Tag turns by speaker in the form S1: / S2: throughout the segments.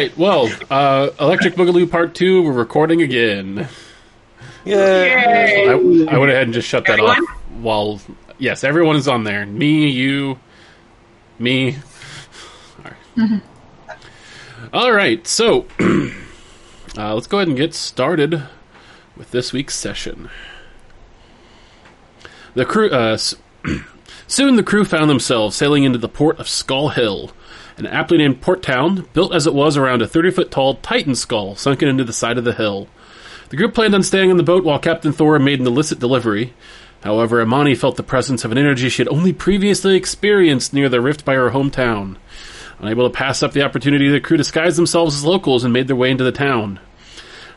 S1: right. Well, uh, Electric Boogaloo Part Two. We're recording again.
S2: Yay.
S1: I, I went ahead and just shut that
S2: Everyone?
S1: off. While yes, everyone is on there. Me, you, me. All right. All right. So uh, let's go ahead and get started with this week's session. The crew. Uh, s- soon the crew found themselves sailing into the port of Skull Hill. An aptly named port town, built as it was around a 30 foot tall Titan skull sunken into the side of the hill. The group planned on staying on the boat while Captain Thor made an illicit delivery. However, Imani felt the presence of an energy she had only previously experienced near the rift by her hometown. Unable to pass up the opportunity, the crew disguised themselves as locals and made their way into the town.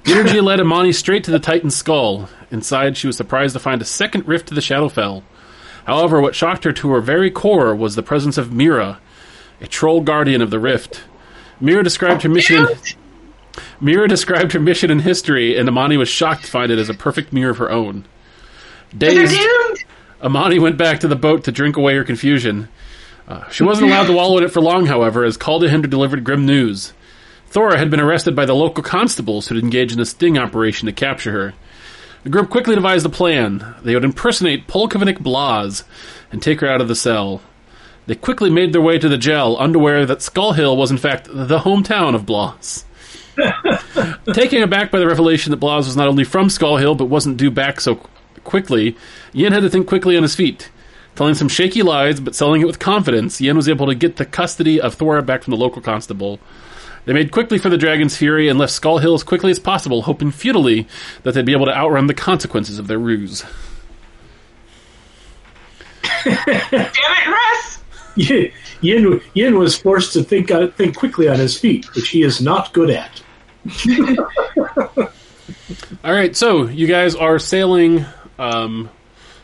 S1: The energy led Imani straight to the Titan's skull. Inside, she was surprised to find a second rift to the Shadowfell. However, what shocked her to her very core was the presence of Mira, a troll guardian of the rift. Mira described her mission. Mira described her mission in history, and Amani was shocked to find it as a perfect mirror of her own.
S2: They're
S1: Dazed,
S2: doomed.
S1: Amani went back to the boat to drink away her confusion. Uh, she wasn't allowed to wallow in it for long, however, as Calder Hinder delivered grim news. Thora had been arrested by the local constables who'd engaged in a sting operation to capture her. The group quickly devised a plan. They would impersonate Polkovnik Blaz and take her out of the cell. They quickly made their way to the jail, unaware that Skull Hill was in fact the hometown of Blaz. Taken aback by the revelation that Blaz was not only from Skull Hill but wasn't due back so qu- quickly, Yin had to think quickly on his feet. Telling some shaky lies but selling it with confidence, Yin was able to get the custody of Thora back from the local constable. They made quickly for the Dragon's Fury and left Skull Hill as quickly as possible, hoping futilely that they'd be able to outrun the consequences of their ruse.
S2: Damn it, Russ.
S3: Yin, Yin was forced to think uh, think quickly on his feet, which he is not good at.
S1: All right, so you guys are sailing um,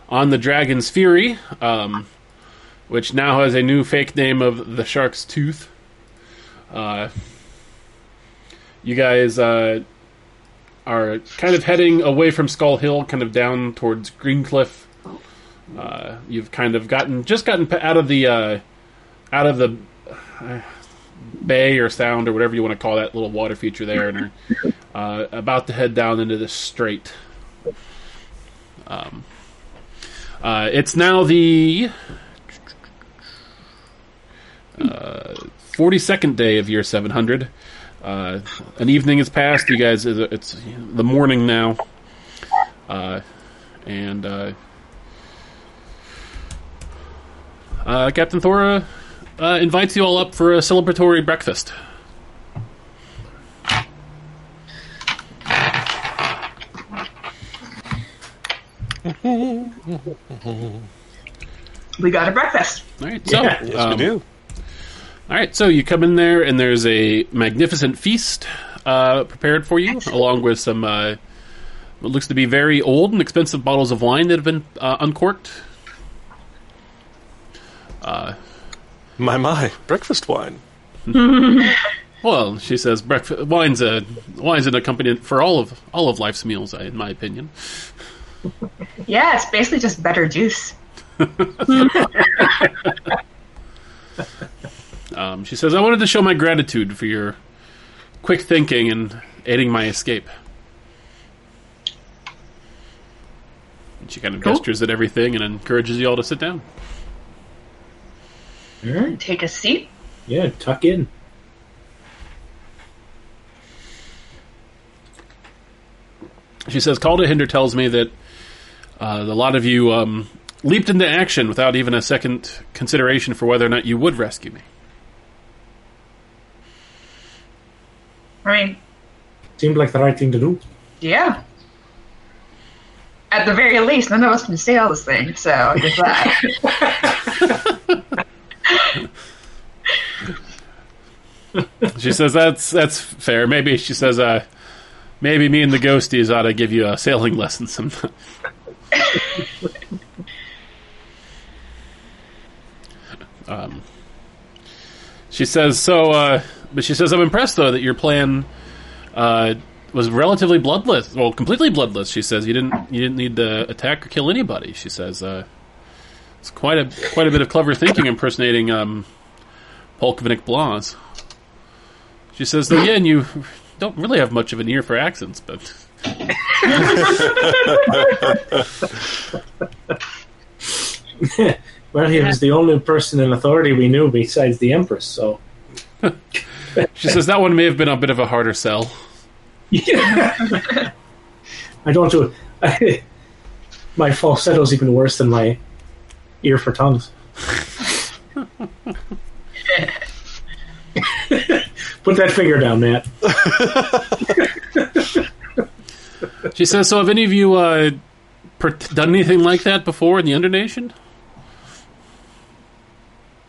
S1: on the Dragon's Fury, um, which now has a new fake name of the Shark's Tooth. Uh, you guys uh, are kind of heading away from Skull Hill, kind of down towards Greencliff. Uh, you've kind of gotten just gotten pa- out of the uh, out of the uh, bay or sound or whatever you want to call that little water feature there, and are uh, about to head down into this strait. Um, uh, it's now the uh, forty-second day of year seven hundred. Uh, an evening has passed. You guys, it's the morning now, uh, and uh, uh, Captain Thora uh, invites you all up for a celebratory breakfast.
S2: We got a breakfast.
S1: All right, so
S3: Yeah,
S4: Yes,
S1: um,
S4: we do.
S1: All right, so you come in there, and there's a magnificent feast uh, prepared for you, along with some uh, what looks to be very old and expensive bottles of wine that have been uh, uncorked.
S4: My my, breakfast wine.
S1: Well, she says, breakfast wine's a wine's an accompaniment for all of all of life's meals, I- in my opinion.
S2: Yeah, it's basically just better juice.
S1: Um, she says, "I wanted to show my gratitude for your quick thinking and aiding my escape." And she kind of
S2: Cool.
S1: gestures at everything and encourages you all to sit down.
S3: All right.
S2: Take a seat.
S3: Yeah, tuck in.
S1: She says, Calda Hinder tells me that uh, a lot of you um, leaped into action without even a second consideration for whether or not you would rescue me.
S2: I mean,
S3: Seemed like the right thing to do.
S2: yeah. At the very least, none of us can sail this thing, so there's that.
S1: She says, that's that's fair. Maybe, she says, uh, maybe me and the ghosties ought to give you a sailing lesson sometime. um, she says, so, uh, but she says, I'm impressed, though, that your plan uh, was relatively bloodless. Well, completely bloodless, she says. You didn't, you didn't need to attack or kill anybody, she says. Uh, it's quite a quite a bit of clever thinking impersonating um, Polkovnik Blas. She says, though, Yen, you don't really have much of an ear for accents, but.
S3: Well, he was the only person in authority we knew besides the Empress, so.
S1: She says that one may have been a bit of a harder sell.
S3: I don't do it. my falsetto's even worse than my ear for tongues. Put that finger down, Matt.
S1: She says, so have any of you uh, per- done anything like that before in the Undernation?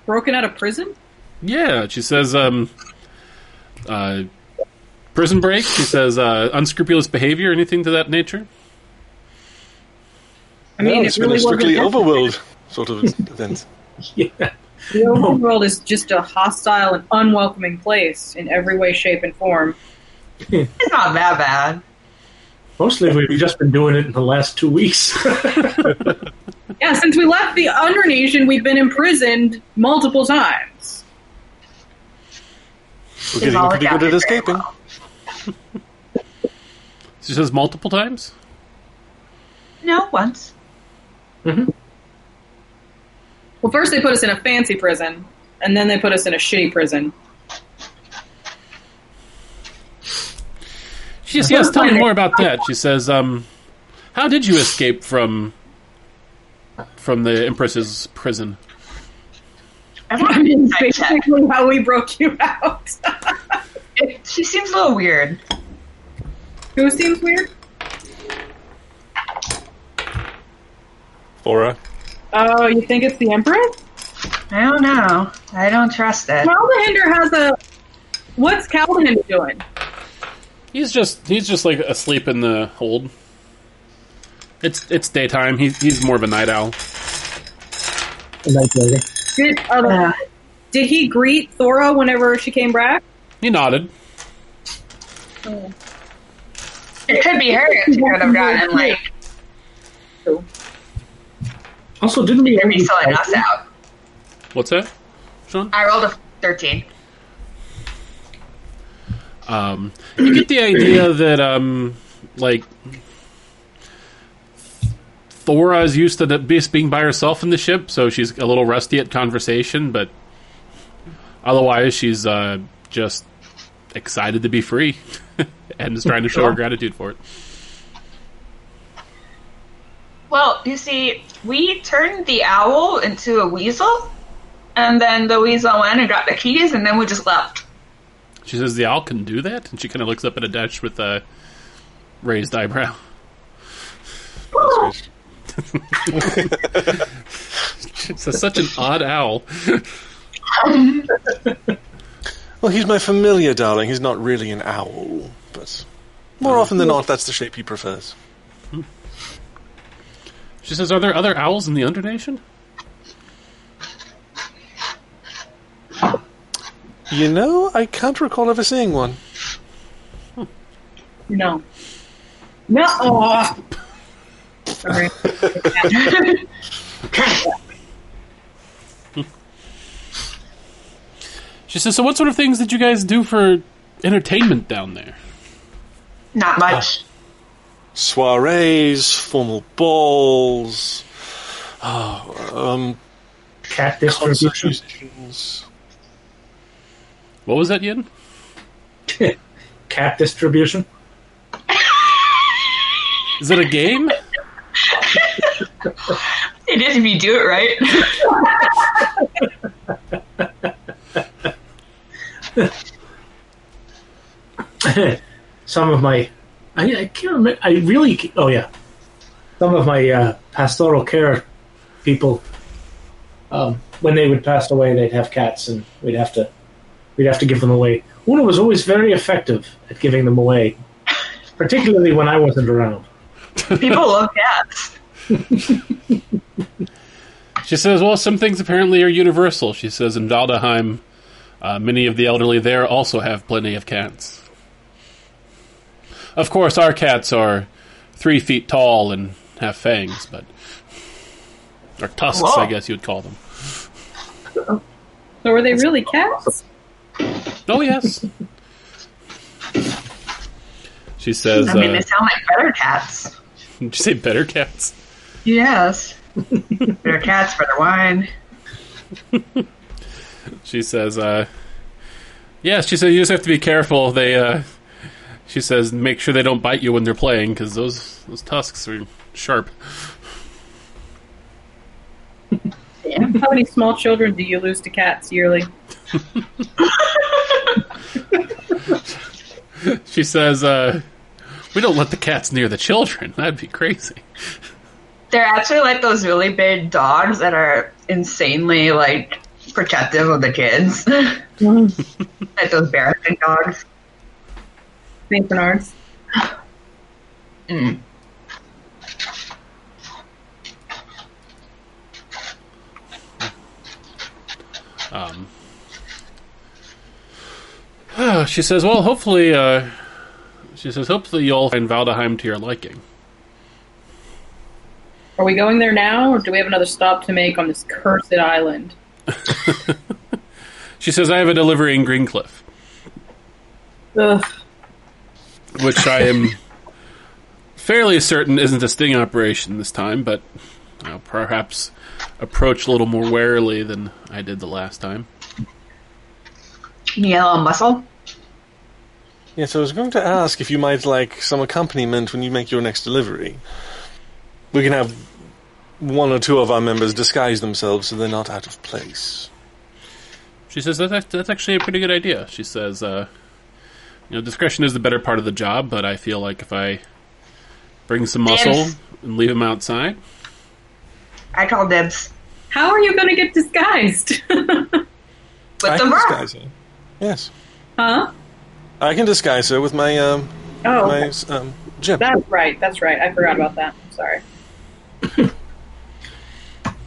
S5: Broken out of prison?
S1: Yeah, she says, um, uh, prison break. She says, uh, unscrupulous behavior, anything to that nature.
S5: I mean,
S4: no,
S5: it
S4: it's been
S5: really
S4: a strictly
S5: wasn't.
S4: overworld sort of event.
S3: Yeah.
S5: The open world is just a hostile and unwelcoming place in every way, shape, and form.
S2: It's not that bad.
S3: Mostly we've just been doing it in the last two weeks.
S5: Yeah, since we left the Undernation, we've been imprisoned multiple times.
S4: We're getting
S2: all
S4: pretty
S2: down
S4: good at
S2: very
S4: escaping.
S2: well.
S1: She says multiple times.
S2: No, once.
S5: Well, first they put us in a fancy prison, and then they put us in a shitty prison.
S1: She says, yes, tell me more about that. She says, um, how did you escape from from the Empress's prison?
S5: I mean,
S2: Everyone check.
S5: basically how we broke you out.
S2: It- She seems a little weird.
S5: Who seems weird?
S4: Aura.
S5: Oh, you think it's the Empress?
S2: I don't know. I don't trust it.
S5: Caldehinder has a. What's Caldehinder doing?
S1: He's just he's just like asleep in the hold. It's it's daytime. He's he's more of a night owl.
S5: Did, uh,
S2: Yeah.
S5: did he greet Thora whenever she came back?
S1: He nodded.
S2: It could be her if she could have gotten like
S3: also, didn't we
S2: maybe selling us out.
S1: What's that, Sean?
S2: I rolled a thirteen.
S1: Um, you get the idea that um, like Thora is used to the- just being by herself in the ship, so she's a little rusty at conversation, but otherwise she's uh, just excited to be free and is trying to show her gratitude for it.
S2: Well, you see, we turned the owl into a weasel, and then the weasel went and got the keys, and then we just left.
S1: She says the owl can do that, and she kind of looks up at Adesh with a raised eyebrow. It's such an odd owl.
S4: Well, he's my familiar, darling. He's not really an owl, but more often than not, that's the shape he prefers.
S1: She says, "Are there other owls in the Undernation?"
S4: You know, I can't recall ever seeing one.
S5: No. No. Oh. Sorry.
S1: She says, "So what sort of things did you guys do for entertainment down there?"
S2: Not much.
S4: Soirees, formal balls,
S3: cat distribution?
S4: concerts.
S1: What was that, Yin?
S3: cat distribution?
S1: Is that a game?
S2: It is if you do it right.
S3: some of my I, I can't remember I really ca- oh yeah some of my uh, pastoral care people um, when they would pass away they'd have cats and we'd have to we'd have to give them away Una was always very effective at giving them away particularly when I wasn't around
S2: People love cats.
S1: She says, "Well, some things apparently are universal." She says, "In Valdeheim, uh, many of the elderly there also have plenty of cats. Of course, our cats are three feet tall and have fangs, but or tusks, I
S2: Whoa.
S1: guess you would call them."
S5: So were they really cats?
S1: Oh yes, She says,
S2: I mean, they
S1: uh,
S2: sound like better cats.
S1: "Did you say better cats?"
S2: Yes. better cats, better wine.
S1: She says, uh, "Yes." She says, "You just have to be careful. They." Uh, she says, "Make sure they don't bite you when they're playing because those those tusks are sharp."
S6: How many small children do you lose to cats yearly?
S1: She says, uh, "We don't let the cats near the children. That'd be crazy."
S2: They're actually like those really big dogs that are insanely like protective of the kids. like those barracking dogs.
S6: St. Bernards.
S1: Um, she says, "Well, hopefully," uh, she says, "Hopefully you'll find Valdeheim to your liking."
S6: Are we going there now, or do we have another stop to make on this cursed island?
S1: She says, "I have a delivery in Greencliff,
S6: Ugh.
S1: which I am fairly certain isn't a sting operation this time, but I'll perhaps approach a little more warily than I did the last time."
S2: Yellow muscle.
S4: Yes, I was going to ask if you might like some accompaniment when you make your next delivery. We can have one or two of our members disguise themselves so they're not out of place.
S1: She says, that's, act- that's actually a pretty good idea. She says, uh, you know, discretion is the better part of the job, but I feel like if I bring some muscle
S2: Yes.
S1: and leave him outside,
S2: I call dibs.
S6: How are you going to get disguised?
S2: With
S4: I
S2: the
S4: can
S2: verb.
S4: disguise her. Yes.
S6: huh?
S4: I can disguise her with my, um,
S6: Oh,
S4: my um, gem.
S6: that's right. That's right. I forgot about that. I'm sorry.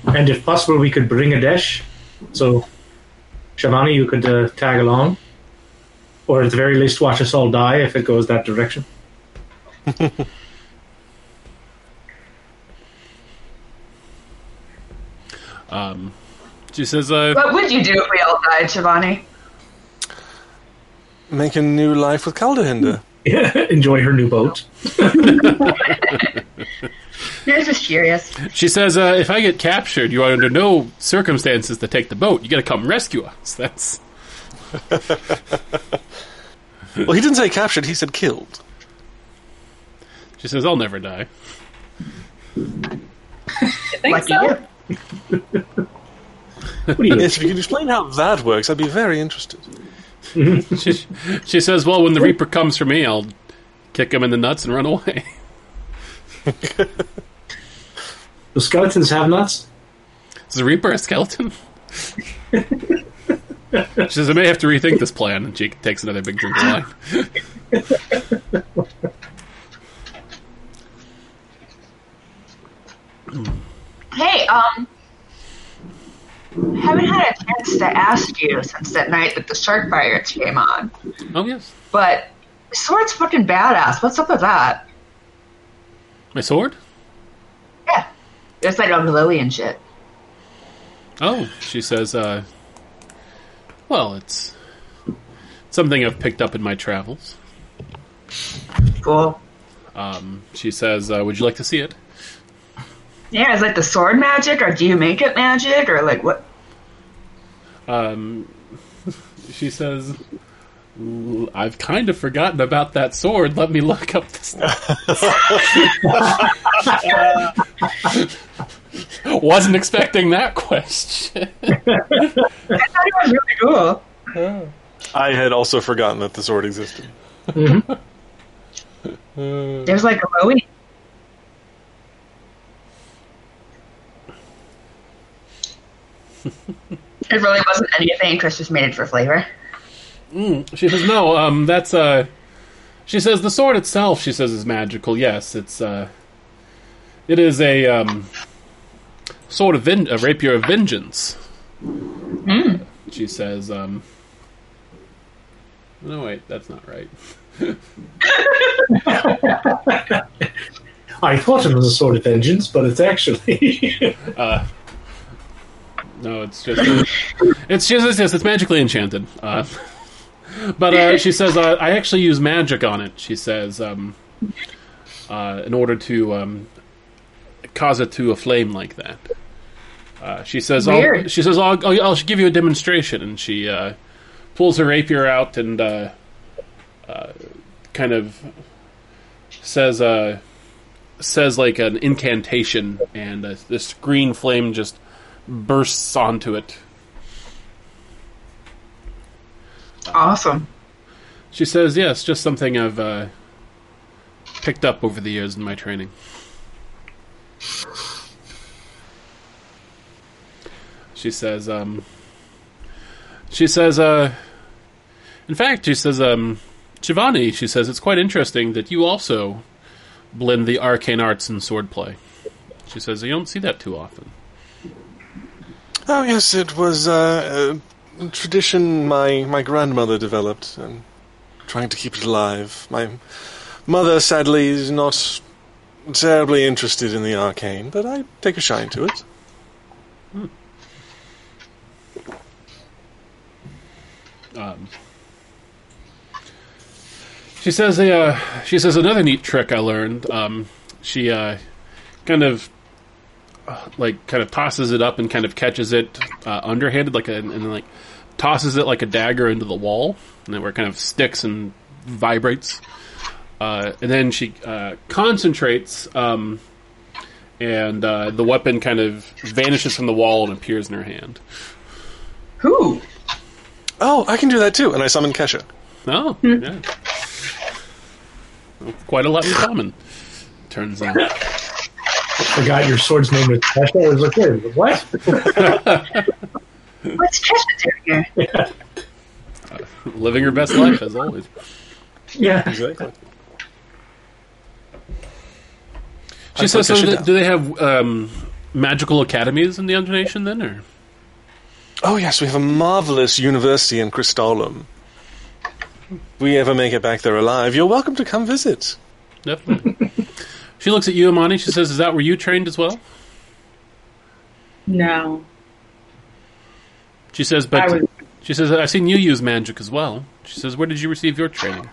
S3: And if possible, we could bring a dash. So, Shivani, you could uh, tag along. Or at the very least, watch us all die if it goes that direction.
S1: um, she says, uh,
S2: What would you do if we all died, Shivani?
S4: Make a new life with Calderhinder.
S3: Enjoy her new boat.
S2: You're just curious.
S1: she says, uh, if I get captured, you are under no circumstances to take the boat. You got to come rescue us. That's
S4: well, he didn't say captured, he said killed.
S1: she says, I'll never die.
S6: You think
S2: Lucky
S6: so?
S2: you.
S3: What do you
S4: Yes, if you could explain how that works, I'd be very interested.
S1: She, she says, well, when the Reaper comes for me, I'll kick him in the nuts and run away.
S3: The skeletons have nuts?
S1: Is the Reaper a skeleton? she says, I may have to rethink this plan. And she takes another big drink of wine.
S2: Hey, um, haven't had a chance to ask you since that night that the shark pirates came on,
S1: Oh, yes.
S2: but sword's fucking badass. What's up with that?
S1: My sword?
S2: Yeah, it's like a lily and shit.
S1: Oh, she says, uh, well, it's something I've picked up in my travels.
S2: Cool.
S1: Um, she says, uh, would you like to see it?
S2: Yeah, is like the sword magic, or do you make it magic, or like what?
S1: Um, she says, "L- I've kind of forgotten about that sword. Let me look up this. Wasn't expecting that question.
S2: I thought it was really cool.
S4: I had also forgotten that the sword existed.
S2: There's like a lily. It really wasn't anything. Chris just made it for flavor.
S1: She says, "No, um, that's uh." She says, "The sword itself," she says, "is magical. Yes, it's uh, it is a um, sword of vin- a rapier of vengeance." She says, "Um, no, wait, that's not right."
S3: I thought it was a sword of vengeance, but it's actually.
S1: No, it's just it's just it's, just, it's magically enchanted. Uh, But uh, she says, uh, I actually use magic on it, she says, um, uh, in order to um, cause it to aflame like that. Uh, she says, I'll,
S2: Weird.
S1: she says, I'll, I'll, I'll give you a demonstration. And she uh, pulls her rapier out and uh, uh, kind of says, uh, says like an incantation, and uh, this green flame just bursts onto it.
S2: Awesome.
S1: She says, "Yes, just something I've uh, picked up over the years in my training." She says, um, "She says, uh, in fact, she says, um, Giovanni, she says it's quite interesting that you also blend the arcane arts and swordplay." She says, "You don't see that too often."
S4: Oh yes, it was uh, a tradition my my grandmother developed, and trying to keep it alive. My mother, sadly, is not terribly interested in the arcane, but I take a shine to it.
S1: Um, she says a, uh, she says another neat trick I learned. Um, she uh, kind of uh, like kind of tosses it up and kind of catches it uh, underhanded, like a, and then like tosses it like a dagger into the wall, and then where it kind of sticks and vibrates. Uh, and then she uh, concentrates, um, and uh, the weapon kind of vanishes from the wall and appears in her hand.
S2: Who?
S4: Oh, I can do that too, and I summon Kesha.
S1: Oh, yeah. Quite a lot in common, turns out.
S3: Forgot your sword's name was Kesha. I was like, wait, what?
S2: What's Kesha doing here?
S1: Living her best life, as always.
S3: yeah.
S4: Exactly.
S1: She
S4: I
S1: says, so
S4: put Kesha
S1: th-
S4: down.
S1: do they have um, magical academies in the Under Nation then? Or?
S4: Oh yes, we have a marvelous university in Crystallum. If we ever make it back there alive, you're welcome to come visit.
S1: Definitely. she looks at you, Amani. She says, is that where you trained as well?
S5: No.
S1: She says,
S5: I
S1: but
S5: was-
S1: she says, I've seen you use magic as well. She says, where did you receive your training?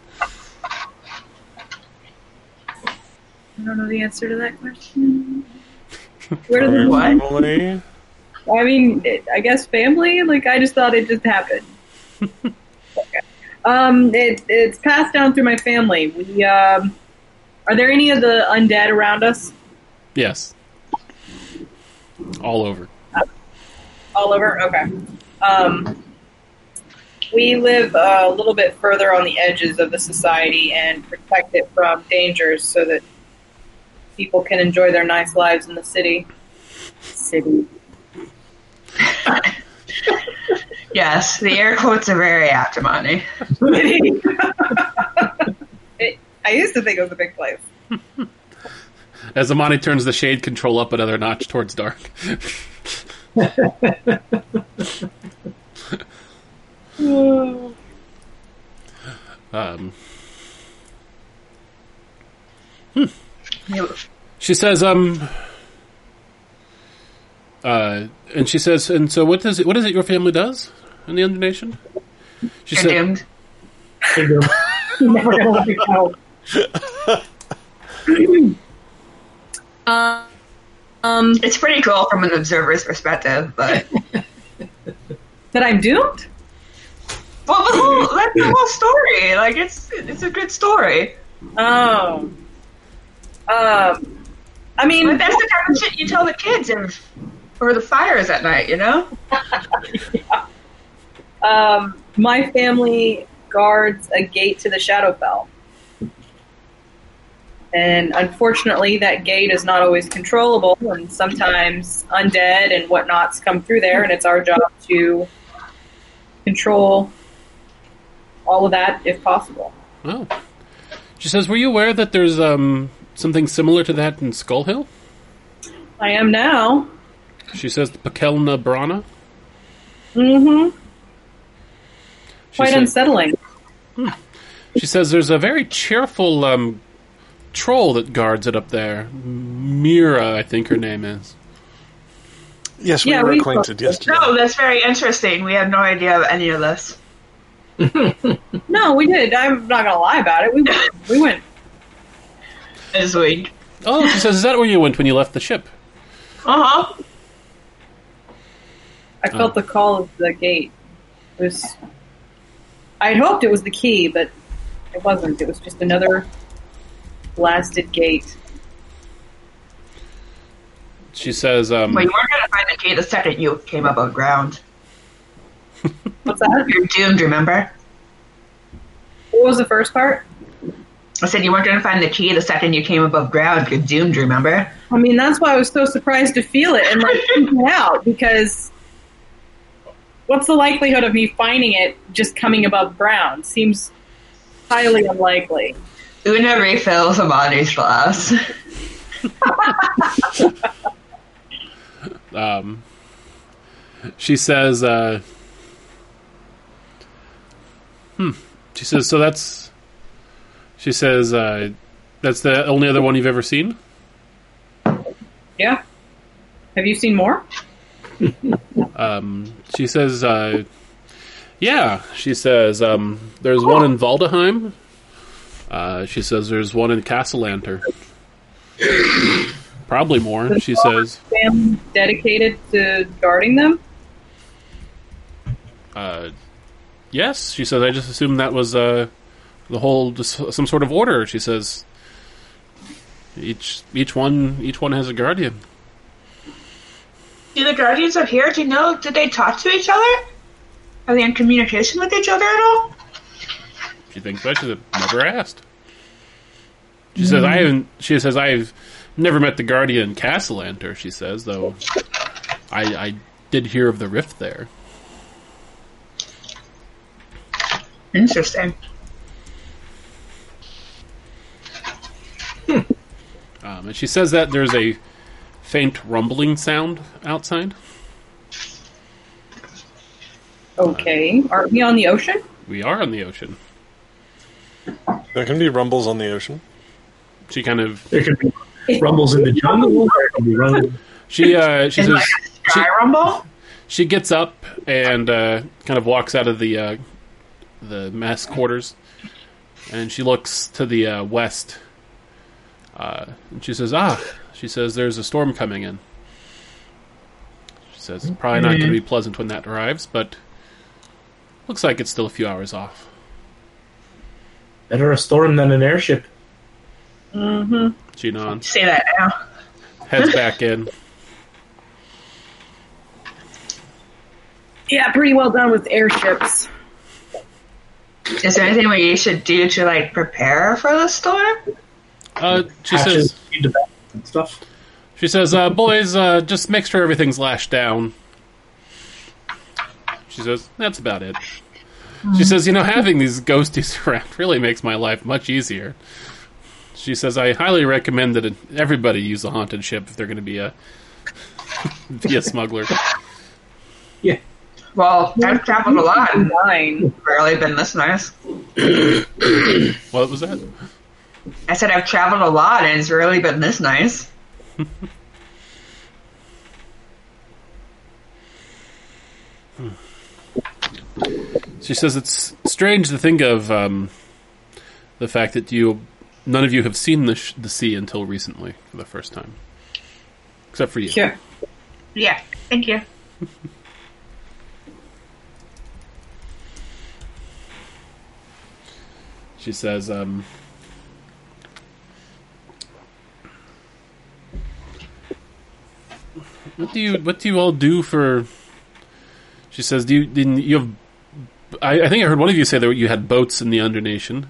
S5: I don't know the answer to that question. Where did the,
S2: What?
S4: Normally,
S5: I mean, it, I guess family. Like I just thought it just happened. Okay. Um, it, it's passed down through my family. We um, are there any of the undead around us?
S1: Yes. All over.
S5: All over. Okay. Um, we live a little bit further on the edges of the society and protect it from dangers so that people can enjoy their nice lives in the city. City.
S2: Yes, the air quotes are very apt, Monty.
S5: It- I used to think it was a big place.
S1: As Amani turns the shade control up another notch towards dark. um,
S2: You-
S1: she says, um, uh, and she says, and so what does it, what is it your family does in the Under Nation? She
S2: You're
S1: said,
S2: doomed.
S3: You're never gonna be out.
S5: Um, um,
S2: It's pretty cool from an observer's perspective, but
S5: that I'm doomed.
S2: well, the whole, that's the whole story. Like it's it's a good story.
S5: Oh. Um, I mean,
S2: But that's the kind of shit you tell the kids if or the fires at night, you know?
S5: um, my family guards a gate to the Shadowfell. And unfortunately, that gate is not always controllable, and sometimes undead and whatnots come through there, and it's our job to control all of that if possible.
S1: oh. She says, were you aware that there's um something similar to that in Skull Hill?
S5: I am now.
S1: She says, the Pekelna Brana.
S5: Mm-hmm.
S1: She
S5: Quite
S1: said-
S5: unsettling.
S1: She says there's a very cheerful um, troll that guards it up there. Mira, I think her name is.
S4: Yes, we
S5: Yeah,
S4: were
S5: we-
S4: acquainted yesterday.
S2: No, that's very interesting. We have no idea of any of this.
S5: No, we did. I'm not gonna lie about it. We went, we went.
S2: this week.
S1: Oh, she says, is that where you went when you left the ship?
S2: Uh huh.
S5: I felt the call of the gate. It was. I had hoped it was the key, but it wasn't. It was just another blasted gate.
S1: She says, um,
S2: But you weren't gonna find the key the second you came above ground.
S5: What's that?
S2: You're doomed, remember?
S5: What was the first part?
S2: I said you weren't gonna find the key the second you came above ground. You're doomed, remember?
S5: I mean, that's why I was so surprised to feel it and like freaking out because what's the likelihood of me finding it just coming above ground? Seems highly unlikely.
S2: Una refills Amani's glass.
S1: um, she says, uh, hmm. She says, so that's. She says, uh, that's the only other one you've ever seen?
S5: Yeah. Have you seen more?
S1: Um, she says, uh, yeah. She says, um, there's one in Valdeheim. Uh, she says, there's one in Castellanter. Probably more, she says.
S5: Sam dedicated to guarding them?
S1: Uh, yes, she says, I just assumed that was uh, the whole, just some sort of order. She says, each each one each one has a guardian.
S2: Do the guardians up here? Do you know? Did they talk to each other? Are they in communication with each other at all?
S1: She thinks I should have never asked. She says, I haven't, she says, I've never met the guardian Castellanter, she says, though I, I did hear of the rift there.
S2: Interesting.
S1: Um, and she says that there's a faint rumbling sound outside.
S5: Okay. Aren't we on the ocean?
S1: We are on the ocean.
S4: There can be rumbles on the ocean.
S1: She kind of,
S3: There could be rumbles in the jungle. There could be rumbles.
S1: she, uh, she
S2: Is
S1: says,
S2: like a sky rumble?
S1: she gets up and uh, kind of walks out of the uh, the mess quarters, and she looks to the uh, west. Uh, and she says, "Ah," she says, "There's a storm coming in." She says, "It's probably not going to be pleasant when that arrives, but looks like it's still a few hours off."
S3: Better a storm than an airship.
S1: She nods,
S2: Say that now.
S1: heads back in.
S5: Yeah, pretty well done with airships.
S2: Is there anything we should do to like prepare for the storm?
S1: Uh, she
S3: Hatches
S1: says,
S3: lead to back and stuff.
S1: "She says, uh, boys, uh, just make sure everything's lashed down." She says, "That's about it." She says, "You know, having these ghosties around really makes my life much easier." She says, "I highly recommend that everybody use a haunted ship if they're going to be a be a smuggler."
S3: Yeah.
S2: Well, I've traveled a lot and
S5: Fine.
S2: barely been this nice.
S1: What was that?
S2: I said I've traveled a lot and it's really been this nice.
S1: She says, "It's strange to think of um, the fact that you none of you have seen the sh- the sea until recently for the first time, except for you."
S5: Sure.
S2: Yeah, thank you.
S1: She says, um, "What do you What do you all do for?" She says, "Do you didn't you have?" I, I think I heard one of you say that you had boats in the Undernation.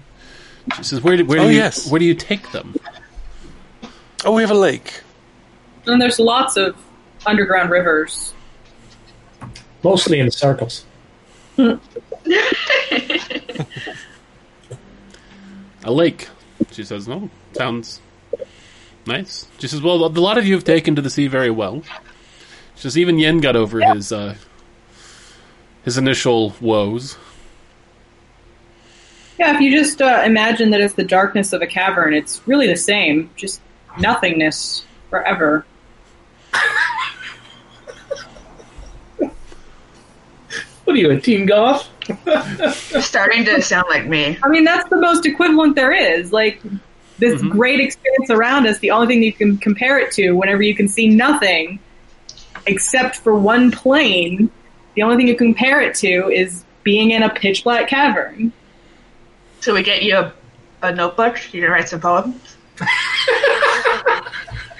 S1: She says, "Where do, where do
S4: Oh,
S1: you
S4: yes.
S1: where do you take them?"
S4: Oh, we have a lake.
S5: And there's lots of underground rivers.
S3: Mostly in circles.
S1: A lake. She says, "No, sounds nice." She says, "Well, a lot of you have taken to the sea very well." She says, "Even Yen got over his uh, his initial woes."
S5: Yeah, if you just uh, imagine that it's the darkness of a cavern, it's really the same. Just nothingness forever.
S3: What are you, a teen goth?
S2: starting to sound like me.
S6: I mean, that's the most equivalent there is. Like this
S5: Mm-hmm.
S6: great expanse around us, the only thing you can compare it to, whenever you can see nothing except for one plane, the only thing you compare it to is being in a pitch black cavern.
S2: So we get you a, a notebook. You can write some poems.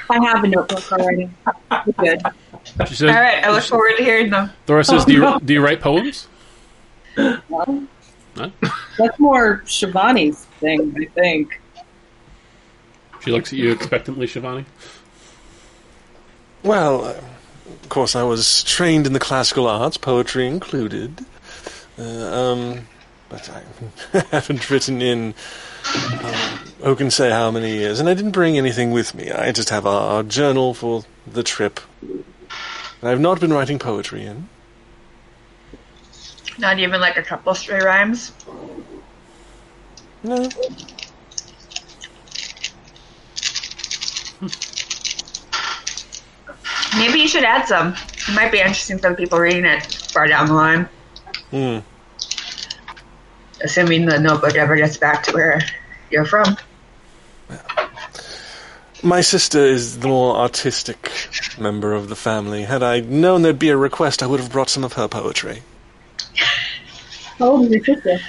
S6: I have a notebook already. We're Good.
S1: She
S2: All
S1: says,
S2: right, I look forward to hearing them.
S1: Thora says, do, you,
S6: Oh, no.
S1: do you write poems?
S6: Well,
S1: Huh?
S6: that's more Shivani's thing, I think.
S1: She looks at you expectantly, Shivani.
S4: Well, uh, of course, I was trained in the classical arts, poetry included. Uh, um, but I haven't written in um, who can say how many years, and I didn't bring anything with me. I just have our, our journal for the trip. And I've not been writing poetry in.
S2: Not even like a couple stray rhymes.
S4: No.
S2: Maybe you should add some. It might be interesting for the people reading it far down the line.
S4: Hmm.
S2: Assuming the notebook ever gets back to where you're from.
S4: My sister is the more artistic member of the family. Had I known there'd be a request, I would have brought some of her poetry.
S6: How old is your sister?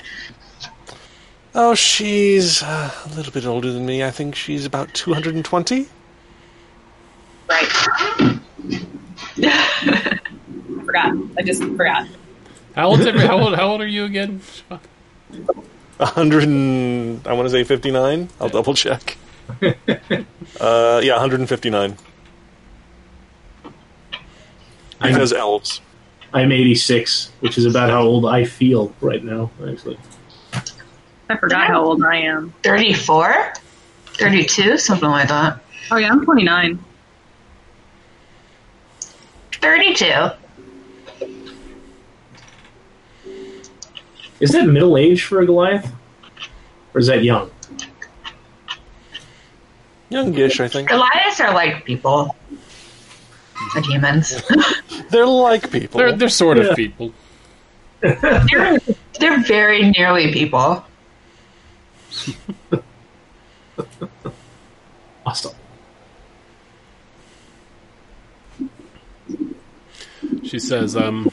S4: Oh, she's uh, a little bit older than me. I think she's about 220.
S6: Right. forgot. I just forgot.
S1: How old, every, how, old, how old are you again? Shivani?
S4: 100 and, I want to say 59. I'll double check. uh, yeah, 159.
S3: I'm-
S4: Because elves.
S3: I'm 86, which is about how old I feel right now, actually.
S6: I forgot how old I am.
S2: 34? 32? Something like that.
S6: Oh yeah, I'm 29.
S2: 32.
S3: Is that middle age for a Goliath? Or is that young?
S4: Youngish, I think.
S2: Goliaths are like people. Like humans.
S4: They're like people.
S1: They're, they're sort of
S3: Yeah.
S1: people.
S2: they're, they're very nearly people.
S3: Awesome.
S1: She says, um,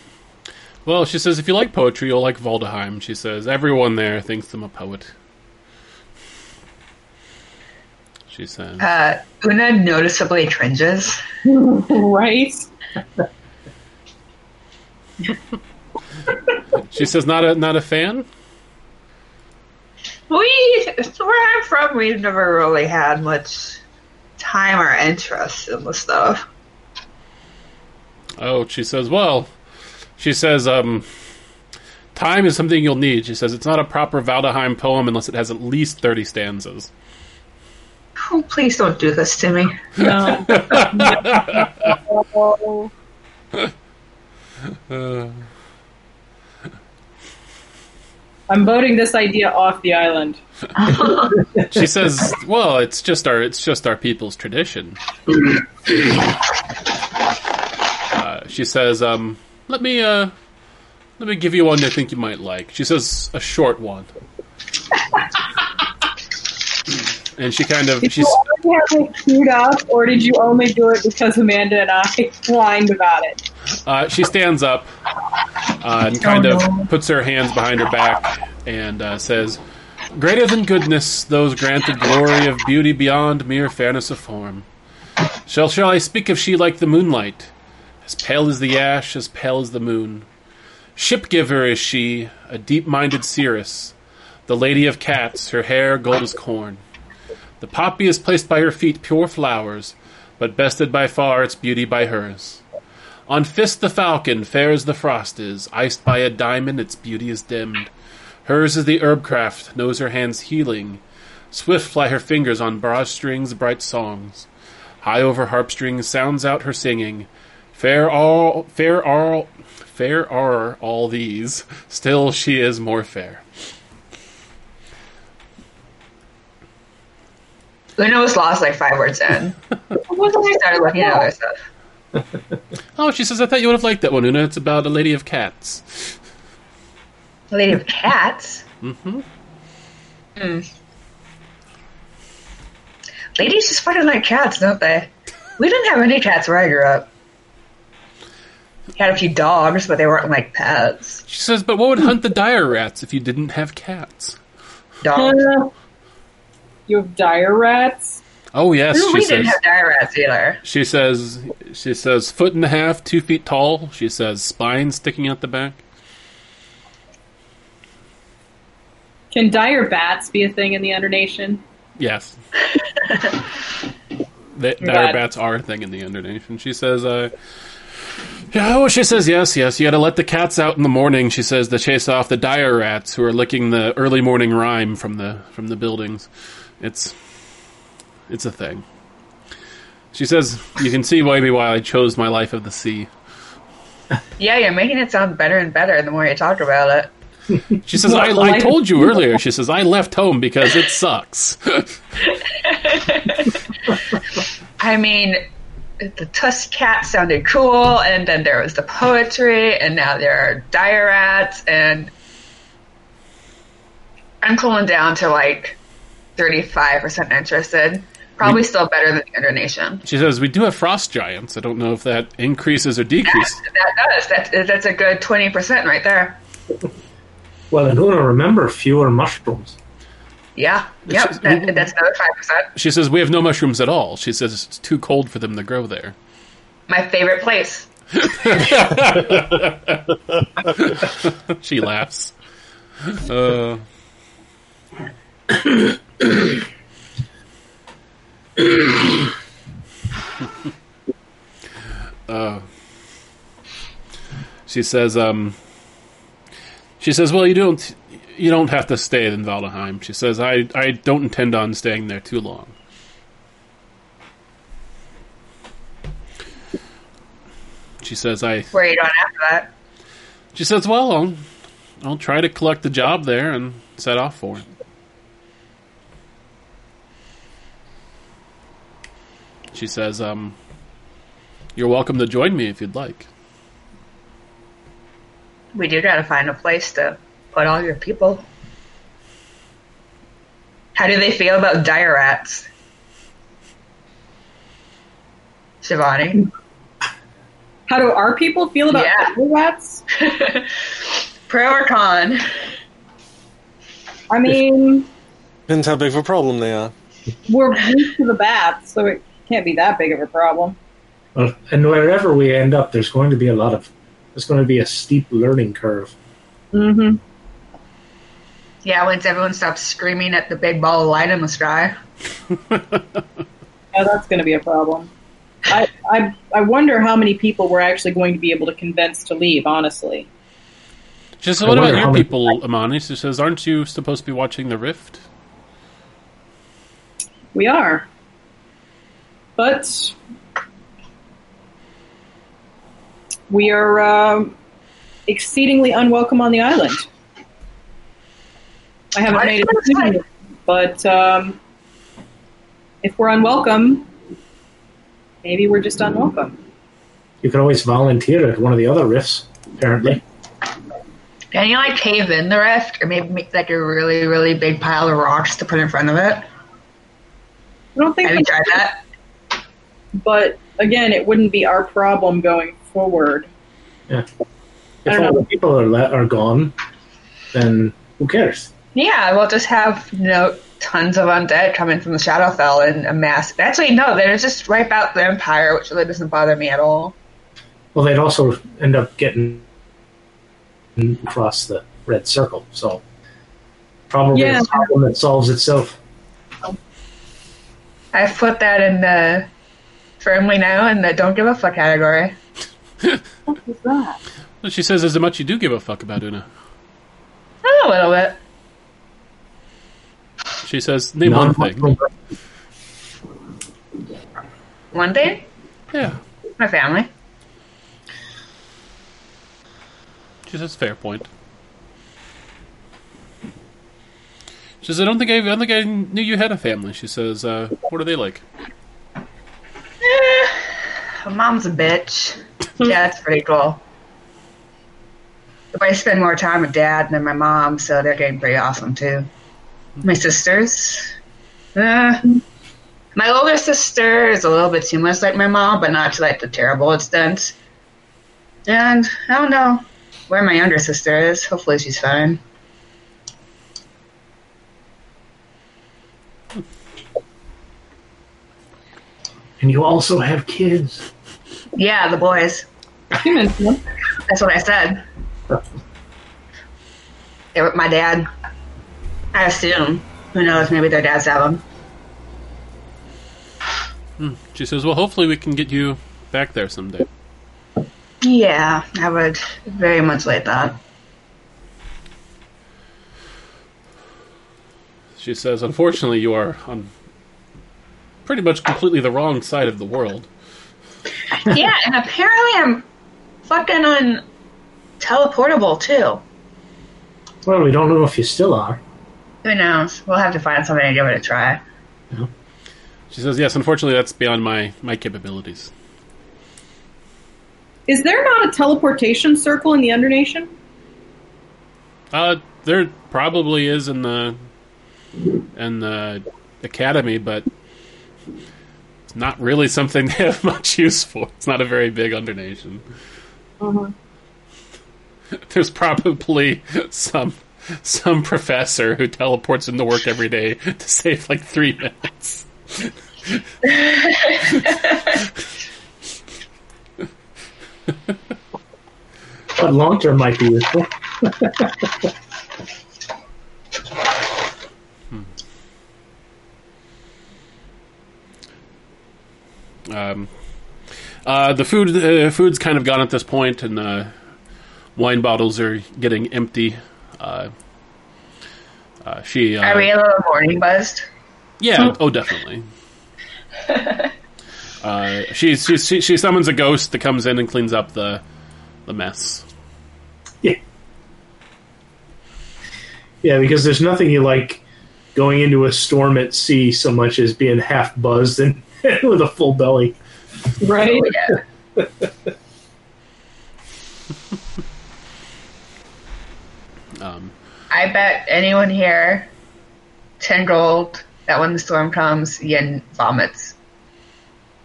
S1: well, she says, if you like poetry, you'll like Valdeheim. She says, everyone there thinks I'm a poet. She says,
S2: Uh, Una noticeably cringes.
S6: Right?
S1: she says, not a, not a fan?
S2: We, where I'm from, we've never really had much time or interest in the stuff.
S1: Oh, she says, well, she says, um, time is something you'll need. She says, it's not a proper Valdeheim poem unless it has at least 30 stanzas.
S2: Oh, please don't do this to me.
S6: No. no.
S1: Uh,
S6: I'm voting this idea off the island.
S1: she says, well, it's just our, it's just our people's tradition. Uh, she says, um, let me, uh, let me give you one I think you might like. She says, a short one. And she kind of,
S6: Did
S1: she's,
S6: you already have it queued up, or did you only do it because Amanda and I whined about it?
S1: Uh, she stands up uh, and kind
S2: Oh, no.
S1: of puts her hands behind her back and uh, says, Greater than goodness, those granted glory of beauty beyond mere fairness of form. Shall, shall I speak of she like the moonlight, as pale as the ash, as pale as the moon? Ship giver is she, a deep minded seeress, the lady of cats, her hair gold as corn. The poppy is placed by her feet pure flowers, but bested by far its beauty by hers. On fist the falcon, fair as the frost is, iced by a diamond, its beauty is dimmed. Hers is the herb craft, knows her hands healing. Swift fly her fingers on broad strings, bright songs. High over harp strings sounds out her singing. Fair all, fair are, fair are all these. Still she is more fair.
S2: Una was lost like five words in. I started looking at other stuff.
S1: Oh, she says, I thought you would have liked that one, Una. It's about a lady of cats.
S2: Well, they have cats.
S1: Mm-hmm.
S2: Hmm. Ladies just fucking like cats, don't they? We didn't have any cats where I grew up. We had a few dogs, but they weren't like pets.
S1: She says, but what would hunt the dire rats if you didn't have cats?
S2: Dogs.
S5: You have dire rats.
S1: Oh yes,
S2: we
S1: she
S2: didn't
S1: says.
S2: have dire rats either.
S1: She says, she says, foot and a half, two feet tall. She says, spine sticking out the back.
S5: Can dire bats be a thing in the Undernation?
S1: Yes. Th- dire
S5: Bad.
S1: bats are a thing in the Undernation. She says, uh, yeah, well, she says, yes, yes, you gotta let the cats out in the morning, she says, to chase off the dire rats who are licking the early morning rime from the, from the buildings. It's, it's a thing. She says, you can see maybe why I chose my life of the sea.
S2: Yeah, you're making it sound better and better the more you talk about it.
S1: She says, I,
S5: Well,
S1: I
S5: I-
S1: told you earlier, she says, I left home because it sucks.
S2: I mean, the tusk cat sounded cool, and then there was the poetry, and now there are dire rats, and I'm cooling down to like 35% interested. Probably still better than the Undernation.
S1: she says, We do have frost giants. I don't know if that increases or decreases.
S2: That does. That's, that's a good 20% right there.
S3: Well, I'm going to remember fewer mushrooms.
S2: Yeah. Yep.
S1: It's-
S2: That, that's another 5%.
S1: She says, We have no mushrooms at all. She says, It's too cold for them to grow there.
S2: My favorite place.
S1: She laughs. Uh, Uh, she says, um, she says, well, you don't, you don't have to stay in Valdeheim. She says, I, I don't intend on staying there too long. She says, I,
S2: Where are you going after that?
S1: she says, "Well, I'll, I'll try to collect the job there and set off for it." She says, "Um, you're welcome to join me if you'd like."
S2: We do gotta find a place to put all your people. How do they feel about dire rats? Shivani.
S5: How do our people feel about
S2: Yeah.
S5: dire rats?
S2: Pro or con?
S5: I mean,
S4: Depends how big of a problem they are.
S5: we're used to the bats, so it can't be that big of a problem.
S3: Well, and wherever we end up, there's going to be a lot of. There's going to be a steep learning curve.
S5: Mm-hmm.
S2: Yeah, once everyone stops screaming at the big ball of light in the sky.
S5: Yeah, that's going to be a problem. I, I I wonder how many people we're actually going to be able to convince to leave. Honestly,
S1: She says,
S3: I
S1: "What about
S3: wonder how
S1: your
S3: many-
S1: people, Amani?" She says, "Aren't you supposed to be watching the Rift?"
S5: we are, but we are um, exceedingly unwelcome on the island. I haven't
S2: I
S5: made a
S2: feel it's
S5: decision, but um, if we're unwelcome, maybe we're just unwelcome.
S3: You can always volunteer at one of the other rifts. Apparently,
S2: Can you like cave in the rift or maybe make like a really, really big pile of rocks to put in front of it?
S5: I don't think
S2: Have you tried that?
S5: but again, it wouldn't be our problem going forward. I
S3: if
S5: don't
S3: all
S5: know.
S3: the people are le- are gone, then who cares?
S2: Yeah, we'll just have you know tons of undead coming from the Shadowfell and amass. Actually, no, they're just wipe out the Empire, which really doesn't bother me at all.
S3: Well, they'd also end up getting across the red circle. So probably
S5: Yeah.
S3: a problem that solves itself.
S2: I've put that in the firmly now in the don't give a fuck category.
S5: What is that?
S1: And She says, "Is it much you do give a fuck about Una?"
S2: A little bit.
S1: She says, "Name one thing."
S2: One thing,
S1: Yeah.
S2: my family.
S1: She says, "Fair point." She says, "I don't think I, I don't think I knew you had a family." She says, uh, "What are they like?"
S2: Eh, my mom's a bitch. Yeah, that's pretty cool. But I spend more time with dad than my mom, so they're getting pretty awesome too. My sisters, uh, my older sister is a little bit too much like my mom, but not to like the terrible extent. And I don't know where my younger sister is. Hopefully, she's fine.
S3: And you also have kids.
S2: Yeah, the boys.
S6: You mentioned them.
S2: That's what I said. They were my dad. I assume. Who knows? Maybe their dads have them.
S1: She says, "Well, hopefully we can get you back there someday."
S2: Yeah, I would very much like that.
S1: She says, "Unfortunately, you are on pretty much completely the wrong side of the world."
S2: yeah, and apparently I'm fucking on teleportable too.
S3: Well, we don't know if you still are.
S2: Who knows? We'll have to find something and give it a try.
S1: She says, "Yes, unfortunately, that's beyond my my capabilities."
S6: Is there not a teleportation circle in the Undernation?
S1: Uh, there probably is in the in the academy, but it's not really something they have much use for. It's not a very big undernation. There's probably some some professor who teleports into work every day to save like three minutes.
S3: But long term might be useful.
S1: Um, uh, the food uh, food's kind of gone at this point, and uh, wine bottles are getting empty. Uh, uh, she, uh,
S2: Are we a little morning buzzed?
S1: yeah, oh, definitely. uh, she, she she she summons a ghost that comes in and cleans up the the mess.
S3: Yeah. Yeah, because there's nothing you like going into a storm at sea so much as being half buzzed and with a full belly.
S6: Right.
S2: Yeah.
S1: Um,
S2: I bet anyone here, 10 gold, that when the storm comes, Yen vomits.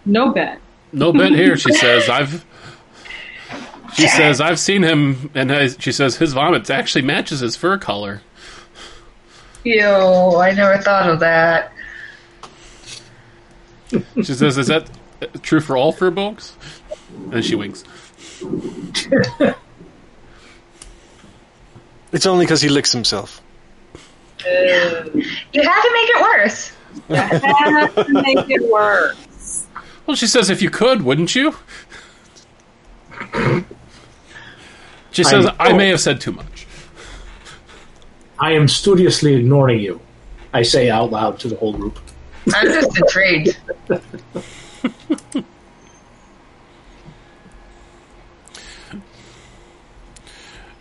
S6: No bet.
S1: no bet here, she says. I've she says I've seen him, and I, she says his vomit actually matches his fur color.
S2: Ew, I never thought of that.
S1: She says, "Is that uh, true for all fur bulks?" And she winks.
S4: It's only because he licks himself.
S6: Ew.
S2: You have to make it worse.
S6: Have to make it worse.
S1: Well, she says, if you could, wouldn't you? She says, I, may have said too much.
S3: I am studiously ignoring you, I say out loud to the whole group.
S2: I'm just intrigued.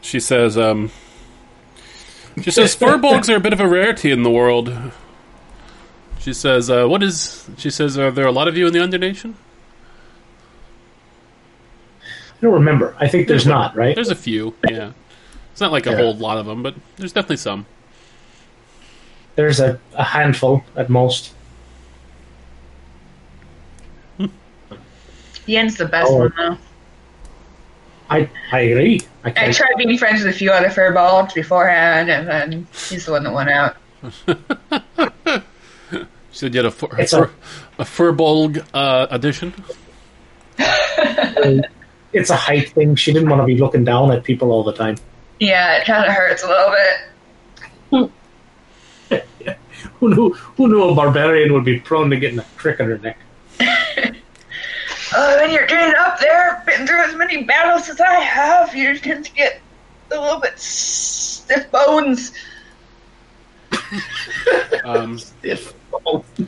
S1: She says, um, she says, fur bulks are a bit of a rarity in the world. She says, uh, what is, she says, are there a lot of you in the Undernation?
S3: I don't remember. I think there's not, right?
S1: There's a few, yeah. It's not like a
S3: Yeah.
S1: whole lot of them, but there's definitely some.
S3: There's a, a handful at most.
S2: Yen's the best
S3: Oh.
S2: one, though.
S3: I, I agree. I
S2: I
S3: can't.
S2: tried being friends with a few other furballs beforehand, and then he's the one that went out.
S1: She said, yet a fur, a
S3: It's a-
S1: fur, a fur bulk uh, edition.
S3: It's a height thing. She didn't want to be looking down at people all the time.
S2: Yeah, it kind of hurts a little bit.
S3: Who knew? Who knew a barbarian would be prone to getting a crick in her neck?
S2: Oh, when you're getting up there, been through as many battles as I have, you tend to get a little bit stiff bones.
S1: Um,
S3: If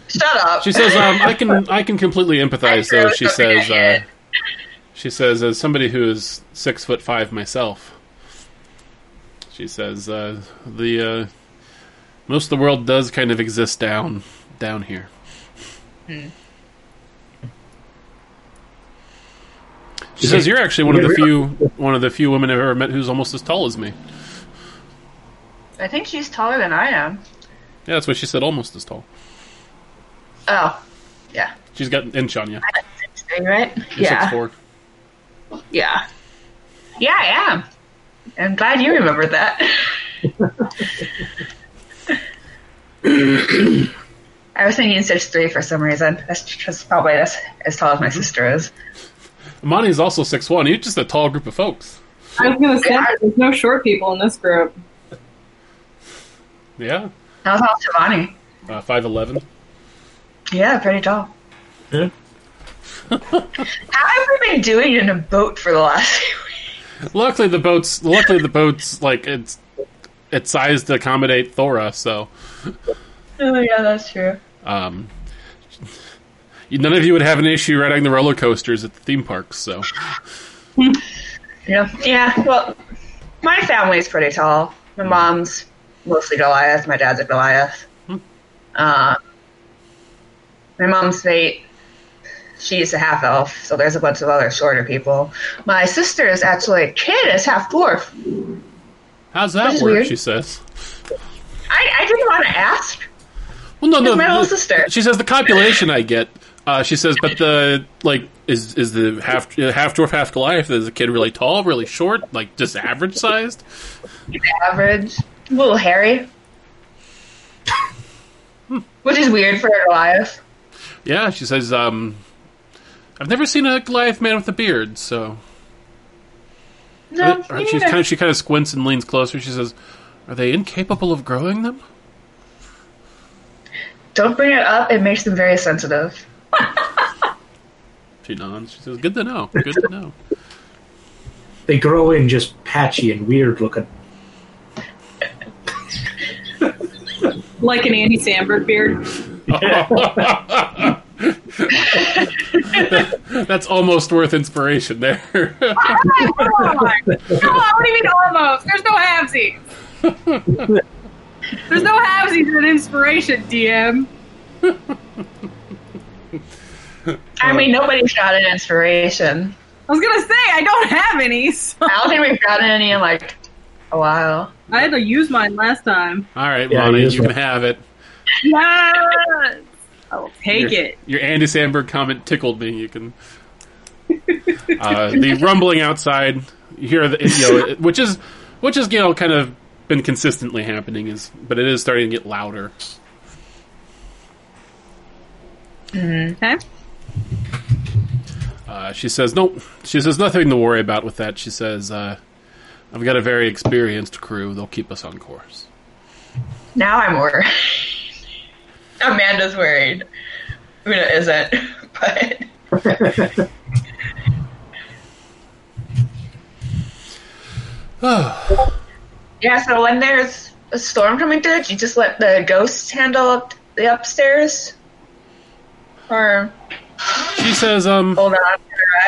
S2: Shut up.
S1: She says, um, "I can, I can completely empathize." Though she says, uh, "She says, as somebody who is six foot five myself, she says uh, the uh, most of the world does kind of exist down, down here." She says you're actually one of the few one of the few women I've ever met who's almost as tall as me.
S2: I think she's taller than I am.
S1: Yeah, that's what she said, almost as tall.
S2: Oh, yeah.
S1: She's got an inch on you.
S2: Are you right?
S1: You're
S2: yeah.
S1: 6'4".
S2: Yeah. Yeah, I am. I'm glad you remembered that. I was thinking six three for some reason. That's, that's probably as, as tall as
S1: Mm-hmm.
S2: my sister is.
S1: Amani's also six one. You're just a tall group of folks.
S6: I was gonna say there's no short people in this group.
S1: Yeah,
S2: How tall is Shivani?
S1: uh, five eleven.
S2: Yeah, pretty tall.
S3: Yeah.
S2: How have we been doing in a boat for the last few weeks?
S1: Luckily, the boat's luckily the boat's like it's it's sized to accommodate Thora. So,
S2: Oh, yeah, that's true.
S1: um, you- none of you would have an issue riding the roller coasters at the theme parks. So,
S2: Yeah. Yeah, well, my family's pretty tall. My mom's mostly Goliath. My dad's a Goliath. Uh, my mom's mate, she's a half elf, so there's a bunch of other shorter people. My sister is actually a kid, is half dwarf.
S1: how's
S2: Which
S1: that
S2: is
S1: work?
S2: weird.
S1: She says.
S2: I, I didn't want to ask.
S1: Well, no, no.
S2: my little
S1: the-
S2: sister.
S1: She says the copulation I get. Uh, she says, but the like is is the half uh, half dwarf half Goliath is the kid really tall, really short, like just average sized.
S2: Average, a little hairy, which is weird for a Goliath.
S1: Yeah, she says, um, I've never seen a Goliath man with a beard, so.
S2: No,
S1: Uh,
S2: me
S1: she's
S2: neither.
S1: kind of, she kind of squints and leans closer. She says, Are they incapable of growing them?
S2: don't bring it up. It makes them very sensitive.
S1: She nods. She says, Good to know. Good to know.
S3: They grow in just patchy and weird looking.
S6: Like an Andy Samberg beard.
S1: That's almost worth inspiration there.
S6: Come on. Come on, what do you mean almost? There's no halvesies. There's no halvesies in inspiration, DM.
S2: I mean, nobody's got an inspiration.
S6: I was gonna say I don't have any, so
S2: I don't think we've gotten any in like a while.
S6: I had to use mine last time.
S1: All right,
S3: Yeah,
S1: Lonnie,
S3: you
S1: you
S3: just
S1: can
S3: went-
S1: have it.
S6: Yes! I will take
S1: your,
S6: it.
S1: Your Andy Sandberg comment tickled me. You can. Uh, the rumbling outside. You hear the you know, it- which is which is you know kind of been consistently happening is, but it is starting to get louder.
S6: Okay.
S1: Uh, she says, "No." She says nothing to worry about with that. She says, uh, "I've got a very experienced crew. They'll keep us on course."
S2: Now I'm worried. Amanda's worried. Una isn't, but yeah. So when there's a storm coming through, do you just let the ghosts handle up the upstairs, or
S1: she says, "Um."
S2: hold on to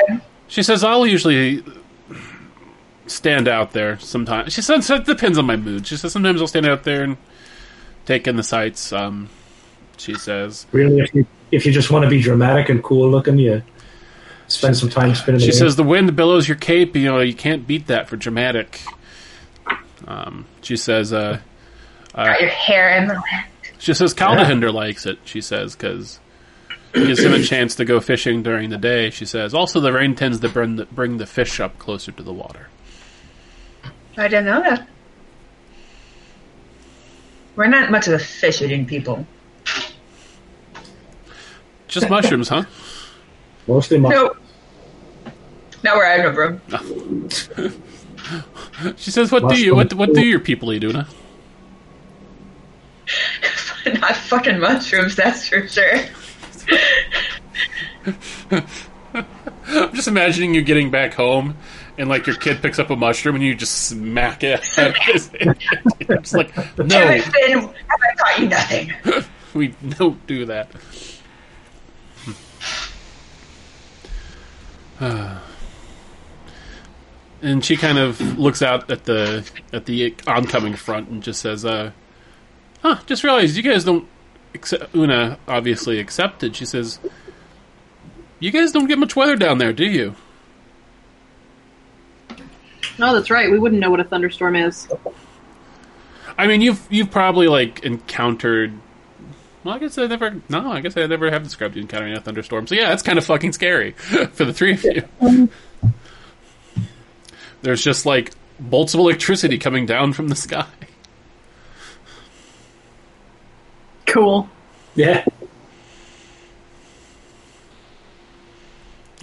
S2: the ride.
S1: She says, I'll usually stand out there sometimes. She says, it depends on my mood. She says, sometimes I'll stand out there and take in the sights. Um, she says,
S3: Really, if you, if you just want to be dramatic and cool looking, you spend some time spinning.
S1: she
S3: the
S1: says, the wind billows your cape. You know, you can't beat that for dramatic. Um, she says, uh,
S2: Got your hair in the wind.
S1: she says, Caldahinder likes it, she says, because it gives him a chance to go fishing during the day. She says, also the rain tends to burn the, bring the fish up closer to the water.
S2: I didn't know that. We're not much of a fish eating people.
S1: Just mushrooms, huh?
S3: mostly my
S2: Nope. Not where I come from.
S1: She says, what do you, what, what do your people eat, Una?
S2: Not fucking mushrooms, that's for sure.
S1: I'm just imagining you getting back home and like your kid picks up a mushroom and you just smack it. it's like
S2: Damn
S1: no,
S2: it, Finn, have I taught you nothing?
S1: we don't do that. Ah. and she kind of looks out at the at the oncoming front and just says, "Uh, huh? Just realized you guys don't." Accept, Una obviously accepted. She says, "You guys don't get much weather down there, do you?"
S6: Oh,
S5: No, that's right. We wouldn't know what a thunderstorm is.
S1: I mean, you've you've probably like encountered. Well, I guess I never. No, I guess I never have described you encountering a thunderstorm. So yeah, that's kind of fucking scary for the three of you. There's just like bolts of electricity coming down from the sky.
S5: Cool.
S3: Yeah.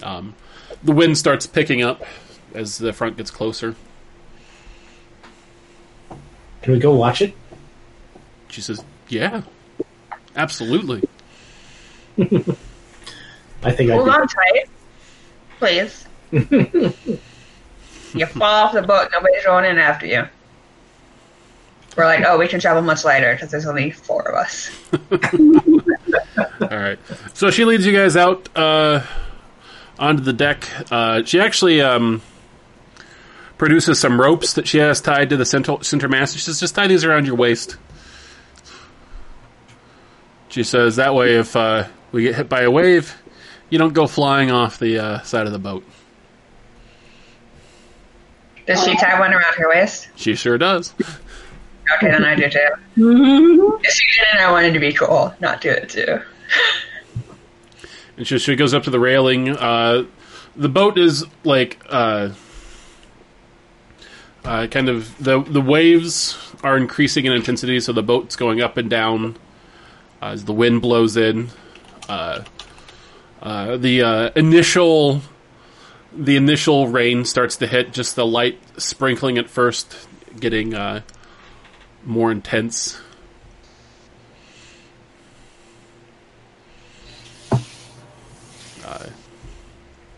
S1: Um, the wind starts picking up as the front gets closer.
S3: Can we go watch it?
S1: She says, "Yeah, absolutely."
S3: I think
S2: Hold
S3: I
S2: on tight, please. you fall off the boat, nobody's rolling in after you. We're like, oh, we can travel much lighter because there's only four of us.
S1: All right. So she leads you guys out uh, onto the deck. Uh, she actually um, produces some ropes that she has tied to the center, center mast. She says, just tie these around your waist. She says, that way, if uh, we get hit by a wave, you don't go flying off the uh, side of the boat.
S2: Does she tie one around her waist?
S1: She sure does.
S2: Okay, then I do too. If she didn't, I wanted to be cool, not do it too.
S1: And she, she goes up to the railing. Uh, the boat is like uh, uh, kind of the the waves are increasing in intensity, so the boat's going up and down uh, as the wind blows in. Uh, uh, the uh, initial the initial rain starts to hit, just the light sprinkling at first, getting uh, more intense.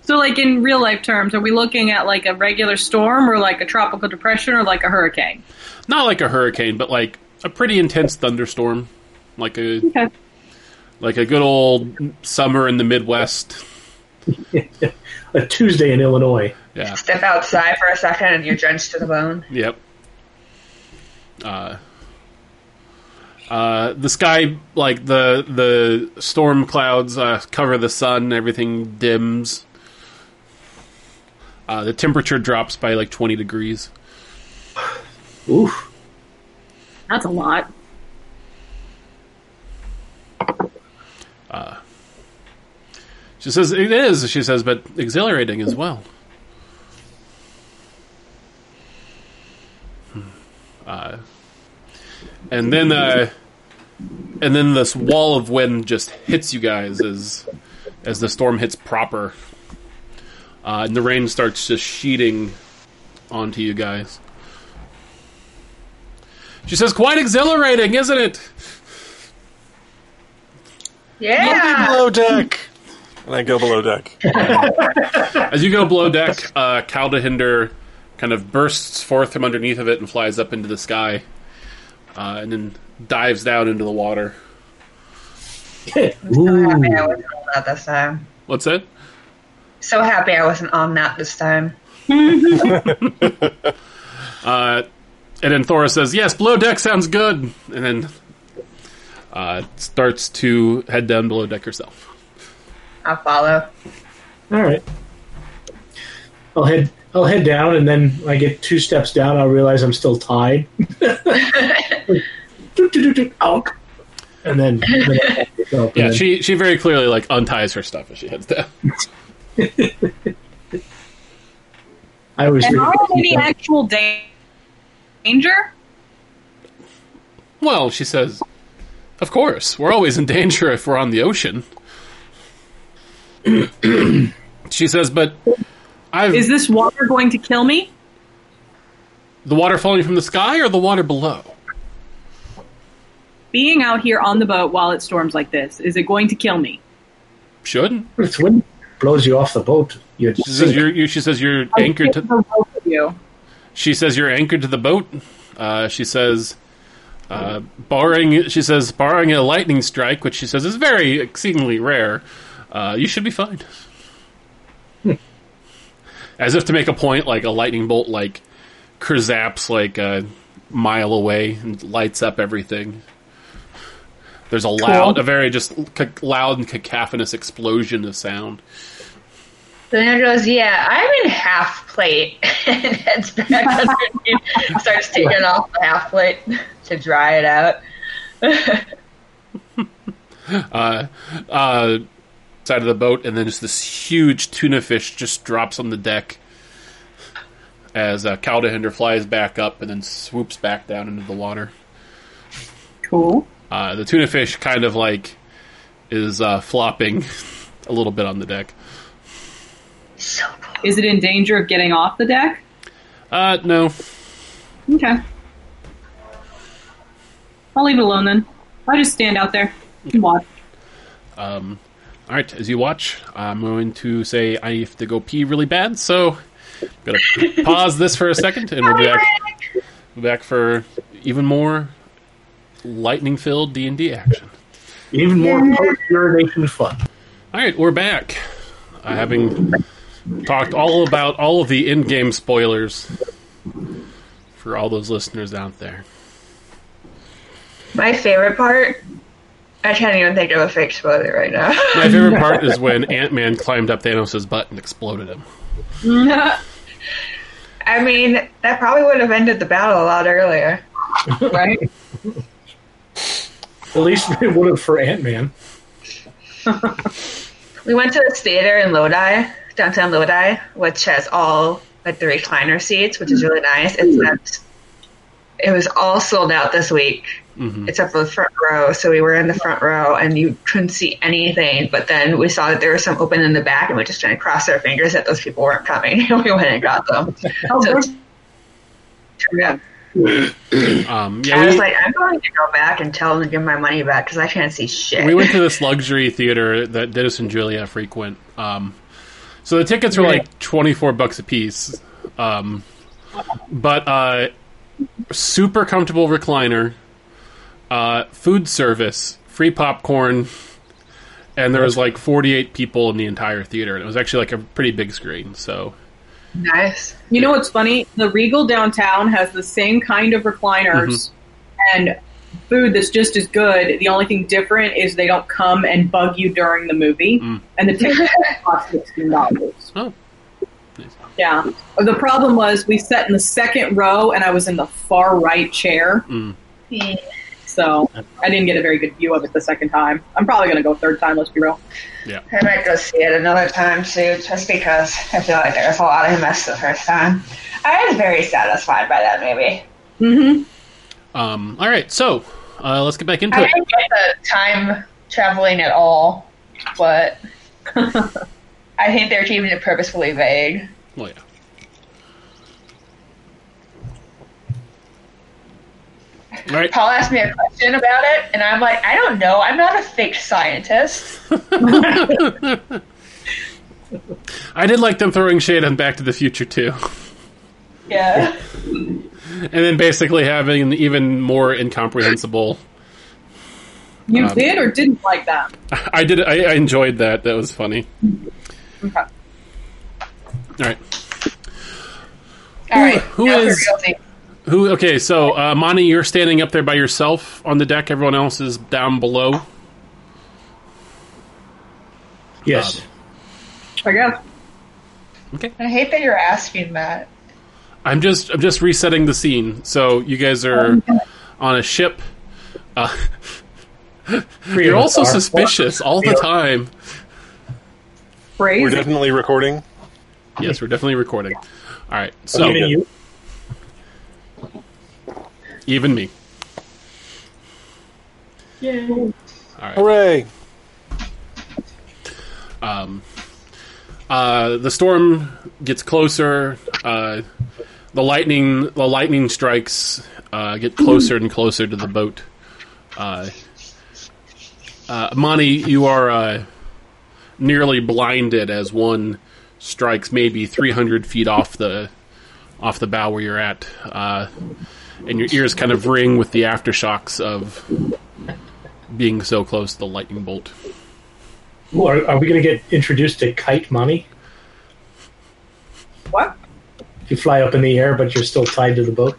S5: So, like in real life terms, are we looking at like a regular storm, or like a tropical depression, or like a hurricane?
S1: Not like a hurricane, but like a pretty intense thunderstorm, like a
S5: Okay.
S1: like a good old summer in the Midwest.
S3: a Tuesday in Illinois.
S1: Yeah.
S2: Step outside for a second and you're drenched to the bone.
S1: Yep. Uh, uh, the sky, like the the storm clouds, uh, cover the sun. Everything dims. Uh, the temperature drops by like twenty degrees.
S3: Oof.
S5: That's a lot.
S1: She says it is. She says, but exhilarating as well. Hmm. Uh, and then, uh, and then this wall of wind just hits you guys as as the storm hits proper, uh, and the rain starts just sheeting onto you guys. She says, "Quite exhilarating, isn't it?"
S4: Nobody
S2: Yeah!
S4: below deck. And I go below deck.
S1: As you go below deck, uh, Caldehinder kind of bursts forth from underneath of it and flies up into the sky, uh, and then dives down into the water.
S2: So
S3: Ooh.
S2: happy I wasn't on that this time.
S1: What's that?
S2: So happy I wasn't on that this time.
S1: And then Thora says, "Yes, below deck sounds good," and then uh, starts to head down below deck herself.
S2: I'll follow.
S3: All right. I'll head. I'll head down, and then when I get two steps down. I'll realize I'm still tied. Doot, doot, doot, doot, Ouch. And then, and
S1: Yeah,
S3: then-
S1: she she very clearly like unties her stuff as she heads down.
S3: I was.
S5: And
S3: thinking-
S5: are there any actual da- danger?
S1: Well, she says, "Of course, we're always in danger if we're on the ocean." she says, "But I've
S5: Is this water going to kill me?
S1: The water falling from the sky or the water below?
S5: Being out here on the boat while it storms like this, is it going to kill me?
S1: Shouldn't.
S3: It's when it blows you off the boat. You're
S1: She says you're, you, she says you're anchored to.
S5: For both of you.
S1: She says you're anchored to the boat. Uh, she says, uh, barring she says barring a lightning strike, which she says is very exceedingly rare, uh, you should be fine. As if to make a point, like a lightning bolt, like kerzaps like a mile away and lights up everything. There's a loud, a very just c- loud and cacophonous explosion of sound.
S2: The ninja goes, "Yeah, I'm in half plate," and heads back underneath, and starts taking off the half plate to dry it out.
S1: uh, uh, side of the boat, and then just this huge tuna fish just drops on the deck as uh, Caldehinder flies back up and then swoops back down into the water.
S5: Cool.
S1: Uh, the tuna fish kind of like is uh, flopping a little bit on the deck.
S2: So cool.
S5: Is it in danger of getting off the deck?
S1: Uh, no,
S5: Okay. I'll leave it alone then. I'll just stand out there and watch.
S1: Um, all right, as you watch, I'm going to say I have to go pee really bad, so I'm going to pause this for a second, and we'll be back, we'll be back for even more lightning-filled D&D action.
S3: Even more post urination fun.
S1: All right, we're back. Uh, having talked all about all of the in-game spoilers for all those listeners out there.
S2: My favorite part. I can't even think of a fake spoiler right now.
S1: My favorite part is when Ant-Man climbed up Thanos' butt and exploded him.
S2: I mean, that probably would have ended the battle a lot earlier.
S5: right?
S3: At least it would have for Ant Man.
S2: We went to this theater in Lodi, downtown Lodi, which has all like the recliner seats, which is really nice. Except it was all sold out this week, except for the front row. So we were in the front row, and you couldn't see anything. But then we saw that there was some open in the back, and we just kind of crossed our fingers that those people weren't coming. we went and got them. so, yeah.
S1: Um,
S2: I
S1: yeah,
S2: was
S1: we,
S2: like, I'm going to go back and tell them to give my money back because I can't see shit.
S1: we went to this luxury theater that Dennis and Julia frequent. Um, so the tickets were like twenty four bucks a piece, um, but uh, super comfortable recliner, uh, food service, free popcorn, and there was like forty eight people in the entire theater, and it was actually like a pretty big screen. So
S2: nice.
S5: You know what's funny? The Regal downtown has the same kind of recliners and food that's just as good. The only thing different is they don't come and bug you during the movie, and the ticket costs sixteen dollars.
S1: oh,
S5: Yeah. The problem was we sat in the second row, and I was in the far right chair, so I didn't get a very good view of it the second time. I'm probably going to go third time. Let's be real.
S1: yeah,
S2: I might go see it another time too, just because I feel like there was a lot of mess the first time. I was very satisfied by that movie.
S1: um, all right. So uh, let's get back into
S2: I
S1: it.
S2: didn't get the time traveling at all, but I think they're keeping it purposefully vague.
S1: Well, Oh, yeah. All right.
S2: Paul asked me a question about it, and I'm like, I don't know. I'm not a fake scientist.
S1: I did like them throwing shade on Back to the Future too,
S2: Yeah.
S1: and then basically having an even more incomprehensible.
S5: You
S1: Um,
S5: did or didn't like that?
S1: I did. I, I enjoyed that. That was funny.
S5: Okay.
S1: All right.
S2: All right.
S1: who
S2: now
S1: is-
S2: for realty.
S1: Who? Okay. So, uh, Monty, you're standing up there by yourself on the deck. Everyone else is down below.
S3: Yes.
S5: I guess.
S2: I hate that you're asking that.
S1: I'm just I'm just resetting the scene. So you guys are on a ship. Uh, you're also suspicious all the time.
S4: We're
S5: Phrase.
S4: definitely recording.
S1: Yes, we're definitely recording. All right. So
S3: Even you?
S1: even me.
S4: Hooray!
S1: Um, uh, the storm gets closer. Uh, the lightning, the lightning strikes uh, get closer and closer to the boat. Uh, uh, Monty, you are uh, nearly blinded as one strikes maybe 300 feet off the off the bow where you're at, uh, and your ears kind of ring with the aftershocks of being so close to the lightning bolt.
S3: Ooh, are, are we going to get introduced to Kite Money?
S5: What?
S3: You fly up in the air, but you're still tied to the boat.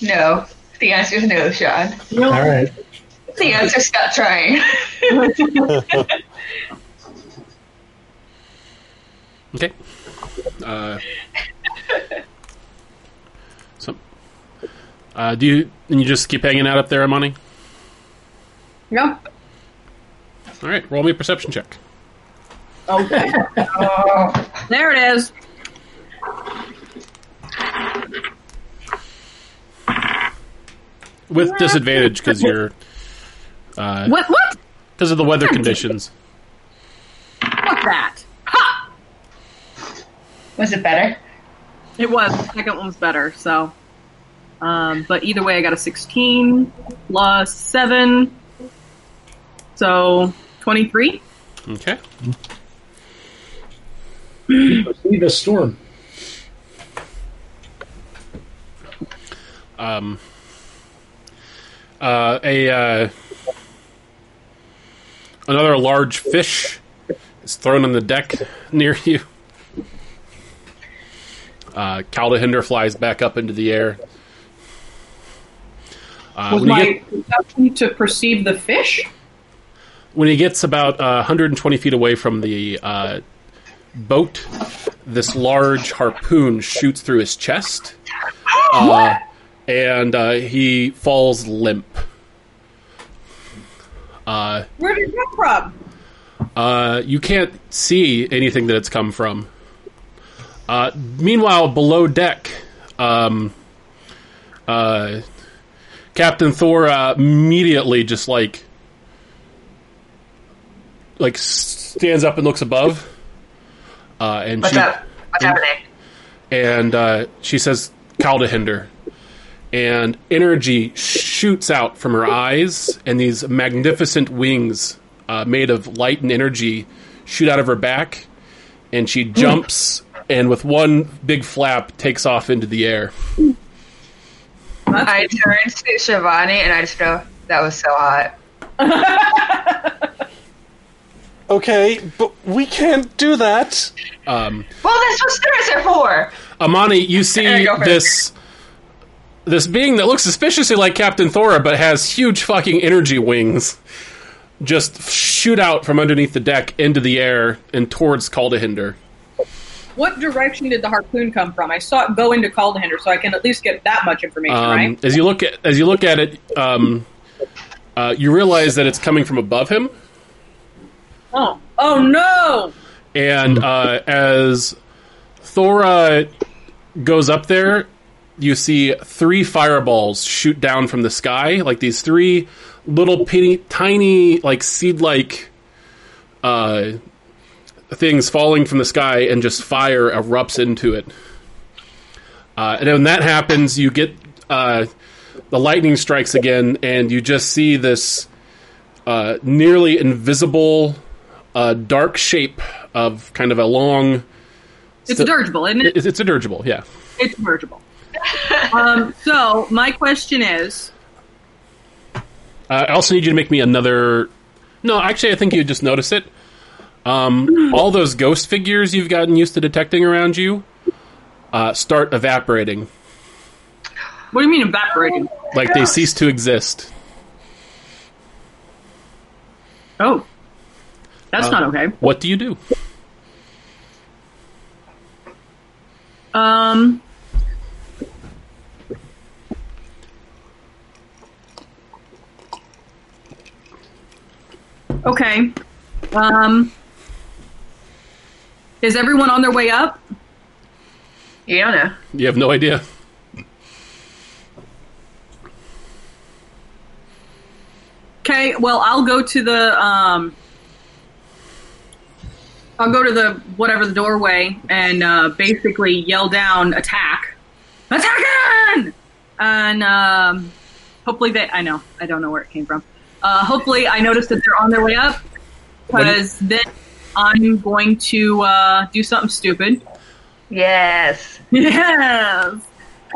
S2: No. The answer is no, Sean.
S3: All right.
S2: The answer, stop trying.
S1: Okay. Uh, so, uh, do you and you just keep hanging out up there, Amani?
S5: No.
S1: All right, roll me a perception check.
S5: Okay.
S2: Oh,
S5: there it is.
S1: with disadvantage because you're because
S5: What? What?
S1: of the weather conditions.
S5: Fuck that. Ha!
S2: was it better?
S5: It was. The second one was better. So, um, but either way, I got a 16 plus seven, so 23.
S1: Okay,
S3: See the storm.
S1: uh, a uh, another large fish is thrown on the deck near you. Uh, Caldahinder flies back up into the air. Uh, when,
S5: Was
S1: he
S5: my
S1: get,
S5: perception to perceive the fish?
S1: when he gets about uh, 120 feet away from the uh, boat, this large harpoon shoots through his chest. uh, and uh, he falls limp. Uh,
S5: Where did it come from?
S1: uh, you can't see anything that it's come from. Uh, meanwhile, below deck, um, uh, Captain Thor uh, immediately just like like stands up and looks above, uh, and
S2: What's
S1: she
S2: up? What's happening?
S1: and uh, she says Caldahinder. And energy shoots out from her eyes, and these magnificent wings uh, made of light and energy shoot out of her back. And she jumps and, with one big flap, takes off into the air.
S2: I turned to Shivani and I just go, that was so hot.
S4: Okay, but we can't do that.
S1: Um,
S2: Well, that's what stars are for.
S1: Amani, you
S2: There
S1: see
S2: you go, Fred.
S1: this this being that looks suspiciously like Captain Thora, but has huge fucking energy wings, just shoot out from underneath the deck into the air and towards Caldahinder.
S5: What direction did the harpoon come from? I saw it go into Caldahinder, so I can at least get that much information,
S1: Um,
S5: right?
S1: As you look at as you look at it, um, uh, you realize that it's coming from above him,
S5: Oh, oh no!
S1: and uh, as Thora goes up there, you see three fireballs shoot down from the sky, like these three little pity, tiny, like seed-like uh, things falling from the sky, and just fire erupts into it. Uh, and when that happens, you get uh, the lightning strikes again, and you just see this uh, nearly invisible uh, dark shape of kind of a long.
S5: It's
S1: So-
S5: dirigible, isn't it?
S1: It's, it's a dirigible, yeah.
S5: It's dirigible. um, so my question is,
S1: Uh, I also need you to make me another. No, actually, I think you just notice it. Um, all those ghost figures you've gotten used to detecting around you uh, start evaporating,
S5: what do you mean evaporating?
S1: like they cease to exist.
S5: Oh, that's not okay.
S1: What do you do?
S5: Um. Okay. Um. Is everyone on their way up?
S2: You don't know.
S1: You have no idea.
S5: Okay. Well, I'll go to the um. I'll go to the whatever the doorway and uh, basically yell down attack, attacking, and um, hopefully they. I know I don't know where it came from. Uh, hopefully I noticed that they're on their way up because then I'm going to uh, do something stupid.
S2: Yes.
S5: Yes.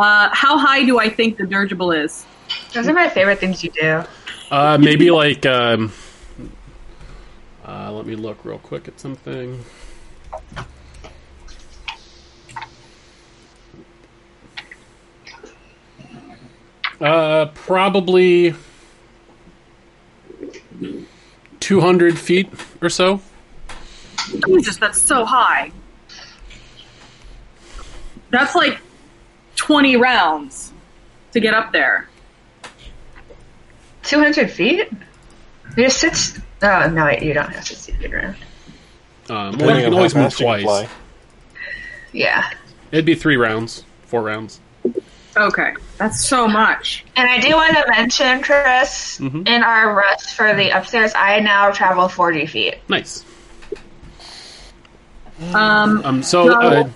S5: Uh, how high do I think the dirigible is?
S2: Those are my favorite things you do.
S1: Uh, maybe like. Um, uh, let me look real quick at something. Uh, probably 200 feet or so.
S5: Jesus, that's so high. That's like 20 rounds to get up there.
S2: 200 feet? You're six. Oh, no, wait, you don't have 60 feet around.
S1: Um, well, you
S4: Depending
S1: can
S4: on
S1: always
S4: how
S1: move
S4: fast you can
S1: twice.
S4: fly.
S2: Yeah.
S1: It'd be three rounds, four rounds.
S5: Okay, that's so much.
S2: And I do want to mention, Chris,
S1: Mhm.
S2: in our rush for the upstairs, I now travel 40 feet.
S1: Nice.
S5: Um,
S1: Um, so, uh,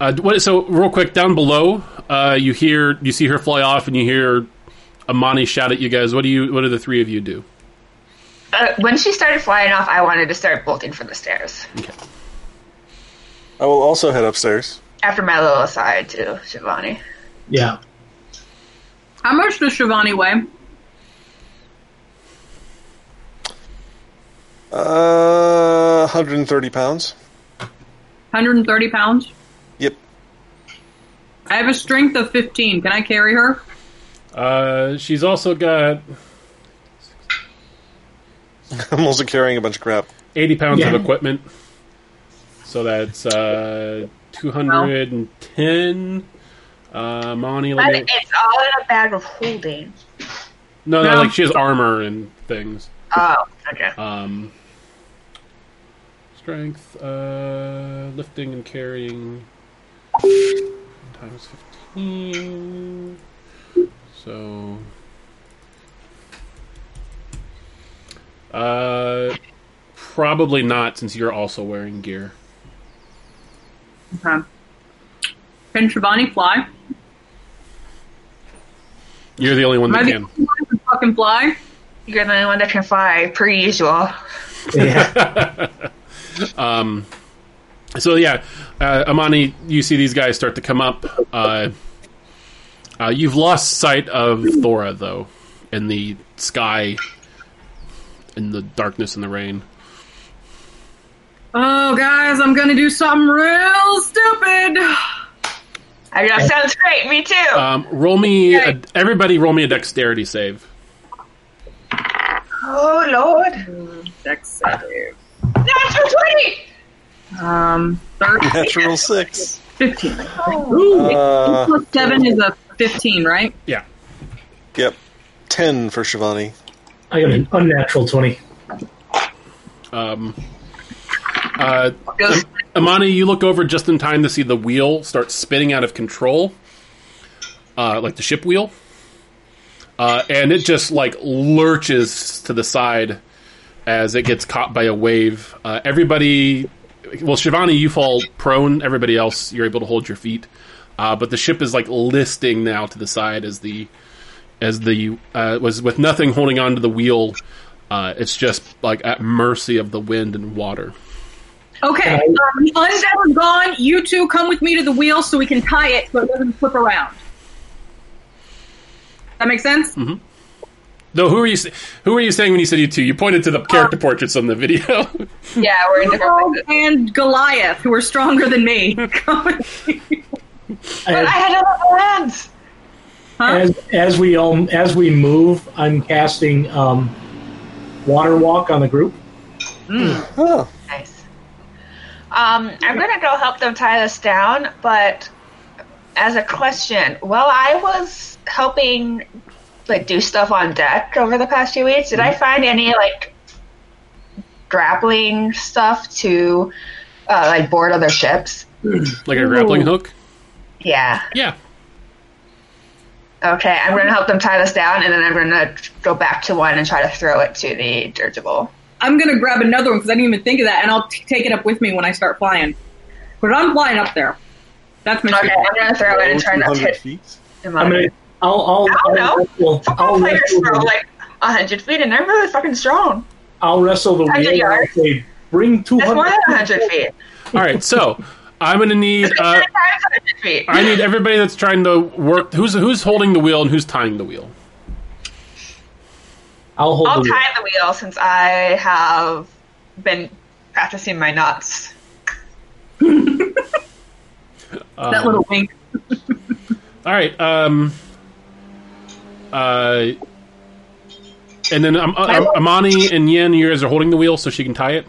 S1: uh, what, so real quick, down below, uh, you hear, you see her fly off, and you hear Amani shout at you guys. What do you? What do the three of you do?
S2: Uh, when she started flying off, I wanted to start bolting for the stairs.
S4: I will also head upstairs.
S2: After my little aside to Shivani.
S3: Yeah.
S5: how much does Shivani weigh?
S4: Uh, 130 pounds.
S5: 130 pounds?
S4: Yep.
S5: I have a strength of 15. Can I carry her?
S1: Uh, she's also got
S4: I'm also carrying a bunch of crap.
S1: 80 pounds
S3: Yeah.
S1: of equipment. So that's uh, 210. Uh, Monty,
S2: But
S1: like,
S2: it's all in a bag of holding.
S1: no, no,
S5: No.
S1: like she has armor and things.
S2: Oh, okay.
S1: Um, strength, uh, lifting and carrying times 15. So. Uh, probably not since you're also wearing gear.
S5: Okay. Can Shivani fly?
S1: You're the only one
S5: Am I
S1: that
S5: the
S1: can.
S5: only one who can fucking fly?
S2: You're the only one that can fly, per usual.
S3: Yeah.
S1: So yeah, uh, Amani, you see these guys start to come up. Uh, uh, you've lost sight of Thora though, in the sky, in the darkness and the rain.
S5: Oh, guys, I'm gonna do something real stupid.
S2: I go, sounds great, me too.
S1: Um, roll me, a, everybody, roll me a dexterity save.
S2: oh, Lord.
S5: Dex save.
S2: Natural 20!
S5: Um, 30,
S4: Natural six.
S5: 15.
S2: Oh.
S4: Uh,
S5: Plus 7 is a 15, right?
S1: Yeah,
S4: yep. 10 for Shivani.
S3: I got an unnatural 20.
S1: Um, uh,
S5: Goes-
S1: Amani, you look over just in time to see the wheel start spinning out of control, uh, like the ship wheel, uh, and it just like lurches to the side as it gets caught by a wave. Uh, everybody, well, Shivani, you fall prone. Everybody else, you're able to hold your feet, uh, but the ship is like listing now to the side as the as the uh, was with nothing holding on to the wheel. Uh, it's just like at mercy of the wind and water.
S5: Okay,
S3: Can
S5: um, once we're gone, you two come with me to the wheel so we can tie it so it doesn't flip around. That makes sense?
S1: Mm-hmm. No, who are you? s- Who are you saying when you said you two? You pointed to the character portraits on the video.
S2: Yeah, we're in different
S5: Paul
S2: places.
S5: and Goliath, who are stronger than me. Come with me.
S3: I
S2: I
S3: have-
S2: had other plans!
S5: huh?
S3: as, as we um, as we move, I'm casting um, water walk on the group.
S4: Oh.
S2: Nice. Um, I'm gonna go help them tie this down, but as a question, while I was helping like do stuff on deck over the past few weeks, did I find any like grappling stuff to uh, like board other ships?
S1: like a grappling hook.
S2: Yeah.
S1: Yeah.
S2: Okay, I'm gonna help them tie this down, and then I'm gonna go back to one and try to throw it to the dirigible.
S5: I'm going to grab another one because I didn't even think of that, and I'll t- take it up with me when I start flying. But I'm flying up there. That's my
S2: Okay,
S5: okay.
S2: I'm gonna throw it and try not to
S4: 200
S2: hit
S4: feet.
S2: him.
S3: I'm gonna. I'll. I'll.
S2: I don't
S3: I'll
S2: know.
S3: Wrestle,
S2: Football
S3: I'll,
S2: players
S3: wrestle,
S2: throw
S3: the-
S2: like hundred feet, and they're really fucking strong.
S3: I'll wrestle the
S2: hundred
S3: wheel. and I'll
S2: yards.
S3: say, bring two
S2: That's more
S3: hundred.
S2: than hundred feet.
S1: All right. So I'm gonna need. Uh,
S2: hundred feet.
S1: I need everybody that's trying to work. Who's who's holding the wheel and who's tying the wheel?
S3: I'll hold
S2: I'll
S3: the wheel.
S2: tie the wheel since I have been practicing my knots.
S5: that
S1: Um,
S5: little wink.
S1: All right. Um. Uh. And then um, uh, Amani and Yen, you guys are holding the wheel so she can tie it.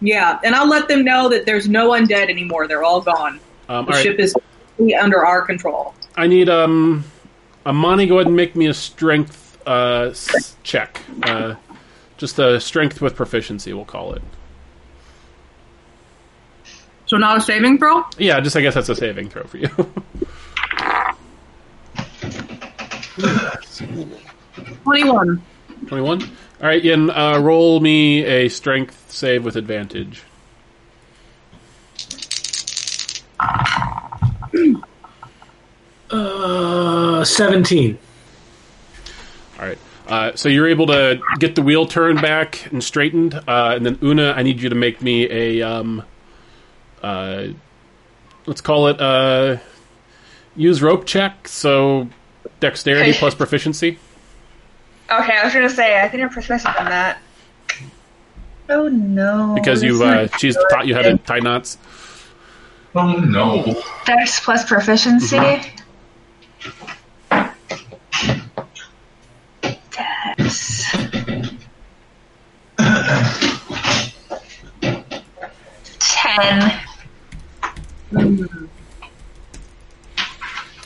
S5: Yeah, and I'll let them know that there's no undead anymore. They're all gone.
S1: Um, all
S5: the ship
S1: right.
S5: is under our control.
S1: I need um, Amani. Go ahead and make me a strength uh, s- check. Uh, just a strength with proficiency, we'll call it.
S7: So not a saving throw?
S1: Yeah, just I guess that's a saving throw for you.
S7: Twenty-one.
S1: Twenty-one. All right, Yen. Uh, roll me a strength save with advantage.
S3: Uh, 17.
S1: All right. Uh, so you're able to get the wheel turned back and straightened, uh, and then Una, I need you to make me a, um, uh, let's call it uh use rope check. So dexterity plus proficiency.
S2: Okay, I was gonna say I think I'm proficient on that. Oh no!
S1: because you uh,
S2: that's not
S1: she's
S2: good.
S1: taught you how to tie knots.
S8: Oh no.
S2: Dex plus proficiency.
S1: Mm-hmm.
S2: Dex. Ten.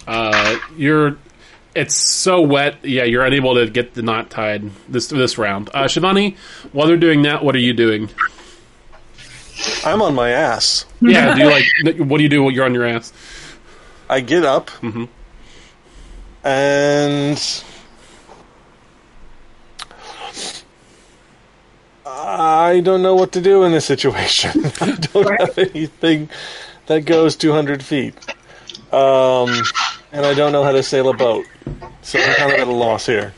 S1: Uh, you're it's so wet. Yeah, you're unable to get the knot tied this this round. Uh, Shivani, while they're doing that, what are you doing?
S4: I'm on my ass.
S1: Yeah, do you like what do you do while you're on your ass?
S4: I get up and I don't know what to do in this situation. I don't have anything that goes 200 feet, um, and I don't know how to sail a boat, so I'm kind of at a loss here.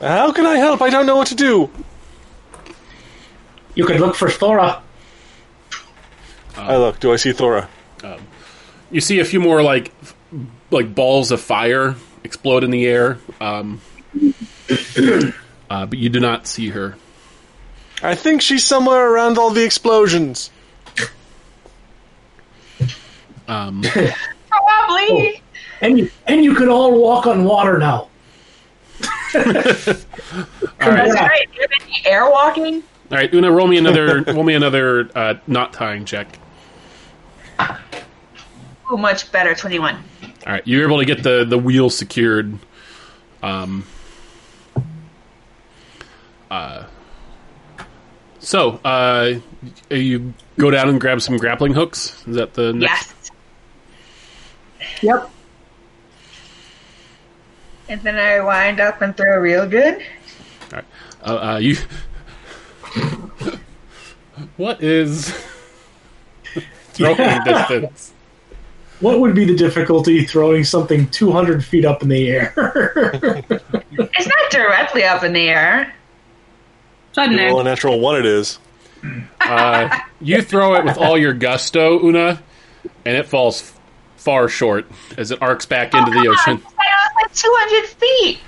S4: How can I help? I don't know what to do.
S3: You could look for Thora.
S4: I look. Do I see Thora?
S1: You see a few more like f- like balls of fire explode in the air, um, uh, but you do not see her.
S4: I think she's somewhere around all the explosions.
S1: Um,
S2: Probably.
S3: And you, and you could all walk on water now.
S1: Oh, all right,
S2: That's
S3: Yeah.
S2: right. You have any air walking?
S1: all right, Una, roll me another roll me another uh, knot tying check.
S2: Ooh, much better. Twenty-one.
S1: All right, you're able to get the the wheel secured. Um. Uh. So, uh, you go down and grab some grappling hooks. Is that the next?
S2: Yes.
S5: Yep.
S2: And then I wind up and throw real good.
S1: All right. Uh, uh, you. what is throwing distance?
S3: What would be the difficulty throwing something 200 feet up in the air?
S2: It's not directly up in the air.
S7: Sudden
S4: Well, a
S7: egg.
S4: natural one it is.
S1: Uh, you throw it with all your gusto, Una, and it falls f- far short as it arcs back into the
S2: Come on,
S1: ocean. Ah.
S2: that was like 200 feet.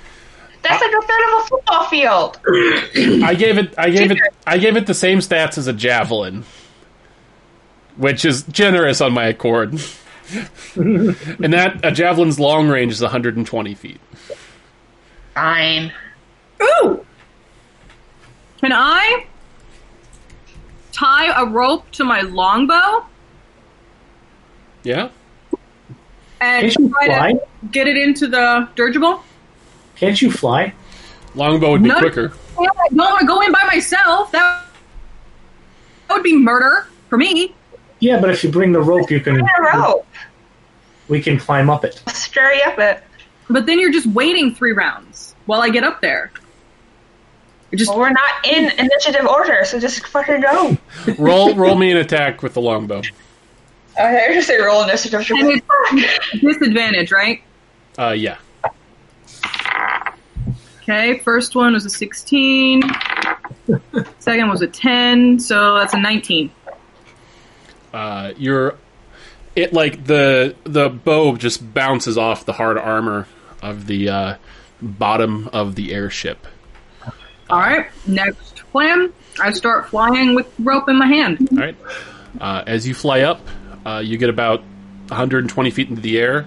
S2: That's like a third of a football field.
S1: I gave it I gave it I gave it the same stats as a javelin. Which is generous on my accord. and that a javelin's long range is 120 feet.
S2: Fine.
S5: Ooh.
S7: Can I tie a rope to my longbow
S1: Yeah?
S7: and
S3: Can't you
S7: try
S3: fly?
S7: to get it into the dirigible?
S3: Can't you fly?
S1: Longbow would be
S7: No.
S1: quicker.
S7: Oh, Yeah, I don't want to go in by myself. That that would be murder for me.
S3: Yeah, but if you bring the rope, you can.
S2: In a row.
S3: We can climb up it.
S2: Scurry up it.
S7: But then you're just waiting three rounds while I get up there. It just
S3: Oh,
S2: Well, we're not in initiative order, so just fucking go.
S1: Roll roll me an attack with the longbow.
S2: Okay, I just say roll initiative.
S7: and it's disadvantage, right?
S1: Uh yeah.
S7: Okay, first one was a 16. Second was a 10, so that's a 19.
S1: Uh you're it like the the bow just bounces off the hard armor of the uh bottom of the airship.
S7: All right, next plan. I start flying with rope in my hand.
S1: All right. Uh, as you fly up, uh, you get about 120 feet into the air,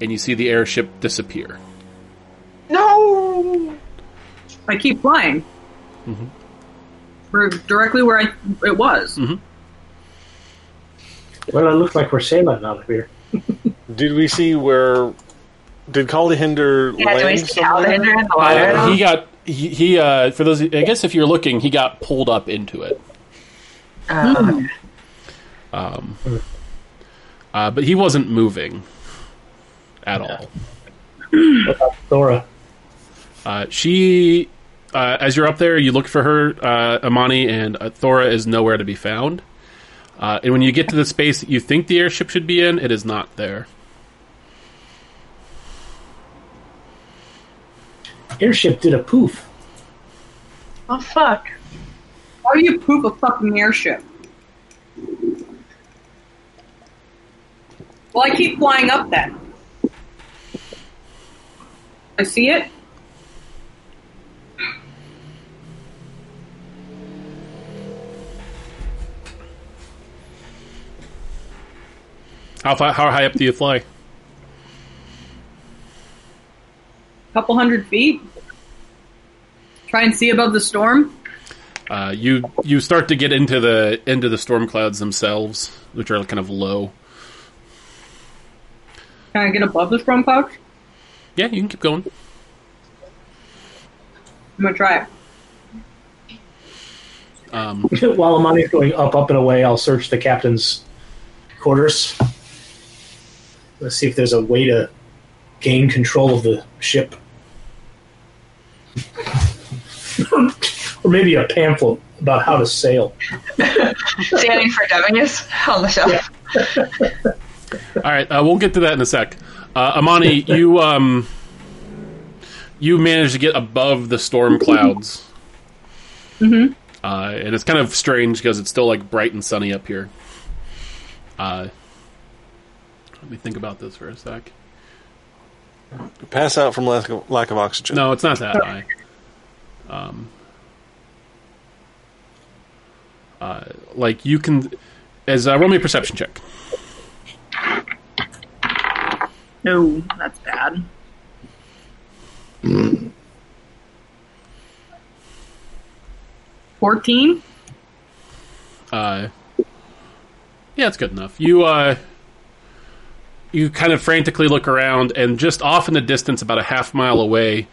S1: and you see the airship disappear.
S2: No.
S7: I keep flying. We're directly where I it was.
S3: Well, it looks like we're sailing out of here.
S4: Did we see where? Did Calder Hinder
S2: Yeah, do we
S4: land?
S2: see Alexander in the Oh, water?
S1: Uh, he got he, he uh, for those I guess if you're looking, he got pulled up into it.
S2: Um,
S1: Um, Uh, but he wasn't moving at all.
S3: What about Thora?
S1: Uh, she, uh, as you're up there, you look for her, uh, Amani, and uh, Thora is nowhere to be found. Uh, and when you get to the space that you think the airship should be in, it is not there.
S3: Airship did a poof.
S2: oh fuck.
S5: How do you poop a fucking airship?
S6: Well, I keep flying up then.
S5: I see it.
S1: How, fi- how high up do you fly?
S5: A couple hundred feet. Try and see above the storm.
S1: Uh, you you start to get into the into the storm clouds themselves, which are kind of low.
S5: Can I get above the storm cloud? I'm
S1: Yeah, you can keep going.
S5: gonna try it.
S1: Um,
S3: While Amani's going up, up, and away, I'll search the captain's quarters. Let's see if there's a way to gain control of the ship. or maybe a pamphlet about how to sail.
S2: Standing for Dominus on the shelf.
S1: All right, uh, we'll get to that in a sec. Uh, Amani, you um, you managed to get above the storm clouds. Mm-hmm. Uh, and it's kind of strange because it's still like bright and sunny up here. Uh, let me think about this for a sec.
S4: Pass out from lack of, lack of oxygen.
S1: No, it's not that high. Um, uh, like you can, as uh, roll me a perception check.
S7: No, that's bad. Fourteen.
S1: uh, yeah, it's good enough. You uh, you kind of frantically look around, and just off in the distance, about a half mile away,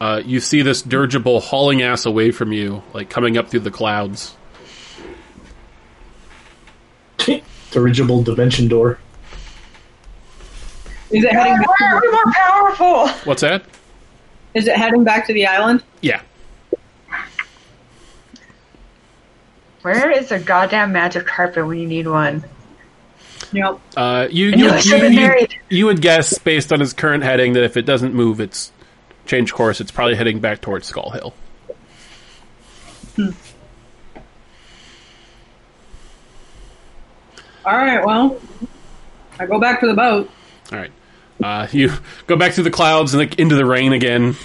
S1: uh, you see this dirigible hauling ass away from you, like coming up through the clouds.
S3: Dirigible dimension door.
S5: Is it heading? Back
S2: Why
S5: to
S2: are we more powerful?
S1: What's that?
S5: the, is it heading back to the island?
S1: Yeah,
S2: Where is the goddamn magic carpet when you need one?
S5: Nope.
S1: uh, you
S2: I knew
S1: you,
S2: I
S1: you,
S2: should've been
S1: you
S2: married.
S1: you would guess based on his current heading that if it doesn't move, it's change course. It's probably heading back towards Skull Hill.
S5: All right. Well, I go back to the boat.
S1: All right, uh, you go back through the clouds and like, into the rain again.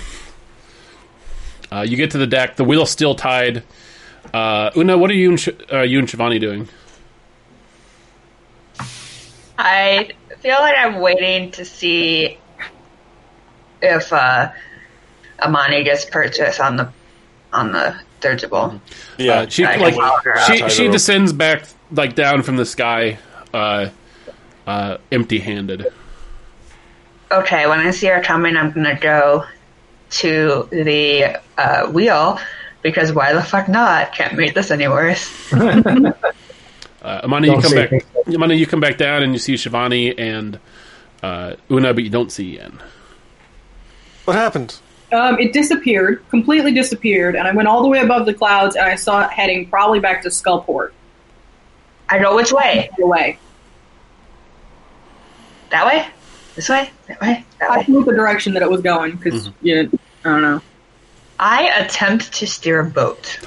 S1: Uh, you get to the deck. The wheel's still tied. Uh, Una, what are you and Sh- uh, you and Shivani doing?
S2: I feel like I'm waiting to see if uh, Amani gets purchased on the on the dirigible.
S4: Yeah,
S1: Uh, she
S2: I
S1: like
S2: can follow her out.
S1: she she descends back like down from the sky, uh, uh, empty-handed.
S2: Okay, when I see her coming, I'm gonna go to the uh, wheel because why the fuck not? Can't make this any worse.
S1: Uh, Amani, you
S3: Don't
S1: come
S3: say
S1: back.
S3: things
S1: Amani, you come back down and you see Shivani and uh, Una, but you don't see Yen.
S4: What happened?
S5: Um, it disappeared, completely disappeared, and I went all the way above the clouds, and I saw it heading probably back to Skullport.
S2: I go which way?
S5: Away.
S2: That way? This way? That way? That
S5: I
S2: way?
S5: flew the direction that it was going because you know, I don't know.
S2: I attempt to steer a boat.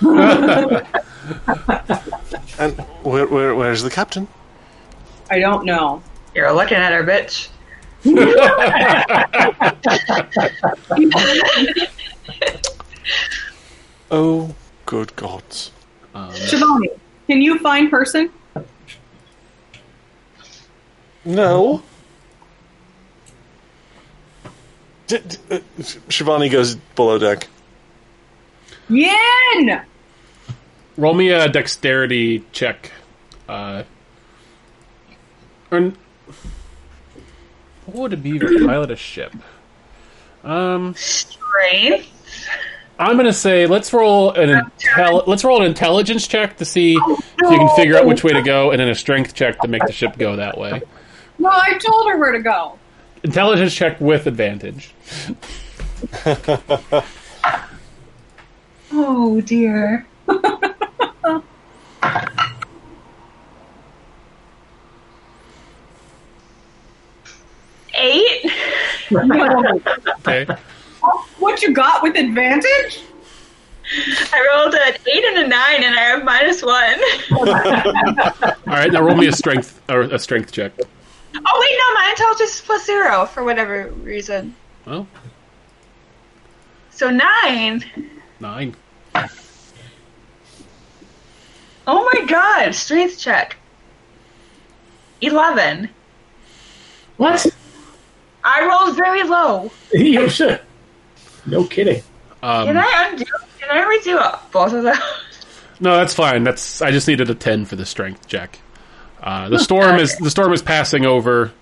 S4: And where, where, where's the captain?
S5: I don't know.
S2: You're looking at her, bitch.
S4: Oh, good gods.
S5: Shivani, can you find person?
S4: No. D- d- uh, Shivani goes below deck.
S5: Yin!
S1: Roll me a dexterity check. Uh, or, what would it be to pilot a ship? Um,
S2: Brain.
S1: I'm gonna say let's roll an intel- let's roll an intelligence check to see if you can figure out which way to go, and then a strength check to make the ship go that way.
S5: No, I told her where to go.
S1: Intelligence check with advantage.
S2: Oh dear. Eight.
S1: Okay,
S5: What you got with advantage?
S2: I rolled an eight and a nine, and I have minus one.
S1: all right. Now roll me a strength or a strength check.
S2: Oh wait, no, my intelligence is plus zero for whatever reason.
S1: Well,
S2: So nine.
S1: nine.
S2: Oh my god, strength check. Eleven.
S3: What?
S2: I rolled very low.
S3: yeah, sure. No kidding.
S2: Can
S1: Um,
S2: I undo? Can I redo both of those?
S1: no, that's fine. That's I just needed a ten for the strength check. Uh, the storm is the storm is passing over,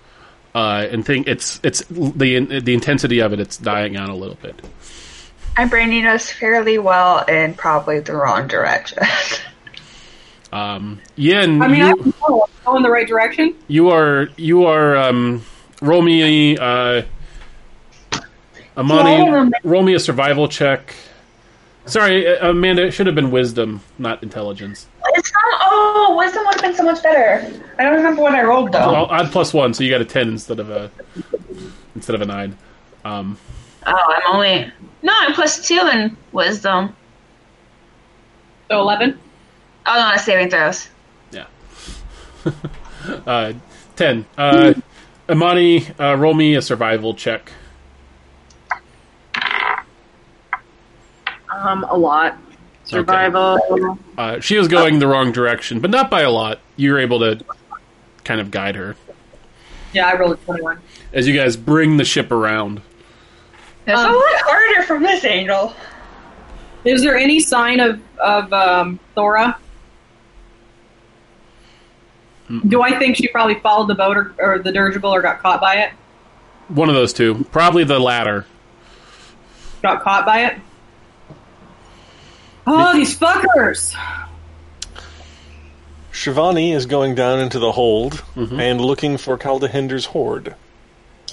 S1: uh, and think it's it's the the intensity of it. It's dying out a little bit.
S2: I'm branding us fairly well in probably the wrong direction.
S1: Um, Yin,
S5: I mean, I
S1: you,
S5: don't know. I'm going the right direction.
S1: You are you are um, roll me uh, Amani.
S5: Yeah, I don't remember.
S1: roll me a survival check. Sorry, uh, Amanda. It should have been wisdom, not intelligence.
S2: it's not. Oh, wisdom would have been so much better. I don't remember what I rolled though.
S1: Well, odd plus one, so you got a ten instead of a instead of a nine. Um,
S2: Oh, I'm only. No, I'm plus two in wisdom.
S5: So 11.
S2: Oh no, it's saving throws.
S1: yeah. uh, ten. Uh, Amani, uh, roll me a survival check.
S7: Um, a lot. Survival.
S1: Uh, she is going the wrong direction, but not by a lot. You're able to kind of guide her.
S5: Yeah, I rolled a 21.
S1: as you guys bring the ship around.
S2: It's a lot harder from this angle.
S5: Is there any sign of, of um, Thora? Do I think she probably followed the boat or, or the dirigible or got caught by it?
S1: One of those two, probably the latter.
S5: Got caught by it? Oh, these fuckers!
S4: Shivani is going down into the hold
S1: Mm-hmm.
S4: and looking for Kaldahinder's hoard.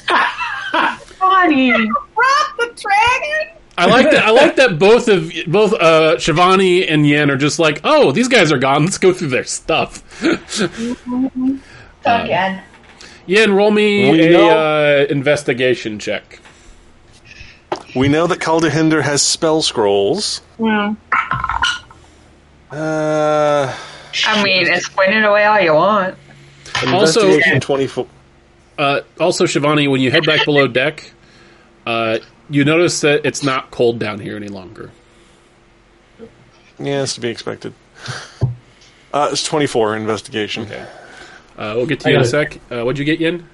S2: Funny.
S5: Rock the dragon!
S1: I like that. I like that both of both uh, Shivani and Yen are just like, oh, these guys are gone. Let's go through their stuff.
S2: Again.
S1: Yen, roll me
S4: We
S1: a
S4: know-
S1: uh, investigation check.
S4: We know that Kaldahinder has spell scrolls. Uh,
S2: I mean, explain it away all you want.
S1: Also-
S4: investigation 24.
S1: Uh, also, Shivani, when you head back below deck, uh, you notice that it's not cold down here any longer.
S4: Yeah, it's to be expected. Uh, it's 24 investigation.
S1: Okay. Uh, we'll get to
S3: I
S1: you in a
S3: got
S1: sec. Uh, what'd you get, Yen?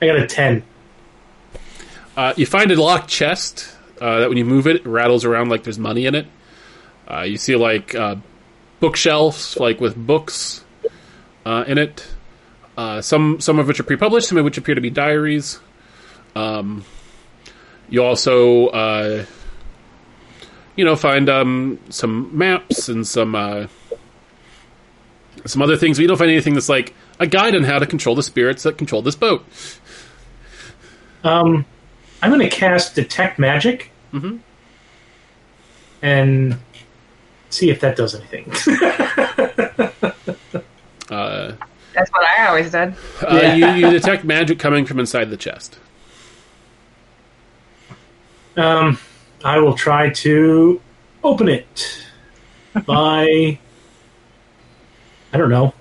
S3: I got a 10.
S1: Uh, you find a locked chest uh, that when you move it, it rattles around like there's money in it. Uh, you see like uh, bookshelves, like with books uh, in it. Uh, some some of which are pre-published, some of which appear to be diaries. Um, you also, uh, you know, find um, some maps and some uh, some other things. But you don't find anything that's like a guide on how to control the spirits that control this boat.
S3: Um, I'm going to cast Detect Magic.
S1: Mhm.
S3: And see if that does anything.
S1: Uh,
S2: That's what I always did.
S1: Uh, you, you detect magic coming from inside the chest.
S3: um, I will try to open it by. I don't know.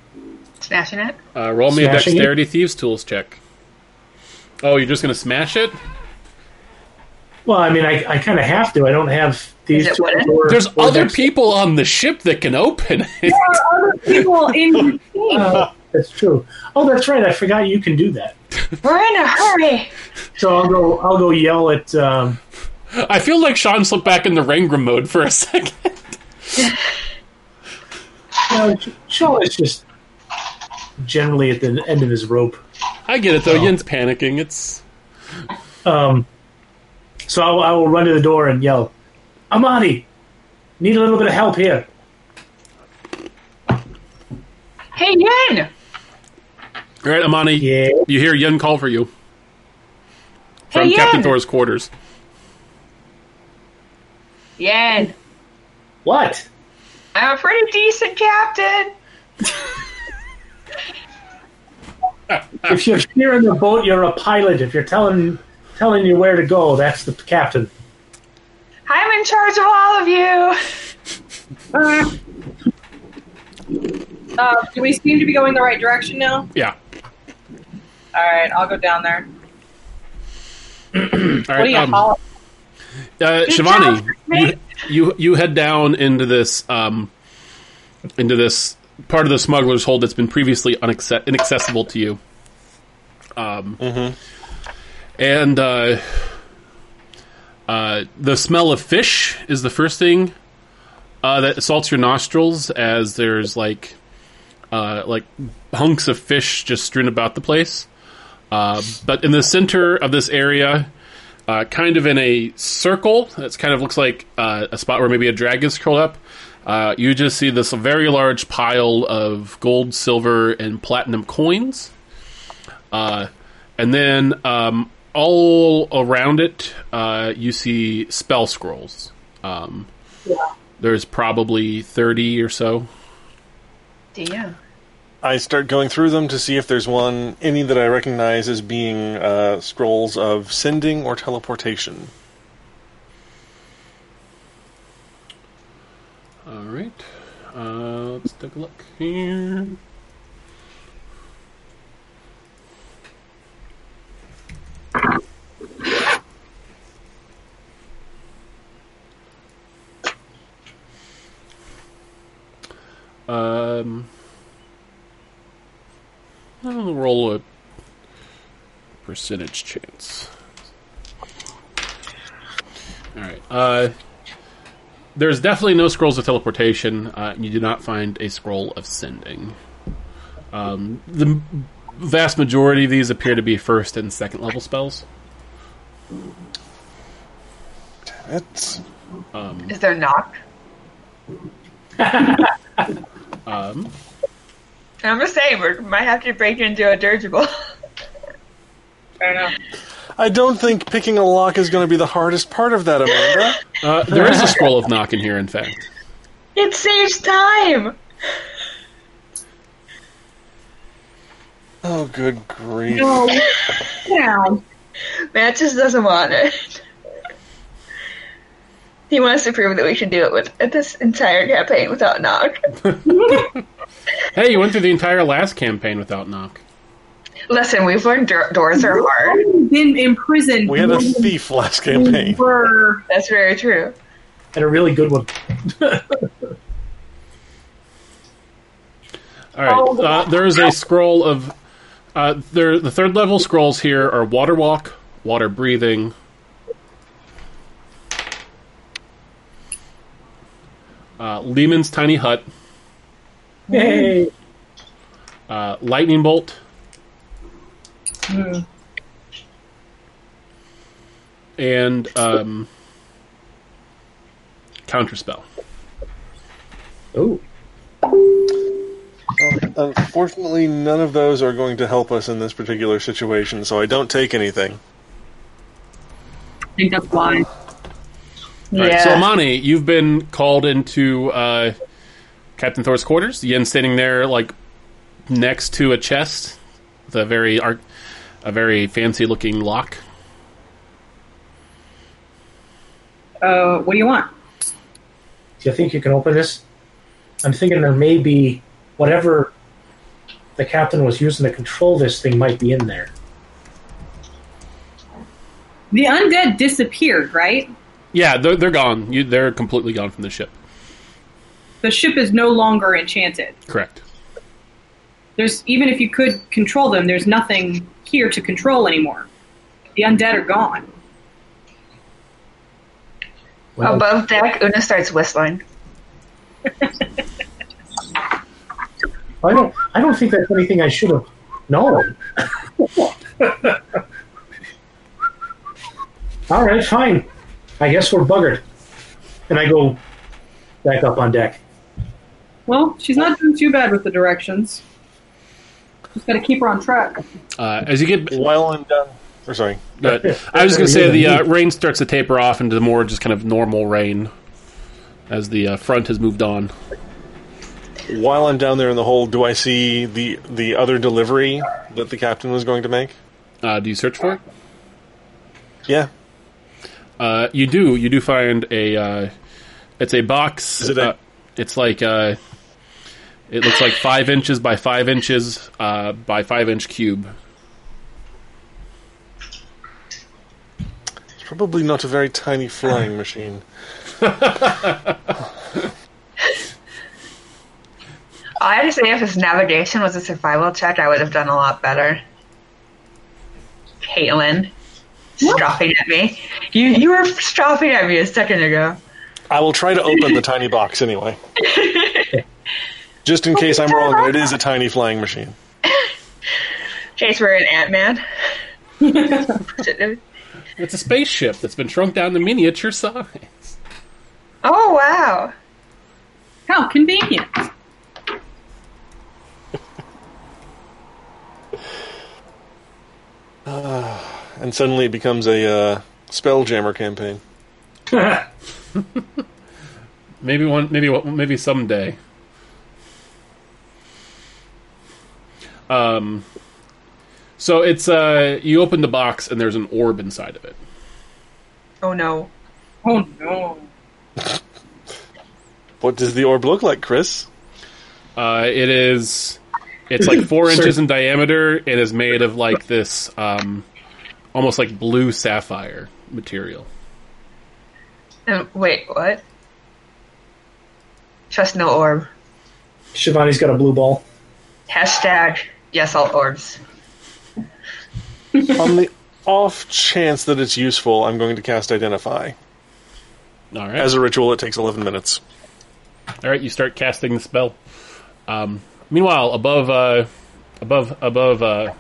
S2: Smashing it.
S1: Uh, roll me
S3: Smashing
S1: a dexterity thieves tools check. Oh, you're just gonna smash it?
S3: Well, I mean, I, I kind of have to. I don't have these
S2: Is it
S3: two.
S2: wooden?
S3: or-
S1: There's
S3: or
S1: other
S3: dex-
S1: people on the ship that can open it.
S5: There are other people in your team.
S3: Oh, that's true. Oh, that's right. I forgot you can do that.
S2: We're in a hurry.
S3: So I'll go. I'll go yell at. Um,
S1: I feel like Sean slipped back into Rangram mode for a second.
S3: no, Shaw is just generally at the end of his rope.
S1: I get it though. Yin's panicking. It's
S3: Um, so I, will- I will run to the door and yell, "Amadi, need a little bit of help here."
S2: Hey, Yin.
S1: all right, Amani.
S3: Yeah.
S1: You hear Yun call for you from
S2: Hey,
S1: Captain
S2: Yin.
S1: Thor's quarters.
S2: Yin.
S3: What?
S2: I'm a pretty decent captain.
S3: If you're steering the boat, you're a pilot. If you're telling telling you where to go, that's the captain.
S2: I'm in charge of all of you.
S6: Uh, do we seem to be going the right direction now?
S1: Yeah.
S6: All right, I'll go down there.
S1: All
S6: What do
S1: right.
S6: you
S1: Um, uh,
S6: call
S1: Shivani, you,
S6: mate.
S1: you you head down into this um, into this part of the smuggler's hold that's been previously unacce- inaccessible to you. Um, and uh, uh, the smell of fish is the first thing uh, that assaults your nostrils as there's like uh, like hunks of fish just strewn about the place. Uh, but in the center of this area, uh, kind of in a circle, that's kind of looks like uh, a spot where maybe a dragon's curled up. Uh, you just see this very large pile of gold, silver, and platinum coins. Uh, and then um, all around it, uh, you see spell scrolls. Um, There's probably 30 or so.
S2: Damn.
S4: I start going through them to see if there's one, any that I recognize as being uh, scrolls of sending or teleportation.
S1: All right. Uh, let's take a look here. Um, I'll roll a percentage chance. All right. Uh, there's definitely no scrolls of teleportation. Uh, and you do not find a scroll of sending. Um, the m- vast majority of these appear to be first and second level spells.
S4: That's
S2: Is there knock?
S1: Um,
S2: I'm just saying, we might have to break into a dirigible.
S6: I don't know.
S4: I don't think picking a lock is going to be the hardest part of that, Amanda.
S1: uh, there is a scroll of knock in here, in fact.
S2: It saves time.
S4: oh, good grief.
S6: Down.
S2: Matt just doesn't want it. He wants to prove that we should do it with this entire campaign without knock.
S1: Hey, you went through the entire last campaign without knock.
S2: Listen, we've learned do- doors are hard.
S5: Been imprisoned.
S4: We had a thief last campaign.
S5: for
S2: That's very true.
S3: And a really good one.
S1: All right. Uh, there is a scroll of. Uh, there, the third level scrolls here are water walk, water breathing. Uh, Lehman's tiny hut,
S3: Yay!
S1: uh, lightning bolt, and um, counterspell.
S3: Oh,
S4: Unfortunately, none of those are going to help us in this particular situation, so I don't take anything.
S7: I think that's why.
S1: All right, so Amani, you've been called into uh, Captain Thor's quarters. Yen standing there, like next to a chest, with a very ar- a very fancy looking lock.
S5: uh, what do you want?
S3: do you think you can open this? I'm thinking there may be whatever the captain was using to control this thing might be in there.
S5: The undead disappeared, right?
S1: Yeah, they're, they're gone. You, they're completely gone from the ship.
S5: The ship is no longer enchanted.
S1: Correct.
S5: There's even if you could control them, there's nothing here to control anymore. The undead are gone.
S3: Well,
S2: Above deck, Una starts whistling.
S3: I don't. I don't think that's anything I should have known. All right, fine. I guess we're buggered. And I go back up on deck.
S5: Well, she's not doing too bad with the directions. Just got to keep her on track.
S1: Uh, as you get,
S4: While I'm done. Or sorry.
S1: uh, I was going to say the uh, rain starts to taper off into the more just kind of normal rain as the uh, front has moved on.
S4: While I'm down there in the hole, do I see the the other delivery that the captain was going to make?
S1: Uh, do you search for it?
S4: Yeah.
S1: Uh, you do. You do find a. Uh, it's a box.
S4: Is it a-
S1: uh, it's like. Uh, it looks like five inches by five inches uh, by five inch cube.
S4: It's probably not a very tiny flying machine.
S2: I had to say, if his navigation was a survival check, I would have done a lot better. Caitlin, scoffing at me. You you were scoffing at me a second ago.
S4: I will try to open the tiny box anyway. Just in case I'm wrong and it is a tiny flying machine.
S2: Chase, we're an Ant Man.
S1: It's a spaceship that's been shrunk down to miniature size.
S2: oh wow!
S5: How convenient.
S4: And suddenly it becomes a uh, spelljammer campaign.
S1: Maybe one. Maybe one- maybe someday. Um. So it's uh. You open the box and there's an orb inside of it.
S2: Oh no!
S5: Oh no.
S4: What does the orb look like, Chris?
S1: Uh, it is. It's like four inches in diameter and is made of like this, um, almost like blue sapphire material.
S2: Um, wait, what? Trust no orb.
S3: Shivani's got a blue ball.
S2: Hashtag yes all orbs.
S4: On the off chance that it's useful, I'm going to cast Identify.
S1: All right.
S4: As a ritual, it takes 11 minutes.
S1: All right. You start casting the spell. Um, meanwhile, above, uh, above, above, uh,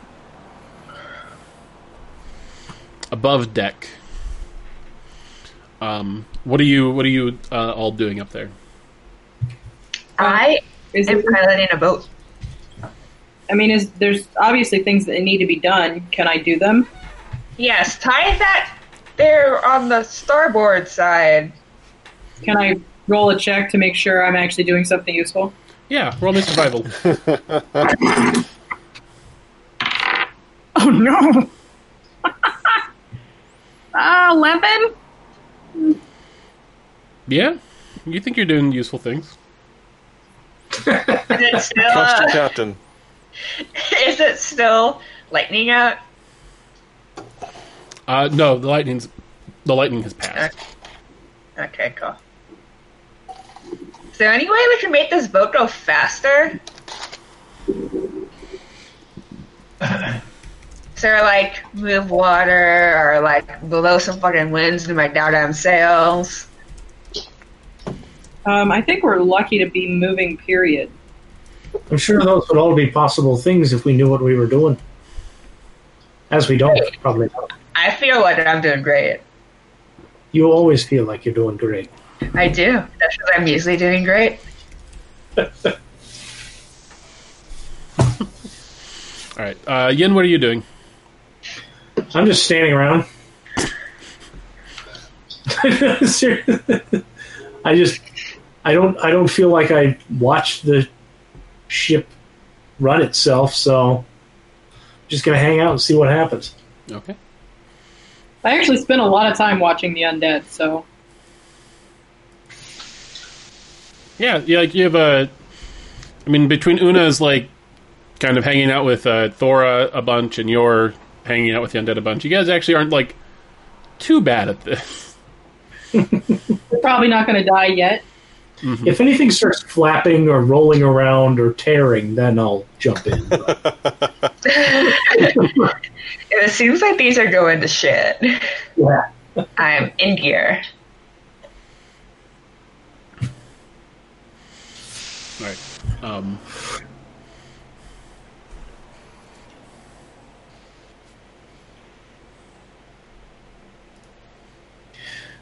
S1: above deck. Um, what are you? What are you uh, all doing up there?
S2: I
S5: Is
S2: am
S5: it,
S2: piloting a boat.
S5: I mean, is there's obviously things that need to be done. Can I do them?
S2: Yes, tie that there on the starboard side.
S5: Can I roll a check to make sure I'm actually doing something useful?
S1: Yeah, roll me survival.
S7: Oh no. Ah, eleven.
S1: yeah, you think you're doing useful things.
S2: Is it still,
S4: Trust your
S2: uh,
S4: captain.
S2: is it still lightning out?
S1: Uh, no, the lightning's the lightning has passed.
S2: Okay, cool. Is there any way we can make this boat go faster? Is there like move water or like blow some fucking winds into my goddamn sails?
S5: Um, I think we're lucky to be moving. Period.
S3: I'm sure those would all be possible things if we knew what we were doing. As we don't, probably. not.
S2: I feel like I'm doing great.
S3: You always feel like you're doing great.
S2: I do. That's because I'm usually doing great.
S1: All right, uh, Yin, what are you doing?
S3: I'm just standing around. Seriously. I just I don't I don't feel like I watched the ship run itself, so I'm just gonna hang out and see what happens.
S1: Okay.
S5: I actually spent a lot of time watching the undead, so
S1: Yeah, yeah, like you have a. I mean, between Una's like kind of hanging out with uh, Thora a bunch, and you're hanging out with the undead a bunch. You guys actually aren't like too bad at this.
S5: we're probably not going to die yet.
S3: If anything starts flapping or rolling around or tearing, then I'll jump in.
S2: It seems like these are going to shit.
S3: yeah.
S2: I'm in gear.
S1: All right. Um,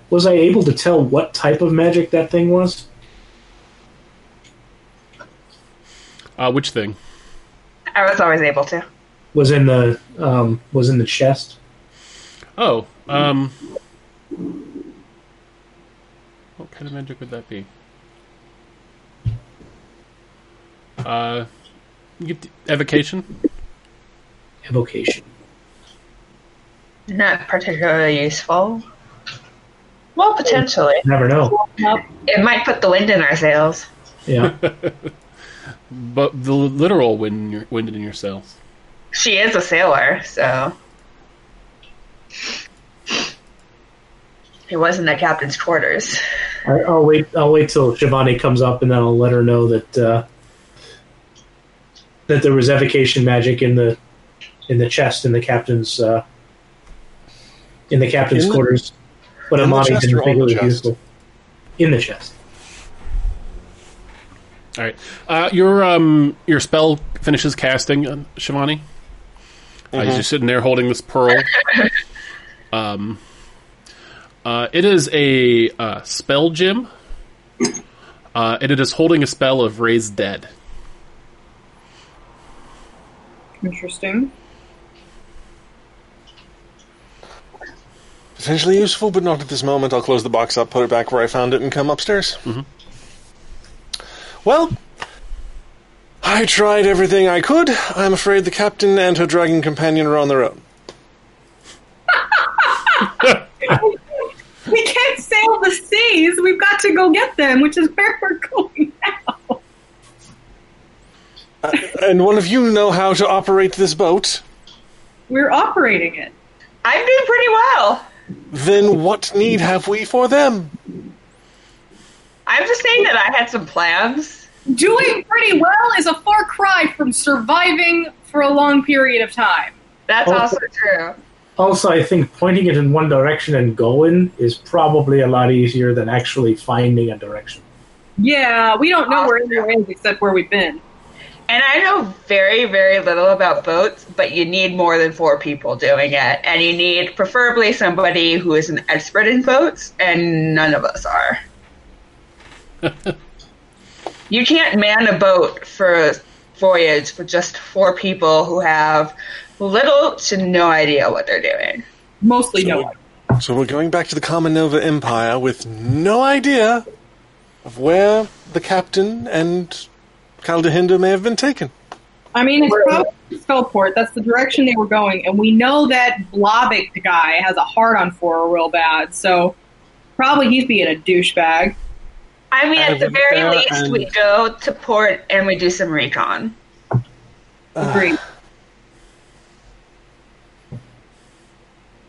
S3: Was I able to tell what type of magic that thing was?
S1: uh, which thing?
S2: I was always able to.
S3: Was in the um, was in the chest.
S1: Oh, um, what kind of magic would that be? Uh, you get evocation.
S3: Evocation.
S2: Not particularly useful. Well, potentially.
S3: Never know.
S2: It might put the wind in our sails.
S3: Yeah.
S1: But the literal wind in your, wind in your sails.
S2: She is a sailor, so. It wasn't the captain's quarters.
S3: I, I'll wait. I'll wait till Shivani comes up, and then I'll let her know that uh, that there was evocation magic in the in the chest in the captain's uh, in the captain's
S4: In the-
S3: quarters. But
S4: in the
S3: Amani
S4: chest or
S3: didn't
S4: on
S3: think it
S4: the
S3: was
S4: chest?
S3: useful. In the chest.
S1: All right. Uh, your um your spell finishes casting, uh, Shivani. Uh, He's just sitting there holding this pearl. um, uh, it is a uh, spell gem, uh, and it is holding a spell of raise dead.
S5: Interesting.
S4: Potentially useful, but not at this moment. I'll close the box up, put it back where I found it, and come upstairs. Well, I tried everything I could. I'm afraid the captain and her dragon companion are on their own.
S7: We can't sail the seas. We've got to go get them, which is where we're going now.
S4: And one of you know how to operate this boat.
S7: We're operating it.
S2: I'm doing pretty well.
S4: Then what need have we for them?
S2: I'm just saying that I had some plans.
S7: Doing pretty well is a far cry from surviving for a long period of time.
S2: That's
S3: Oh.
S2: also true.
S3: Also, I think pointing it in one direction and going is probably a lot easier than actually finding a direction.
S7: Yeah, we don't know where anywhere is except where we've been.
S2: And I know very, very little about boats, but you need more than four people doing it. And you need preferably somebody who is an expert in boats, and none of us are. you can't man a boat for a voyage with just four people who have little to no idea what they're doing.
S7: Mostly no
S4: we- So we're going back to the Common Nova Empire with no idea of where the captain and Caldehinda may have been taken.
S5: I mean, it's probably Spellport. That's the direction they were going, and we know that Blobic guy has a hard on for her real bad. So probably he's being a douchebag.
S2: I mean, at
S4: And
S2: the very
S4: there
S2: least,
S4: and-
S2: we go to port and we do some recon.
S5: Agreed.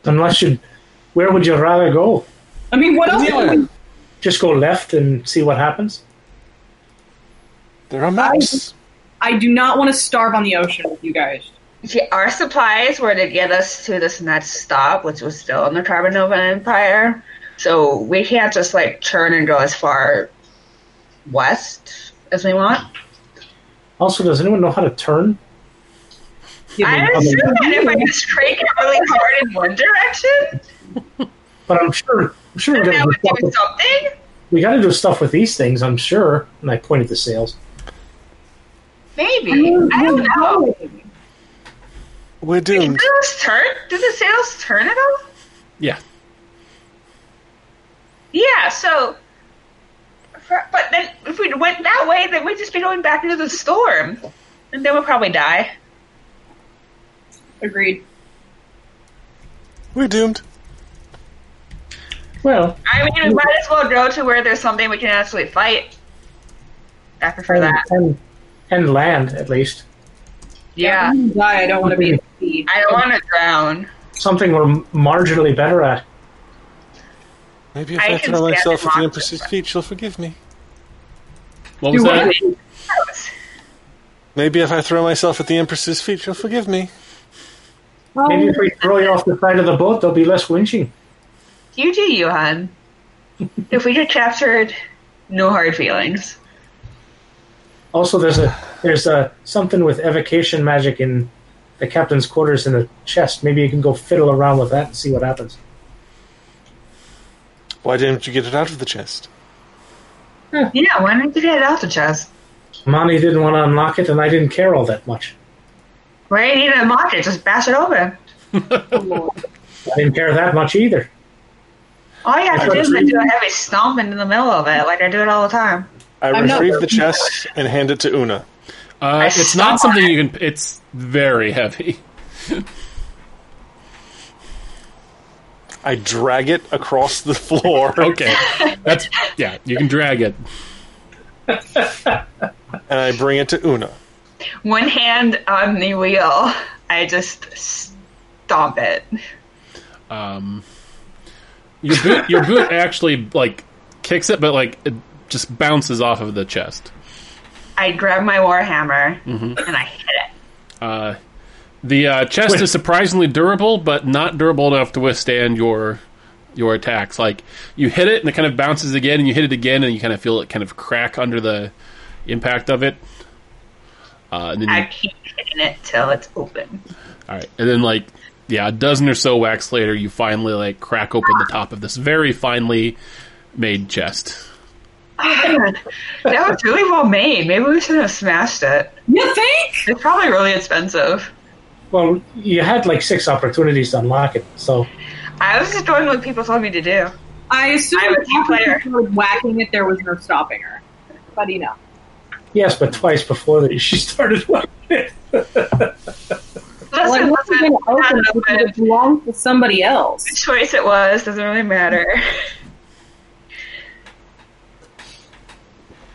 S3: Unless you, where would you rather go?
S5: I mean, what else?
S4: Yeah.
S3: Just go left and see what happens.
S4: There are maps.
S5: I do not want to starve on the ocean with you guys.
S2: See, our supplies were to get us to this next stop, which was still in the Carbonova Empire. So we can't just like turn and go as far west as we want.
S3: Also, does anyone know how to turn?
S2: I
S3: I
S2: assume
S3: mean-
S2: that if I just crank it really hard in one direction,
S3: But I'm sure, I'm sure we
S2: that
S3: gotta do
S2: would
S3: stuff
S2: do
S3: with,
S2: something.
S3: we got to do stuff with these things. I'm sure. And I point at the sails.
S2: Maybe I don't know.
S4: We're
S2: Do
S4: doomed.
S2: those turn? Do the sails turn at all?
S1: Yeah.
S2: Yeah. So, for- but then if we went that way, then we'd just be going back into the storm, and then we'll probably die.
S5: Agreed.
S4: We're doomed.
S3: Well,
S2: I mean, we might as well go to where there's something we can actually fight. I prefer
S3: and,
S2: that.
S3: and, and land at least
S2: Yeah.
S5: I'm gonna die. I don't want to be at sea.
S2: I don't want to drown.
S3: something we're marginally better at.
S4: Maybe if
S2: I
S4: I,
S2: can
S4: throw
S2: stand
S4: myself
S2: and
S4: at the
S2: watch
S4: Empress's feet, she'll forgive me.
S1: What was
S6: Do
S1: that?
S6: what?
S4: Maybe if I throw myself at the Empress's feet, she'll forgive me.
S3: Maybe if we throw you off the side of the boat, there'll be less winching.
S2: You do you, hon. if we get captured, no hard feelings.
S3: Also, there's a there's a something with evocation magic in the captain's quarters in the chest. Maybe you can go fiddle around with that and see what happens.
S4: Why didn't you get it out of the chest?
S2: Yeah, why don't you get out the chest?
S3: Monty didn't want to unlock it, and I didn't care all that much.
S2: Why do you need to unlock it? Just bash it open.
S3: I didn't care that much either.
S2: All you have to do is do a heavy stomp into the middle of it, like I do it all the time.
S4: I
S6: I'm not-
S4: retrieve the chest and hand it to Una.
S1: Uh, it's not something you can. It's very heavy.
S4: I drag it across the floor
S1: Okay, that's yeah. You can drag it.
S4: and I bring it to Una.
S2: One hand on the wheel, I just stomp it.
S1: Um, your boot, your boot actually like kicks it, but like it just bounces off of the chest.
S2: I grab my war hammer and I hit it.
S1: Uh, the uh, chest is surprisingly durable, but not durable enough to withstand your your attacks. Like you hit it and it kind of bounces again, and you hit it again, and you kind of feel it kind of crack under the impact of it. Uh, and then you
S2: I keep hitting it till it's open.
S1: All right, and then like yeah, a dozen or so wax later, you finally like crack open the top of this very finely made chest.
S2: that was really well made. Maybe we should have smashed it.
S5: You think?
S2: It's probably really expensive.
S3: Well, you had like six opportunities to unlock it, so
S2: I was just doing what people told me to do.
S5: I assume
S2: I'm a
S5: if Catherine
S2: player.
S5: started whacking it, there was no stopping her. But you know,
S3: yes, but twice before that she started.
S5: like,
S2: Listen,
S5: what's it
S2: listen,
S5: going to open?
S2: not
S5: It would
S2: open.
S5: have belonged to somebody else.
S2: choice it was doesn't really matter.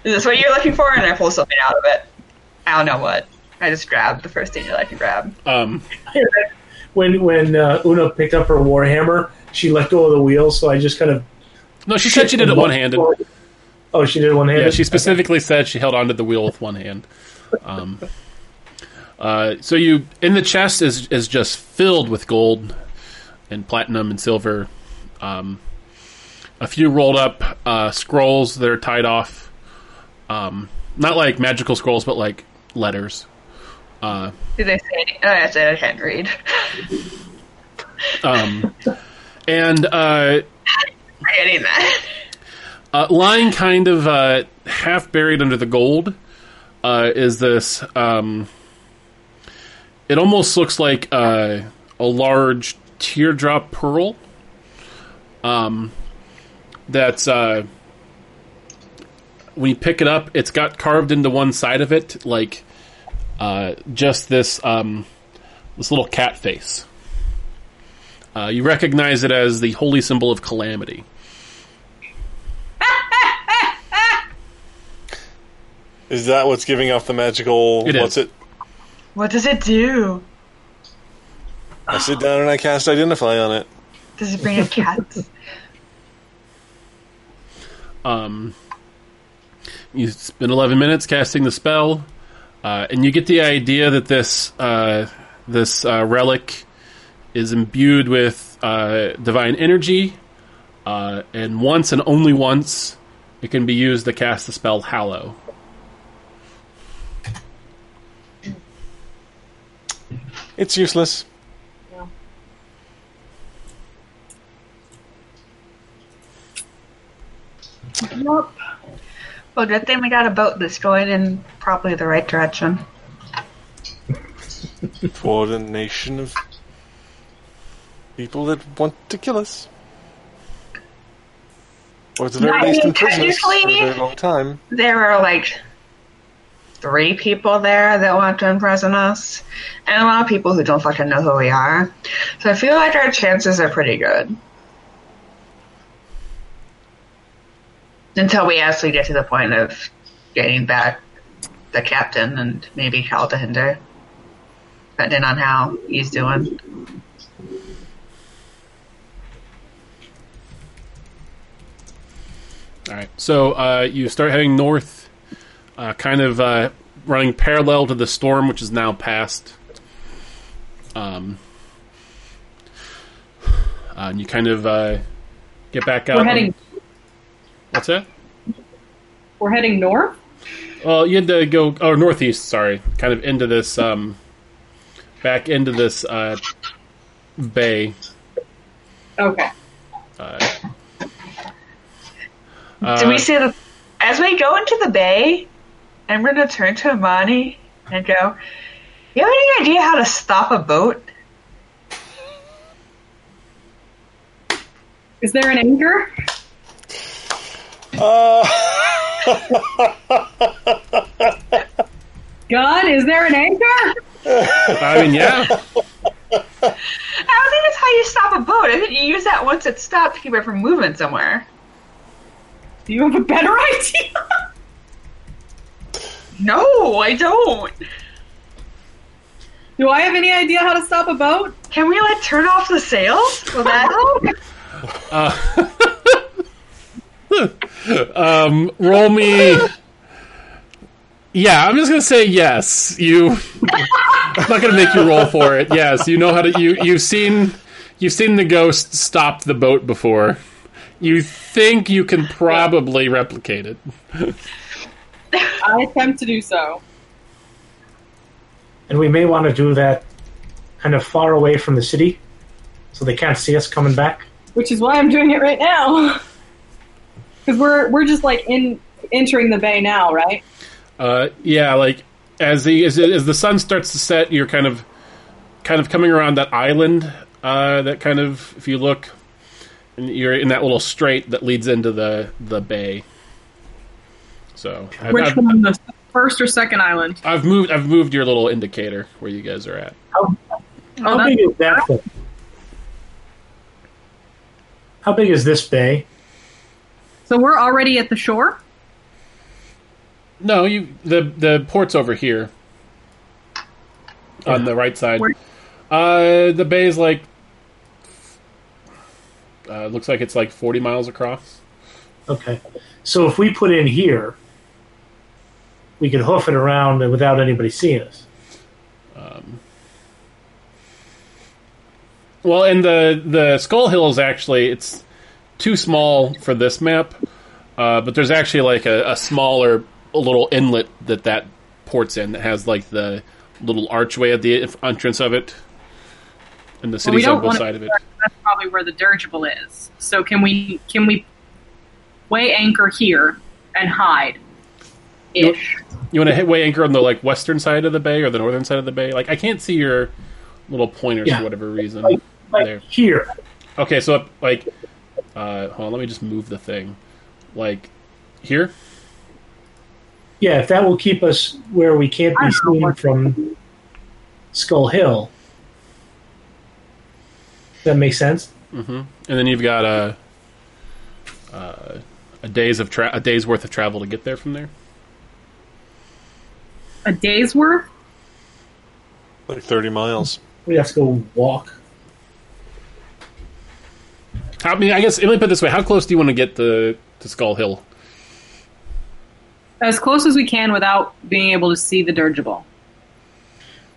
S2: Is this what you're looking for? And I pull something out of it. I don't know what. I just grabbed the first thing that I could grab.
S1: Um,
S3: when when uh, Una picked up her warhammer, she let go of the wheel, so I just kind of.
S1: no, she said she did it one handed.
S3: Oh, she did one handed.
S1: Yeah, she specifically said she held onto the wheel with one hand. Um, uh, so you in the chest is is just filled with gold and platinum and silver. Um, a few rolled up uh, scrolls that are tied off, um, not like magical scrolls, but like letters.
S2: Did they say? any- Oh, I said I can't read.
S1: Um, and uh,
S2: Forgetting that.
S1: uh, lying kind of uh, half buried under the gold uh, is this. Um, it almost looks like uh, a large teardrop pearl. Um, that's uh, when you pick it up, it's got carved into one side of it, like uh, just this um, this little cat face. Uh, you recognize it as the holy symbol of calamity.
S4: Is that what's giving off the magical?
S1: It
S4: what's
S1: is.
S4: it?
S2: What does it do?
S4: I sit down and I cast identify on it.
S2: Does it bring a cat?
S1: Um, you spend 11 minutes casting the spell, uh, and you get the idea that this uh, this uh, relic is imbued with uh, divine energy, uh, and once and only once it can be used to cast the spell Hallow.
S4: It's useless.
S2: well, good thing we got a boat that's going in probably the right direction.
S4: Coordination of people that want to kill us. Or at the very
S2: I
S4: least
S2: mean,
S4: imprison us for a
S2: technically-
S4: very long time.
S2: there were like three people there that want to imprison us, and a lot of people who don't fucking know who we are. So I feel like our chances are pretty good. Until we actually get to the point of getting back the captain and maybe Caldahinder. Depending on how he's doing.
S1: All right, so uh, you start heading north. uh, kind of uh, running parallel to the storm, which is now past. Um, uh, and you kind of uh, get back out.
S5: We're
S1: on-
S5: heading
S1: What's that?
S5: we're heading north.
S1: Well, you had to go or northeast. Sorry, kind of into this, um, back into this uh, bay.
S5: Okay.
S2: Did
S1: Uh,
S2: we see the as we go into the bay? I'm going to turn to Imani and go. You have any idea how to stop a boat?
S5: Is there an anchor? God, is there an anchor?
S1: I mean, yeah.
S2: I don't think that's how you stop a boat. I think you use that once it's stopped to keep it from moving somewhere.
S5: Do you have a better idea?
S2: No, I don't.
S5: Do I have any idea how to stop a boat?
S2: Can we like turn off the sails? Will that help?
S1: Um, roll me. Yeah, I'm just gonna say yes. You. I'm not gonna make you roll for it. Yes, you know how to. You you've seen you've seen the ghost stop the boat before. You think you can probably replicate it.
S5: I attempt to do so.
S3: And we may want to do that kind of far away from the city so they can't see us coming back.
S5: which is why I'm doing it right now. Because we're we're just like in entering the bay now, right?
S1: Uh, yeah, like as the as, as the sun starts to set, you're kind of kind of coming around that island. Uh, that kind of if you look, and you're in that little strait that leads into the the bay. So I've,
S7: Which
S1: I've,
S7: one, the first or second island?
S1: I've moved I've moved your little indicator where you guys are at.
S7: Oh,
S3: How
S7: that's
S3: big is that thing? How big is this bay?
S7: So we're already at the shore.
S1: No, you the the port's over here on the right side.
S7: Where-
S1: Uh, the bay's like uh, looks like it's like forty miles across.
S3: Okay. So if we put in here, we could hoof it around without anybody seeing us.
S1: Well, and the the Skull Hill is actually it's too small for this map, uh, but there's actually like a, a smaller little inlet that that ports in that has like the little archway at the entrance of it, and the
S7: Well, we
S1: city's
S7: don't
S1: on both
S7: wanna-
S1: side of it.
S7: That's probably where the dirigible is. So can we can we weigh anchor here and hide? Ish.
S1: You want to hit way anchor on the like western side of the bay or the northern side of the bay? Like I can't see your little pointers
S3: Yeah.
S1: for whatever reason.
S3: Like- Like
S1: There.
S3: here.
S1: Okay, so up, like, uh, hold on, let me just move the thing, like here.
S3: Yeah, if that will keep us where we can't
S7: I
S3: be
S7: don't know
S3: seen
S7: what-
S3: from Skull Hill. That makes sense?
S1: and then you've got a a, a days of tra- a day's worth of travel to get there from there.
S7: A day's worth.
S4: Like 30 miles.
S3: We have to go walk.
S1: How, I mean, I guess let me put it this way: How close do you want to get to to Skull Hill?
S7: As close as we can without being able to see the dirigible.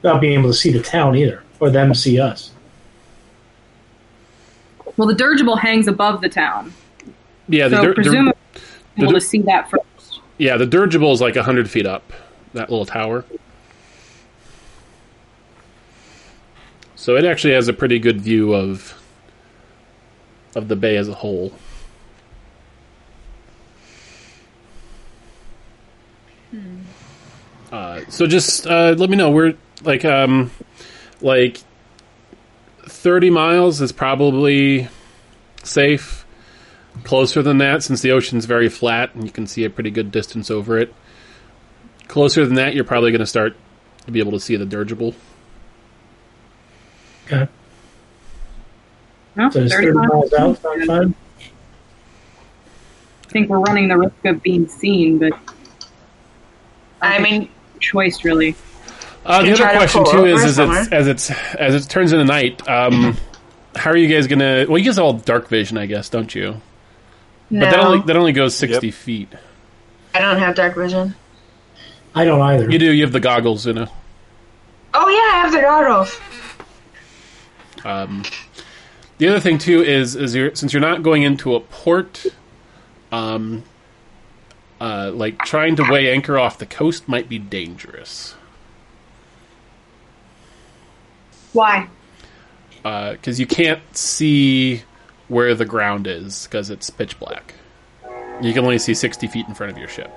S3: Not being able to see the town either, or them see us.
S7: Well, the dirigible hangs above the town,
S1: Yeah, the
S7: so
S1: dir- dir-
S7: presumably we're
S1: dir-
S7: able to see that first.
S1: yeah the dirigible is like hundred feet up that little tower. So it actually has a pretty good view of of the bay as a whole. Uh, so just uh, let me know. We're like um, like thirty miles is probably safe. Closer than that, since the ocean's very flat and you can see a pretty good distance over it. Closer than that, you're probably going to start to be able to see the dirigible.
S3: Okay.
S7: No,
S3: So it's
S7: 30
S3: 30 miles out, sound fine?
S7: I think we're running the risk of being seen, but
S2: I mean,
S7: choice really.
S1: Uh, the
S2: You
S1: other
S2: try to
S1: question
S2: pull
S1: too
S2: over
S1: is, is it's,
S2: somewhere.
S1: as it's as it turns into night, um, how are you guys gonna? Well, you guys all dark vision, I guess, don't you?
S2: no,
S1: But that only that only goes sixty feet.
S2: I don't have dark vision.
S3: I don't either.
S1: You do. You have the goggles, you know.
S2: Oh yeah, I have the goggles.
S1: Um, the other thing too is is you're, since you're not going into a port, um, uh, like trying to weigh anchor off the coast might be dangerous
S6: Why?
S1: because Uh, you can't see where the ground is because it's pitch black. You can only see sixty feet in front of your ship.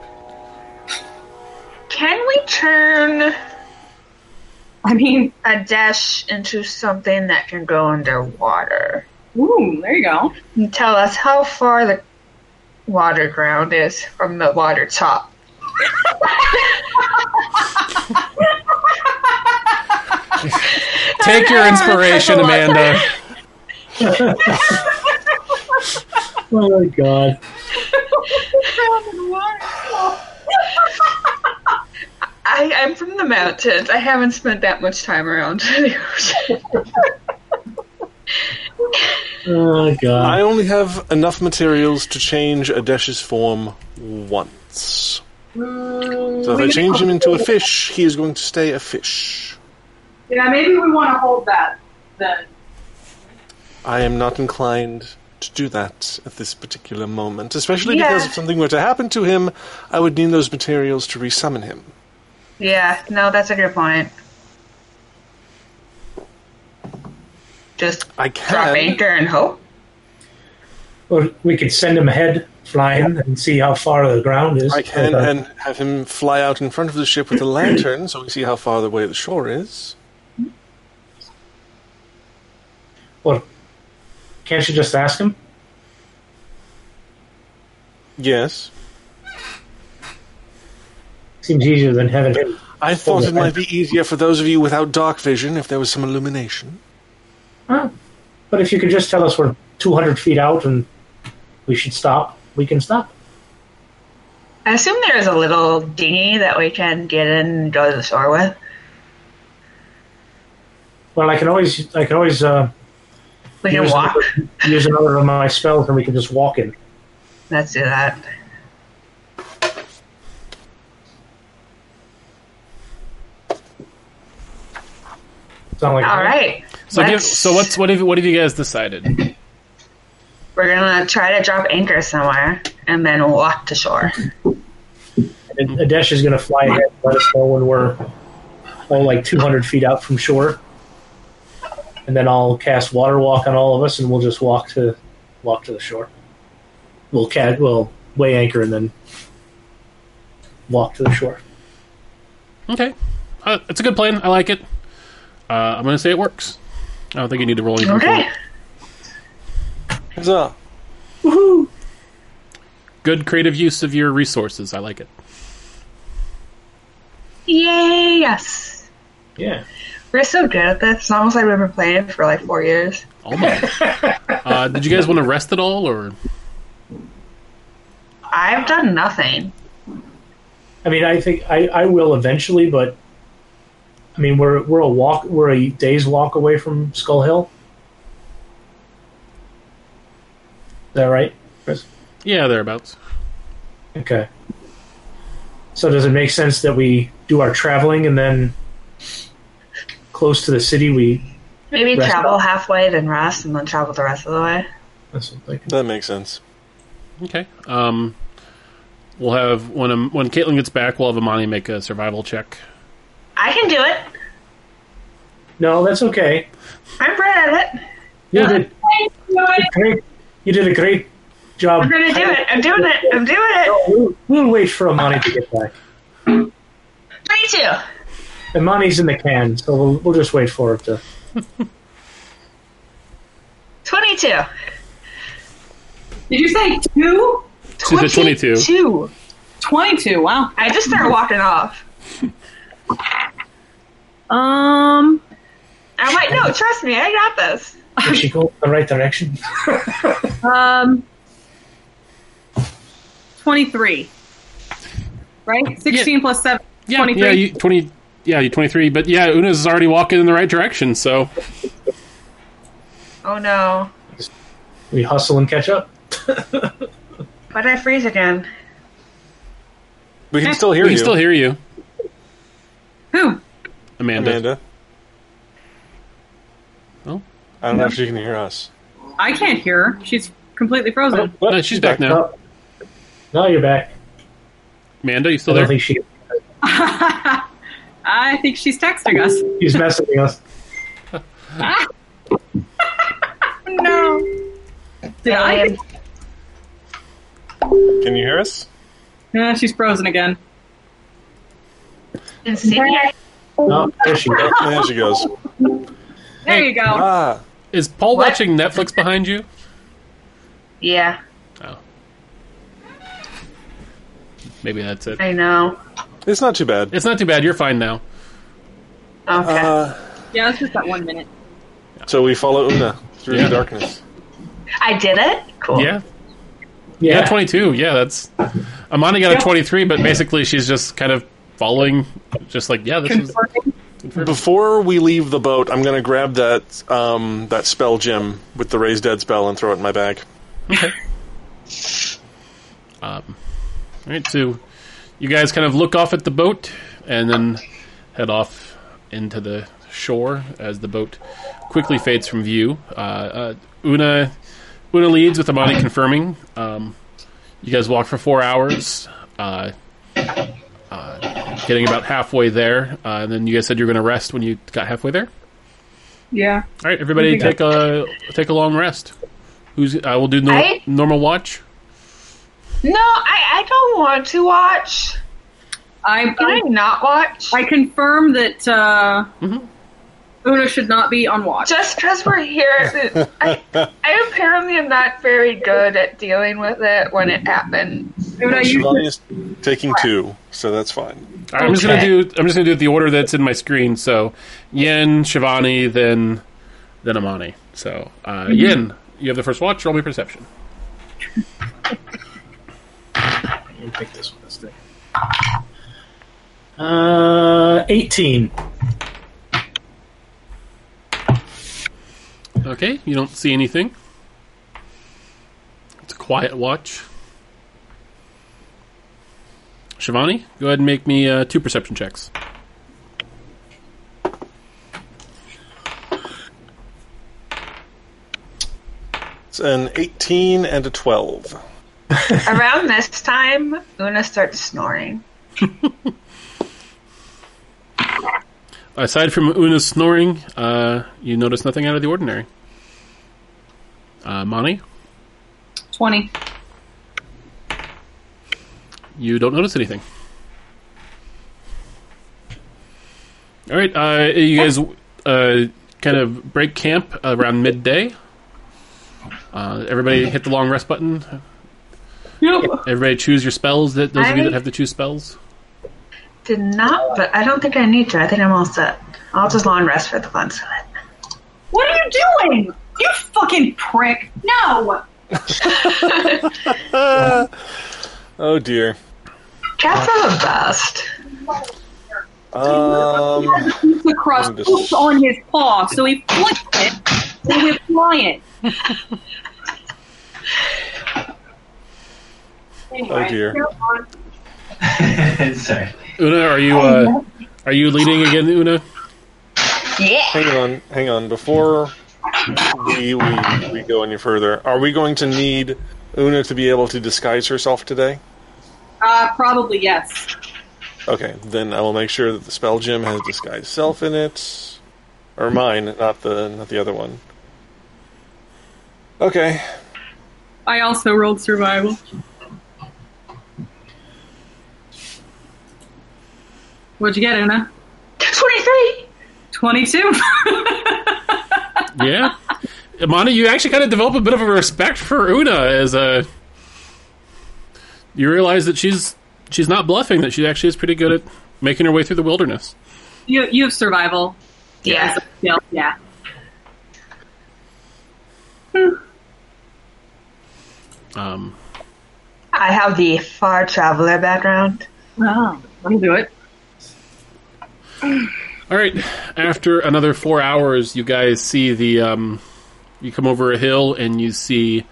S2: Can we turn
S6: I mean,
S2: a dash into something that can go underwater?
S6: ooh, there you go.
S2: And tell us how far the water ground is from the water top.
S1: Take your inspiration, Amanda.
S3: Oh my god.
S2: I, I'm from the mountains. I haven't spent that much time around the ocean.
S3: Oh
S4: I
S3: god.
S4: only have enough materials to change a desh's form once. So if I change him into a fish, he is going to stay a fish.
S7: Yeah, maybe we want to hold that then.
S4: I am not inclined to do that at this particular moment, especially
S2: Yeah.
S4: because if something were to happen to him, I would need those materials to resummon him.
S2: Yeah, no, that's a good point. Just
S4: I
S2: drop
S4: can.
S2: anchor and hope.
S3: Or we could send him ahead flying and see how far the ground is.
S4: I can
S3: Uh,
S4: and have him fly out in front of the ship with a lantern so we see how far away the shore is.
S3: or can't you just ask him?
S4: Yes.
S3: Seems easier than having him.
S4: I thought it might be easier for those of you without dark vision if there was some illumination.
S3: Huh? But if you could just tell us we're 200 feet out and we should stop, we can stop.
S2: I assume there is a little dinghy that we can get in and go to the shore with.
S3: Well, I can always, I can always uh,
S2: We can
S3: use,
S2: walk.
S3: Another, use another of my spells, and we can just walk in.
S2: Let's do that.
S3: It's not like
S2: All right.
S1: So, give,
S2: Let's-
S1: so what's what have what have you guys decided?
S2: We're gonna try to drop anchor somewhere and then walk to shore.
S3: And Adesh is going to fly ahead, and let us know when we're oh, like 200 feet out from shore, and then I'll cast water walk on all of us, and we'll just walk to walk to the shore. We'll cat, we'll weigh anchor, and then walk to the shore.
S1: Okay, uh, it's a good plan. I like it. Uh, I'm gonna say it works. I don't think you need to roll anything. for
S2: Okay.
S1: it.
S4: Huzzah.
S1: Good creative use of your resources. I like it.
S2: Yay! Yes.
S3: Yeah.
S2: We're so good at this. It's almost like we've been playing for like four years.
S1: Almost. uh, did you guys want to rest at all, or
S2: I've done nothing.
S3: I mean, I think I, I will eventually, but I mean, we're we're a walk, we're a day's walk away from Skull Hill. Is that right, Chris?
S1: yeah, thereabouts?
S3: Okay. So does it make sense that we do our traveling and then close to the city we?
S2: Maybe
S3: Rest
S2: travel
S3: up.
S2: halfway, then rest, and then travel the rest of the way.
S3: That's what I'm thinking.
S4: That makes sense.
S1: Okay. Um, we'll have when um, when Caitlin gets back, we'll have Amani make a survival check.
S2: I can do it.
S3: No, that's okay.
S2: I'm good at it.
S3: You
S1: Yeah.
S3: did great. You did a great job.
S2: I'm gonna do it. I'm doing it. I'm doing it.
S3: We'll, we'll wait for Amani to get back.
S2: Me too.
S3: Amani's in the can, so we'll, we'll just wait for her to.
S2: Twenty-two.
S7: Did you say two?
S1: She's at 22.
S2: Two.
S7: Twenty-two. Wow.
S2: I just started walking off.
S7: Um.
S2: I'm like, no, trust me, I got this.
S3: Is she going in the right direction?
S7: Um. Twenty-three. Right. Sixteen plus seven.
S1: Yeah,
S7: 23.
S1: yeah, you, twenty. Yeah, you twenty three. But yeah, Una's already walking in the right direction. So
S2: Oh no.
S3: We hustle and catch up.
S2: Why did I freeze again?
S4: We can still hear
S1: we can
S2: Eh.
S4: you.
S1: still hear you.
S7: Who?
S1: Amanda.
S4: Amanda.
S1: Oh.
S4: I don't know if she can hear us.
S7: I can't hear. her. She's completely
S5: Oh,
S7: frozen.
S1: No, she's, back, now.
S3: Oh. No, you're back.
S1: Amanda, you
S3: I
S1: still
S3: don't
S1: Oh, there?
S3: think she,
S7: I think she's texting us.
S3: she's messaging us.
S7: No. Did I?
S4: Can you hear us?
S7: Yeah, uh, she's frozen again.
S2: And see, I
S3: No, there she is.
S4: Oh, there she goes.
S7: There you go.
S4: Ah,
S1: Is Paul watching Netflix behind you?
S2: Yeah,
S1: Oh. Maybe that's it.
S2: I know.
S4: it's not too bad.
S1: It's not too bad. You're fine now.
S2: Okay.
S4: Uh,
S7: Yeah, it's just that one minute.
S4: so we follow Una through
S1: Yeah.
S4: the darkness.
S2: I did it? Cool.
S1: Yeah. Yeah,
S3: Yeah,
S1: 22. Yeah, that's. Amanda got a 23, but basically she's just kind of following, just like, yeah, this is.
S7: Confirming.
S4: Before we leave the boat, I'm going to grab that um, that spell gem with the raised dead spell and throw it in my bag.
S1: Um, all right, so you guys kind of look off at the boat and then head off into the shore as the boat quickly fades from view. Uh, uh, Una, Una leads with Amani confirming. Um, you guys walk for four hours, uh, uh, getting about halfway there, uh, and then you guys said you were going to rest when you got halfway there.
S7: Yeah.
S1: All right, everybody, take a take a long rest. Who's I will do no,
S2: I-
S1: normal watch.
S2: No, I, I don't want to watch.
S7: I
S2: Can I not watch?
S7: I confirm that uh,
S1: Mhm.
S7: Una should not be on watch.
S2: Just because we're here, I, I apparently am not very good at dealing with it when it happens.
S7: Una, you,
S4: Shivani's taking two, so that's fine.
S1: All right, I'm just gonna
S2: Okay.
S1: do. I'm just gonna do it the order that's in my screen. So, Yin, Shivani, then, then Amani. So, uh, Yin, you have the first watch. Roll me perception.
S3: Let me pick this one. Let's do it. Uh, 18.
S1: Okay, you don't see anything. It's a quiet watch. Shivani, go ahead and make me uh, two perception checks.
S4: It's an 18 and a 12.
S2: Around this time, Una starts snoring.
S1: Aside from Una's snoring, uh, you notice nothing out of the ordinary. Uh, Mani,
S7: 20.
S1: You don't notice anything. All right, uh, you guys uh, kind of break camp around midday. Uh, everybody hit the long rest button. Everybody choose your spells. That those of you that have to choose spells.
S2: Did not, but I don't think I need to. I think I'm all set. I'll just long rest for the fun side.
S7: What are you doing? You fucking prick. No!
S4: Oh dear.
S2: Cats are the best.
S4: Um,
S7: The crust
S4: Notice.
S7: was on his paw, so he flicked it. So he was flying. anyway,
S4: Oh, dear.
S7: go on.
S8: Sorry.
S1: Una, are you uh, are you leading again, Una?
S4: hang on, hang on. Before we, we we go any further, are we going to need Una to be able to disguise herself today?
S7: Uh, probably yes.
S4: Okay, then I will make sure that the spell gem has disguise self in it, or mine, not the not the other one. Okay,
S7: I also rolled survival. What'd you get, Una?
S2: 23!
S7: 22.
S1: Yeah, Amani, you actually kind of develop a bit of a respect for Una as a. You realize that she's she's not bluffing; that she actually is pretty good at making her way through the wilderness.
S7: you, you have survival.
S2: Yeah.
S7: Yeah. yeah.
S1: Um,
S2: I have the far traveler background.
S7: Oh, that'll do it.
S1: All right. After another four hours, you guys see the. Um, you come over a hill and you see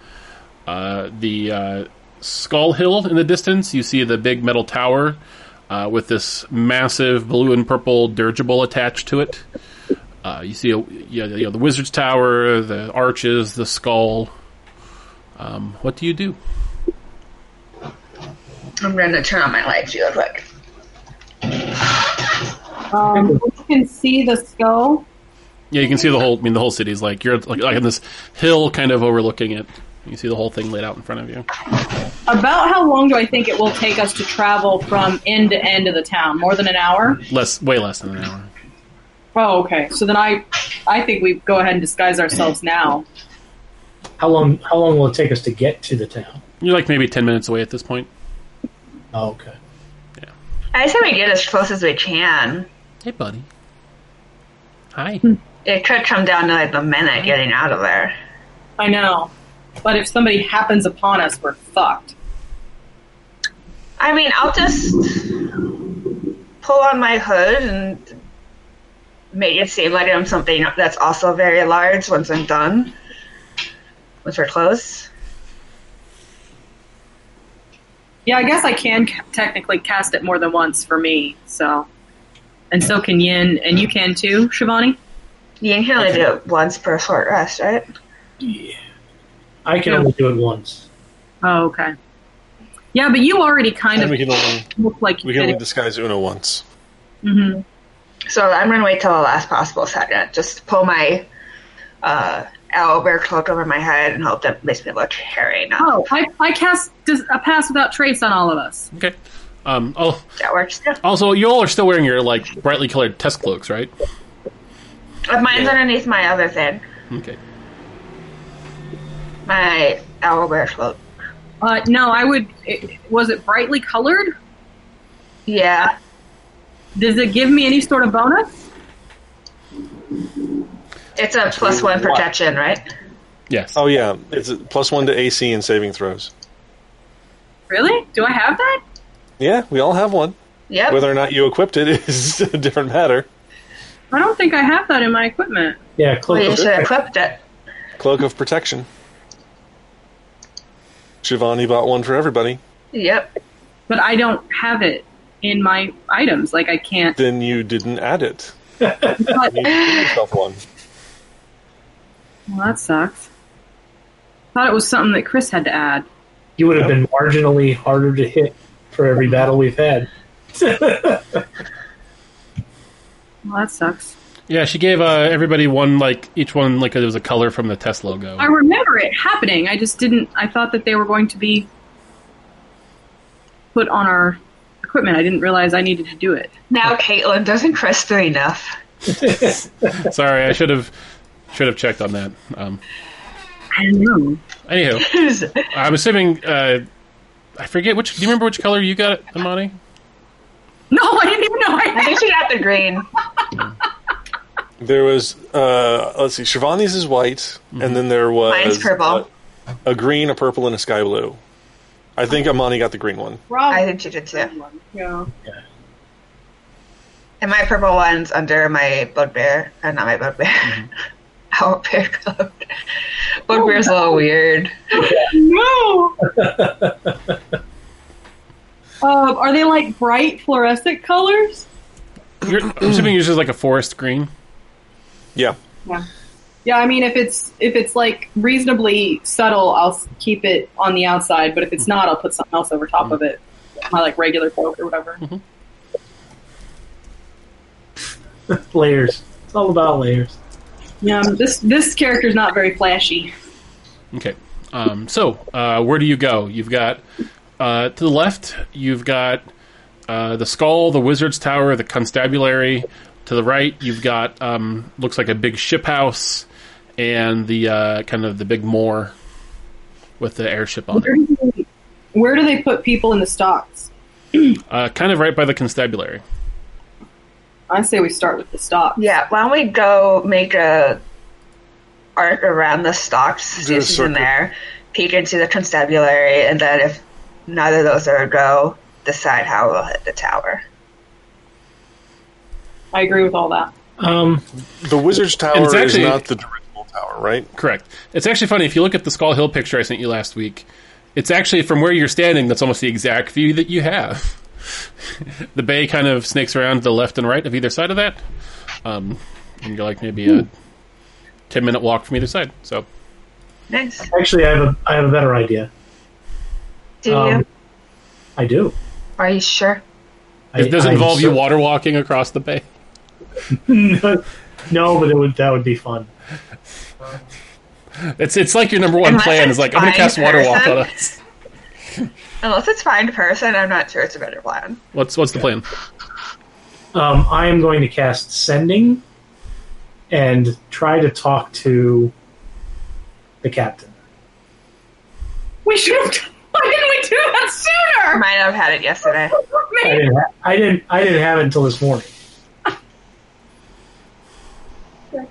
S1: uh, the uh, Skull Hill in the distance. You see the big metal tower uh, with this massive blue and purple dirigible attached to it. Uh, you see, a, you know, you know, the wizard's tower, the arches, the skull. Um, what do you do?
S2: I'm going to turn on my lights real quick.
S5: Um, we can see the skull.
S1: Yeah, you can see the whole. I mean, the whole city's like you're like, like on this hill, kind of overlooking it. You see the whole thing laid out in front of you.
S5: About how long do I think it will take us to travel from end to end of the town? More than an hour?
S1: Less, way less than an hour.
S5: Oh, okay. So then I, I think we go ahead and disguise ourselves now.
S3: How long? How long will it take us to get to the town?
S1: You're like maybe ten minutes away at this point.
S3: Oh, okay.
S2: I say we get as close as we can.
S1: Hey, buddy. Hi.
S2: It could come down to like the minute getting out of there.
S5: I know, but if somebody happens upon us, we're fucked.
S2: I mean, I'll just pull on my hood and make it seem like I'm something that's also very large once I'm done. Once we're close.
S7: Yeah, I guess I can ca- technically cast it more than once for me. So, and so can Yin, and you can too, Shivani.
S2: You can only do it once per short rest, right?
S3: I can only do it once.
S7: Oh, okay. Yeah, but you already kind
S4: And we
S7: of
S4: can only
S7: look like you
S4: we can only
S7: did it.
S4: disguise Una once.
S7: hmm
S2: So I'm gonna wait till the last possible second. Just pull my uh, owlbear cloak over my head and hope that makes me look hairy enough.
S7: Oh, I, I cast dis- a pass without trace on all of us.
S1: Okay. Um. Oh,
S2: That works too.
S1: also, you all are still wearing your like brightly colored test cloaks, right?
S2: But mine's underneath my other thing,
S1: Okay.
S2: my owlbear cloak.
S7: Uh, no, I would. It, was it brightly colored?
S2: Yeah,
S7: Does it give me any sort of bonus?
S2: it's a plus one protection, right?
S1: Yes.
S4: Oh yeah, it's a plus one to AC and saving throws.
S7: Really? Do I have that?
S4: Yeah, we all have one.
S2: Yep.
S4: Whether or not you equipped it is a different matter.
S7: I don't think I have that in my equipment.
S3: Yeah,
S2: well,
S3: close.
S2: you should have equipped it.
S4: Cloak of protection. Shivani bought one for everybody.
S2: Yep.
S7: But I don't have it in my items. Like I can't.
S4: Then you didn't add it.
S7: But,
S4: You gave yourself one.
S7: well, that sucks. Thought it was something that Chris had to add.
S3: You would have been marginally harder to hit for every battle we've had.
S7: Well, that sucks.
S1: Yeah. She gave uh, everybody one like each one like it was a color from the test logo.
S7: I remember it happening. I just didn't. I thought that they were going to be put on our equipment. I didn't realize I needed to do it.
S2: Now, Caitlin, doesn't Chris do enough?
S1: Sorry, I should have should have checked on that. Um.
S7: I don't know.
S1: Anywho. I'm assuming. Uh, I forget which. Do you remember which color you got, Amani?
S7: No, I didn't even know. I
S2: I think she got the green.
S4: There was uh, let's see, Shivani's is white,
S1: Mm-hmm.
S4: and then there was
S2: Mine's purple.
S4: uh, a green, a purple, and a sky blue. I think Amani got the green one.
S2: I
S5: Rob,
S2: think she did too.
S7: yeah.
S2: And my purple one's under my bugbear, or not my bugbear, our bear cloak. Bugbear's a little weird.
S7: No. um, are they like bright fluorescent colors?
S1: You're, I'm assuming yours is like a forest green.
S4: Yeah,
S5: yeah, I mean, if it's if it's like reasonably subtle, I'll s- keep it on the outside. But if it's not, I'll put something else over top of it, my like regular cloak or whatever.
S3: layers. It's all about layers.
S7: Yeah, um, this this character's not very flashy.
S1: Okay. Um, so uh, where do you go? You've got uh, to the left. You've got uh, the skull, the wizard's tower, the constabulary. To the right, you've got um, looks like a big ship house and the uh, kind of the big moor with the airship on it.
S7: Where do they, where do they put people in the stocks?
S1: Uh, kind of right by the constabulary.
S7: I say we start with the stocks.
S2: Yeah, why don't we go make a art around the stocks, see
S4: Do a
S2: if she's
S4: circle.
S2: in there, peek into the constabulary, and then if neither of those are a go, decide how we'll hit the tower.
S7: I agree with all that.
S3: Um,
S4: the wizard's tower
S1: it's actually-
S4: is not the dirigible tower, right?
S1: Correct. It's actually funny if you look at the Skull Hill picture I sent you last week. It's actually from where you're standing. That's almost the exact view that you have. the bay kind of snakes around to the left and right of either side of that. Um, and you're like maybe
S3: Hmm.
S1: a ten minute walk from either side. So
S2: Nice.
S3: Actually, I have a I have a better idea.
S2: Do you?
S3: Um, I do.
S2: Are you sure?
S3: I-
S1: it does
S3: I'm
S1: involve you
S3: so-
S1: water walking across the bay.
S3: no, but it would that would be fun.
S1: It's it's like your number one
S2: Unless
S1: plan
S2: it's
S1: is like I'm gonna
S2: fine
S1: cast water walk
S2: person.
S1: on us.
S2: Unless it's find person, I'm not sure it's a better plan.
S1: What's what's the plan?
S3: Um, I am going to cast sending, and try to talk to the captain.
S7: We should have. Why didn't we do that
S2: I
S7: sooner?
S2: might have had it yesterday.
S3: I
S7: Maybe
S3: didn't. Ha- I didn't. I didn't have it until this morning.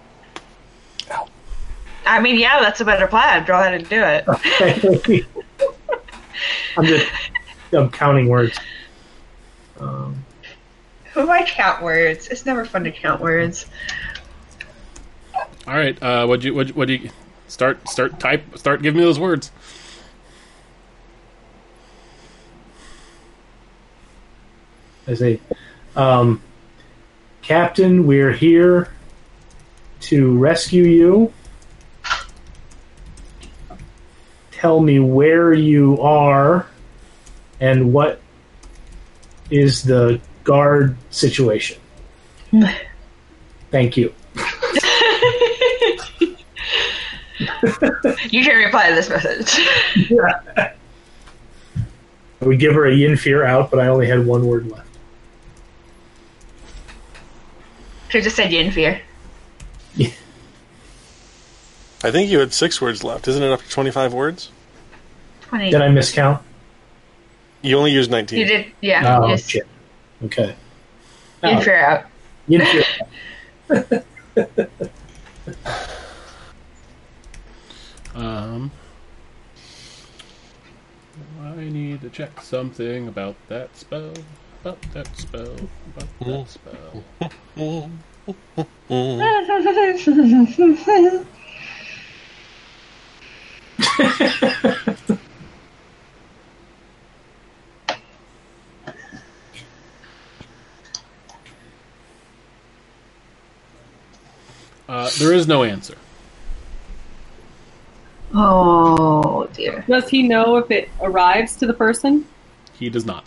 S2: I mean, yeah, that's a better plan. Go ahead and do it.
S3: I'm just. I'm counting words. Um,
S2: Who I count words? It's never fun to count words.
S1: All right, uh, what you what what do you start start type start giving me those words?
S3: I say, um, Captain, we're here to rescue you. Tell me where you are and what is the guard situation. Thank you.
S2: You can reply to this message.
S3: I would give her a yin fear out, but I only had one word left.
S2: Could have just said Yin Fear.
S4: I think you had six words left. Isn't it up to 25 words?
S2: 20.
S3: Did I miscount?
S4: You only used 19.
S2: You did, yeah.
S3: Oh,
S2: you just,
S3: shit. Okay.
S2: Yin
S3: Oh.
S2: Fear out.
S3: Yin fear.
S1: Um, I need to check something about that spell. About that spell. About that spell. Uh, there is no answer.
S2: Oh, dear.
S5: Does he know if it arrives to the person?
S1: He does not.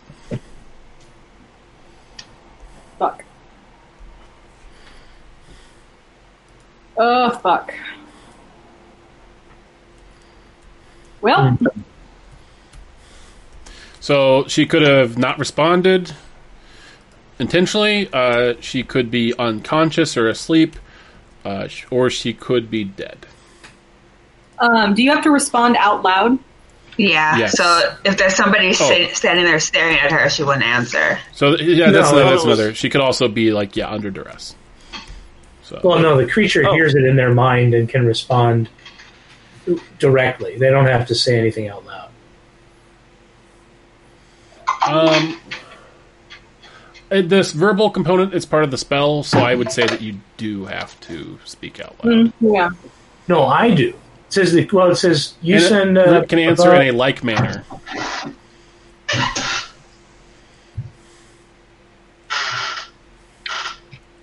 S5: Fuck. Oh, fuck. Well,
S1: So she could have not responded intentionally. Uh, she could be unconscious or asleep, uh, sh- or she could be dead.
S5: um, do you have to respond out loud?
S2: Yeah,
S1: Yes.
S2: so if there's somebody sta- standing there staring at her, she wouldn't answer.
S1: So th- yeah, that's
S3: No,
S1: another, that's
S3: that was-
S1: another. She could also be like yeah under duress. So
S3: Well, no, the creature
S4: Oh.
S3: hears it in their mind and can respond directly. They don't have to say anything out loud.
S1: um, uh, this verbal component is part of the spell, so I would say that you do have to speak out loud.
S5: Yeah.
S3: No, I do. It says the well. It says you
S1: And it-
S3: send. Uh,
S1: Rick can answer
S3: about-
S1: in a like manner.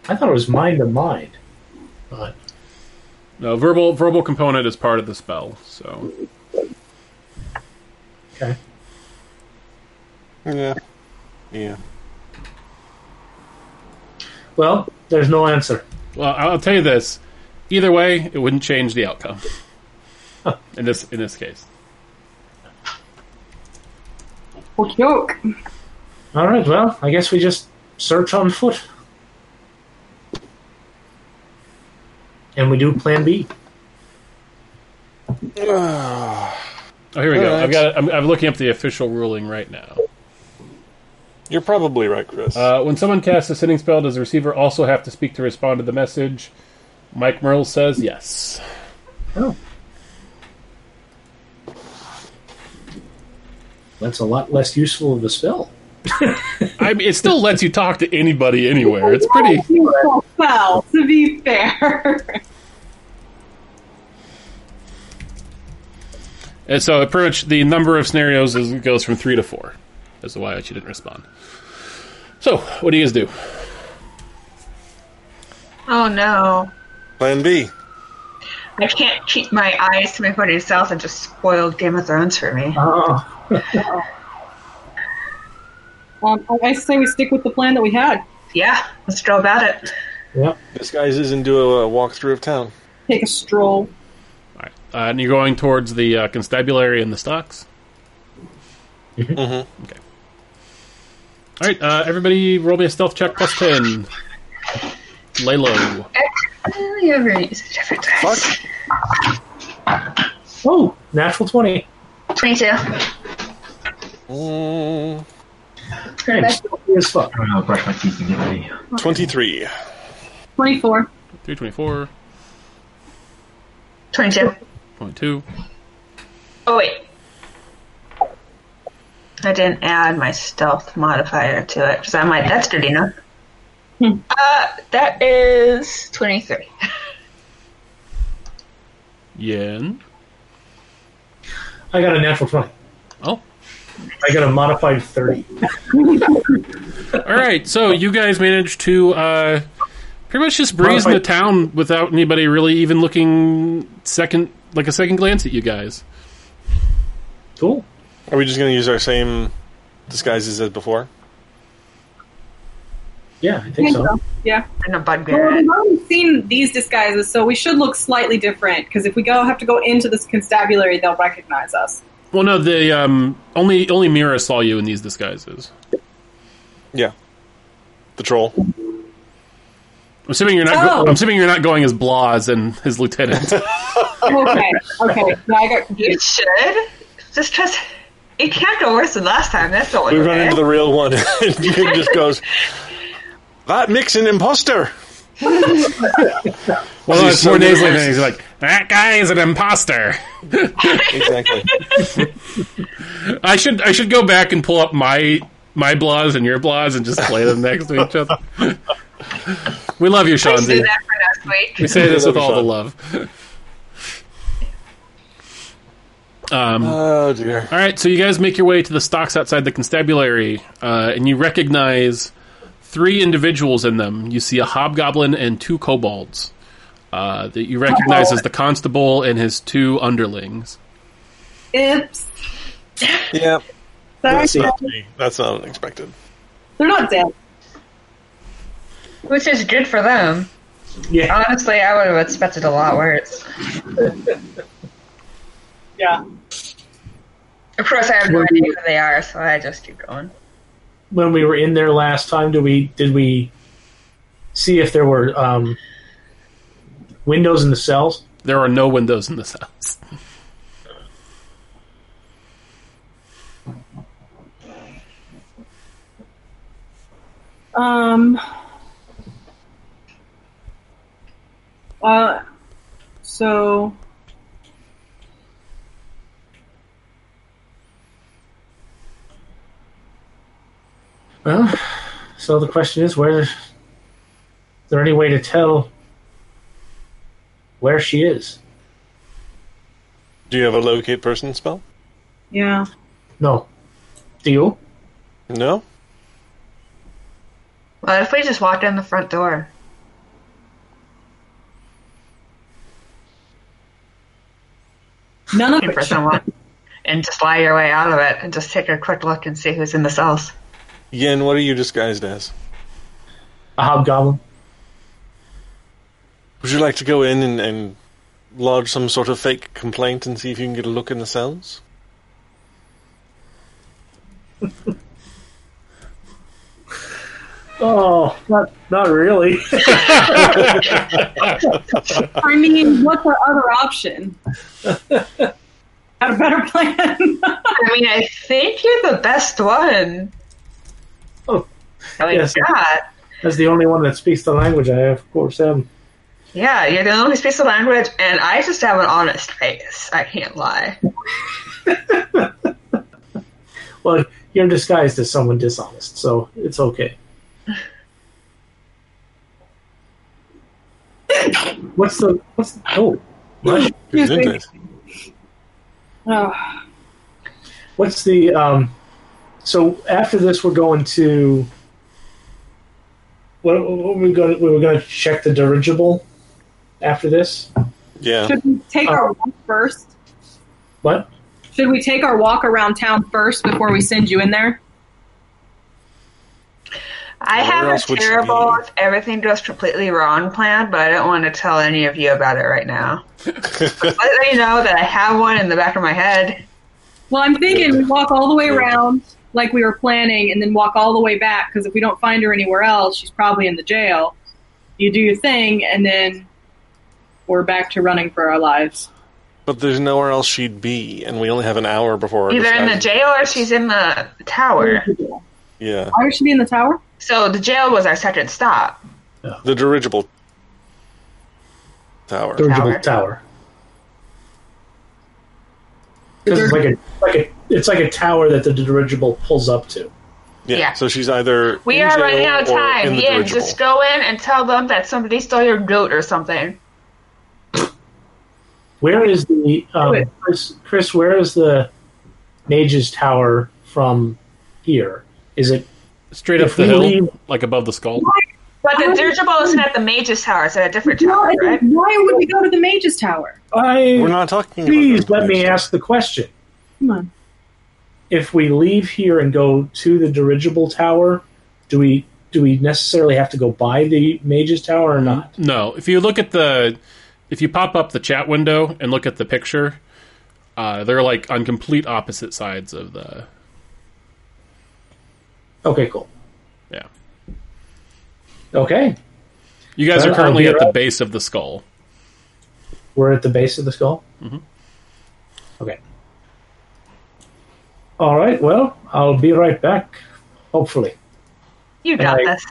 S3: I thought it was mind to mind, but
S1: No, verbal verbal component is part of the spell. So
S3: okay.
S4: Yeah. Yeah.
S3: Well, there's no answer.
S1: Well, I'll tell you this. Either way, it wouldn't change the outcome. in this in this case.
S5: Okie doke.
S3: All right. Well, I guess we just search on foot, and we do Plan B.
S1: Oh, here we go.
S4: Alright.
S1: I've got. it- I'm, I'm looking up the official ruling right now.
S4: You're probably right, Chris.
S1: Uh, when someone casts a sending spell, does the receiver also have to speak to respond to the message? Mike Merle says yes.
S3: Oh, that's a lot less useful of a spell.
S1: I mean, it still lets you talk to anybody anywhere. It's pretty.
S5: Well, to be fair.
S1: And so, it pretty much the number of scenarios is, goes from three to four. That's why she didn't respond. So, what do you guys do?
S2: Oh no.
S4: Plan B.
S2: I can't keep my eyes to my funny self and just spoiled Game of Thrones for me.
S3: Oh,
S5: Um, I, I say we stick with the plan that we had.
S2: Yeah, let's go about it.
S3: yeah.
S4: Disguises and do a, a walkthrough of town.
S5: Take a stroll.
S1: All right. Uh, and you're going towards the uh, constabulary and the stocks?
S4: Mhm.
S1: Okay. All right, uh, everybody roll me a stealth check plus 10. Lay low.
S2: Really every it's a different
S4: Fuck.
S2: dice.
S3: Oh, natural 20.
S2: Twenty-two.
S4: Mm,
S3: Okay, I'm stealthy as fuck.
S8: I'm gonna brush my teeth and get ready.
S4: 23.
S7: 24.
S1: 324.2.
S2: Twenty-two. Oh wait. I didn't add my stealth modifier to it because I'm like, that's good enough. Uh, that is twenty-three.
S1: Yen.
S3: I got a natural 20.
S1: Oh.
S3: I got a modified 30.
S1: All right, so you guys managed to uh, pretty much just breeze into town without anybody really even looking second, like a second glance at you guys.
S3: Cool.
S4: Are we just going to use our same disguises as before?
S3: Yeah, I think so.
S7: Yeah.
S2: And a
S7: Well,
S2: bugbear.
S7: we've already seen these disguises, so we should look slightly different. Because if we go have to go into this constabulary, they'll recognize us.
S1: Well, no, the um, only only Mira saw you in these disguises.
S4: Yeah. The troll.
S1: I'm assuming you're not.
S7: Oh.
S1: Go- I'm assuming you're not going as Blas and his lieutenant.
S7: Okay. okay. Now I got confused.
S2: You should. Just because it can't go worse than last time. That's the only
S4: We run
S2: way.
S4: into the real one, and Jim just goes, That Mixon imposter!
S1: well,
S4: He's
S1: it's
S4: so
S1: more days
S4: good.
S1: later. He's like, that guy is an imposter.
S4: Exactly.
S1: I should I should go back and pull up my my Blas and your Blas and just play them next to each other. we love you,
S2: Please do
S1: Shanzi.
S2: that for next
S1: We
S2: week.
S1: say this
S4: We
S1: with
S4: love
S1: all the
S4: you,
S1: love. Um,
S4: Oh, dear.
S1: All right, so you guys make your way to the stocks outside the constabulary, uh, and you recognize three individuals in them. You see a hobgoblin and two kobolds uh, that you recognize as the constable and his two underlings.
S7: Oops.
S4: Yeah.
S7: Sorry.
S4: That's not, that's not unexpected.
S7: They're not dead.
S2: Which is good for them.
S3: Yeah.
S2: Honestly, I would have expected a lot worse.
S7: Yeah.
S2: Of course, I have no idea who they are, so I just keep going.
S3: When we were in there last time, did we did we see if there were um, windows in the cells?
S1: There are no windows in this house.
S7: Um. Uh. So.
S3: Well, so the question is, where is there any way to tell where she is?
S4: Do you have a locate person spell?
S7: Yeah.
S3: No. Do you?
S4: No?
S2: Well, if we just walked in the front door?
S7: None of
S2: looking for someone, and just lie your way out of it, and just take a quick look and see who's in the cells.
S4: Yen, what are you disguised as?
S3: A hobgoblin?
S4: Would you like to go in and, and lodge some sort of fake complaint and see if you can get a look in the cells?
S3: Oh, not not really.
S7: I mean, what's our other option? Had a better plan.
S2: I mean, I think you're the best one.
S3: Oh,
S2: I mean,
S3: yes.
S2: God.
S3: That's the only one that speaks the language I of course am.
S2: Yeah, you're the only who speaks the language, and I just have an honest face. I can't lie.
S3: Well, you're disguised as someone dishonest, so it's okay. What's the what's the, oh what?
S4: Who's into it?
S7: Oh,
S3: what's the um so after this we're going to What, what we going? We were going to check the dirigible after this.
S4: Yeah.
S7: Should we take our walk first?
S3: What?
S7: Should we take our walk around town first before we send you in there?
S2: I
S4: Where
S2: have
S4: else
S2: a
S4: would she
S2: terrible
S4: be?
S2: if everything goes completely wrong plan, but I don't want to tell any of you about it right now. Let me know that I have one in the back of my head.
S7: Well, I'm thinking we walk all the way
S4: Good.
S7: around like we were planning and then walk all the way back because if we don't find her anywhere else, she's probably in the jail. You do your thing and then we're back to running for our lives.
S4: But there's nowhere else she'd be, and we only have an hour before. our
S2: Either in the
S4: disguise.
S2: jail or she's in the tower.
S4: Yeah,
S7: Why would she be in the tower?
S2: So the jail was our second stop.
S4: the dirigible tower.
S3: Dirigible
S2: Tower.
S3: tower. Because it's like a like a it's like a tower that the dirigible pulls up to.
S4: Yeah.
S2: Yeah.
S4: So she's either
S2: We
S4: in
S2: are
S4: jail
S2: running out of
S4: or
S2: time.
S4: In the
S2: Yeah,
S4: dirigible.
S2: just go in and tell them that somebody stole your goat or something.
S3: Where is the
S7: Do
S3: um,
S7: it.
S3: Chris, Chris? Where is the mage's tower from here? Is it
S1: Straight up
S3: If
S1: the
S3: we
S1: hill,
S3: leave-
S1: like above the skull.
S2: But the
S7: I-
S2: dirigible isn't at the mage's tower, it's at a different tower,
S7: Why,
S2: right?
S7: why would we go to the mage's tower?
S3: I?
S4: We're not talking. about
S3: please
S4: the
S3: let me
S4: dirigible.
S3: ask the question.
S7: Come on.
S3: If we leave here and go to the dirigible tower, do we do we necessarily have to go by the mage's tower or not?
S1: No, if you look at the, if you pop up the chat window and look at the picture, uh, they're like on complete opposite sides of the.
S3: Okay, cool.
S1: Yeah,
S3: Okay,
S1: you guys are
S3: Well,
S1: currently
S3: I'll
S1: at
S3: be
S1: the
S3: right-
S1: base of the skull.
S3: we're at the base of the skull. Mm-hmm. Okay. All right. Well, I'll be right back. Hopefully,
S2: You got
S3: I-
S2: this.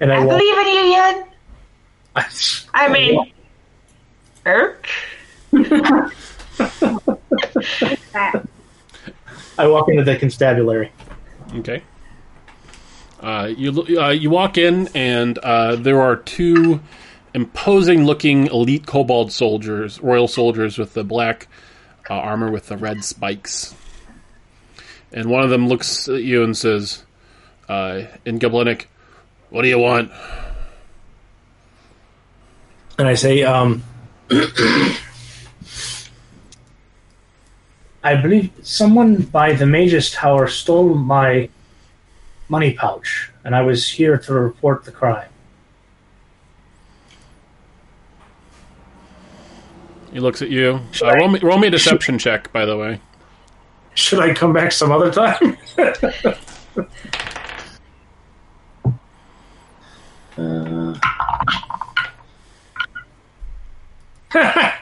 S3: and I,
S2: I
S3: won't.
S2: believe in you, Yen. I mean,
S3: won't.
S2: Irk?
S3: I walk into the constabulary.
S1: Okay. Uh, you lo- uh, you walk in and uh, there are two imposing-looking elite kobold soldiers, royal soldiers with the black uh, armor with the red spikes. And one of them looks at you and says, uh, in Goblinic, "What do you want?"
S3: and I say, um, I believe someone by the Mage's Tower stole my money pouch, and I was here to report the crime.
S1: He looks at you. Uh, roll, me, roll me a deception check, by the way.
S3: Should I come back some other time? Uh.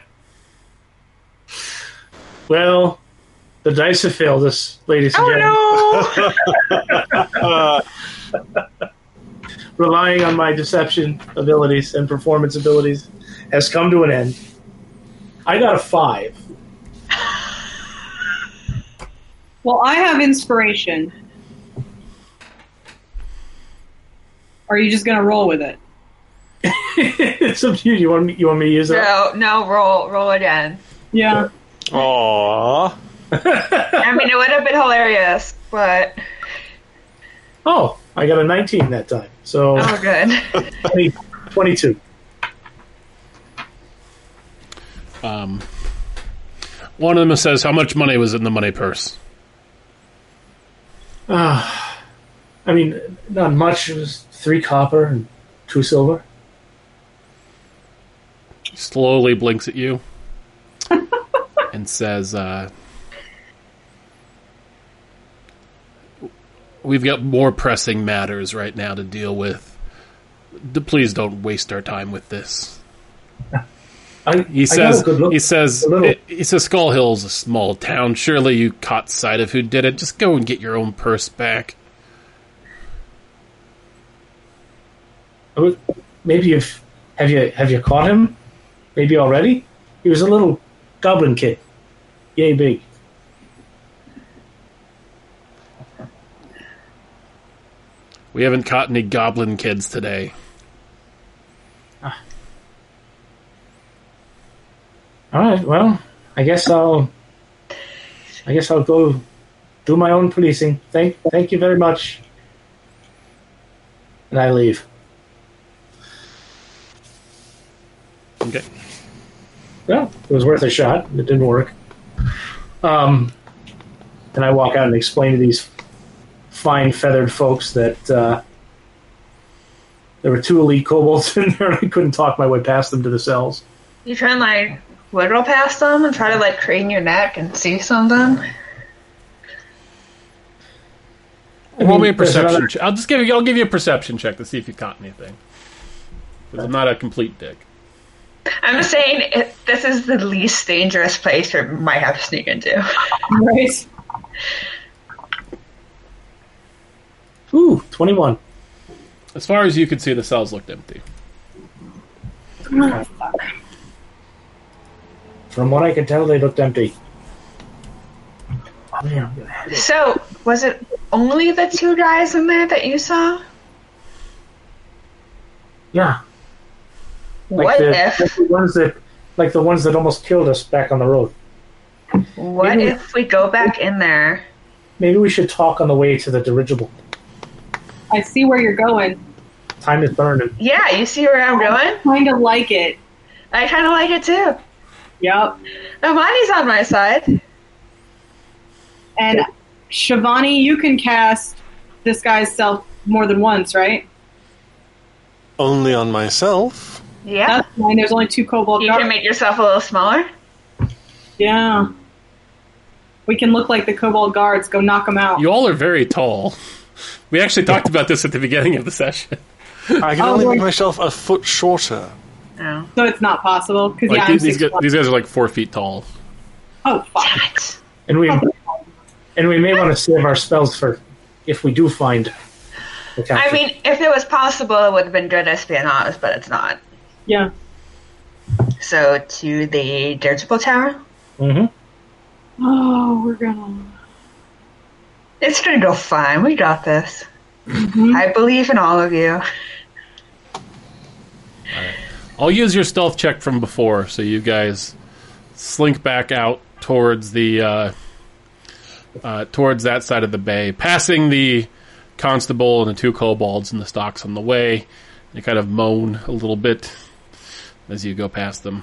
S3: well, the dice have failed us, ladies and gentlemen.
S2: Oh no!
S3: relying on my deception abilities and performance abilities has come to an end. I got a five.
S7: Well, I have inspiration. Are you just going to roll with it?
S3: it's up to you. You want me, you want me to use that?
S2: No, no, roll, roll again.
S7: Yeah.
S4: Aww.
S2: I mean, it would have been hilarious, but
S3: Oh, I got a 19 that time. So
S2: oh, good.
S3: 20, 22.
S1: Um, one of them says, "How much money was in the money purse?"
S3: I mean, not much. It was three copper and two silver.
S1: He slowly blinks at you and says, uh, "We've got more pressing matters right now to deal with. D- Please don't waste our time with this."
S3: I,
S1: He says,
S3: I got a good look.
S1: "He says,
S3: a little-
S1: it- he says, Skull Hill's a small town. Surely you caught sight of who did it. Just go and get your own purse back."
S3: I would- maybe you've have you have you caught him? Maybe already. He was a little goblin kid, yay big.
S1: We haven't caught any goblin kids today.
S3: All right. Well, I guess I'll. I guess I'll go do my own policing. Thank, thank you very much. And I leave.
S1: Okay.
S3: Well, it was worth a shot. It didn't work. Um, and I walk out and explain to these fine feathered folks that uh, there were two elite kobolds in there, and I couldn't talk my way past them to the cells.
S2: You try and like whittle past them and try to like crane your neck and see something.
S1: Roll me a
S3: mean, there's
S1: perception.
S3: another-
S1: che- I'll just give you. I'll give you a perception check to see if you caught anything. 'Cause I'm not a complete dick.
S2: I'm just saying it, this is the least dangerous place we might have to sneak into.
S5: Right?
S3: Ooh, 21.
S1: As far as you could see, the cells looked empty.
S3: From what I could tell, they looked empty. Oh, man, I'm gonna have-
S2: So was it only the two guys in there that you saw?
S3: Yeah, like
S2: What
S3: the,
S2: if?
S3: like the ones that, like the ones that almost killed us back on the road.
S2: What
S3: maybe we-
S2: if we go back in there?
S3: Maybe we should talk on the way to the dirigible.
S5: I see where you're going.
S3: Time is burning.
S2: Yeah, you see where I'm going?
S5: Kind of like it.
S2: I kind of like it too.
S5: Yep.
S2: Amani's Oh, on my side.
S5: And Shivani, you can cast this guy's self more than once, right?
S4: Only on myself.
S2: Yeah.
S5: That's fine. There's only two cobalt
S2: You
S5: guards.
S2: can make yourself a little smaller.
S5: yeah. We can look like the cobalt guards. Go knock them out.
S1: You all are very tall. We actually talked about this at the beginning of the session.
S4: I can
S5: Oh,
S4: only
S5: boy.
S4: make myself a foot shorter.
S2: Oh.
S5: so it's not possible. Because
S1: Like
S5: yeah, I'm
S1: these, these,
S5: six
S1: guys,
S5: one.
S1: these guys are like four feet tall.
S5: Oh fuck.
S2: What?
S3: And we and we may want to save our spells for if we do find the captain.
S2: I mean, if it was possible, it would have been good espionage, but it's not.
S5: Yeah.
S2: So to the Dirigible Tower.
S3: Mhm.
S5: Oh, we're gonna.
S2: It's gonna go fine. We got this. I believe in all of you.
S1: I'll use your stealth check from before, so you guys slink back out towards the uh, uh, towards that side of the bay, passing the constable and the two kobolds and the stocks on the way. They kind of moan a little bit as you go past them.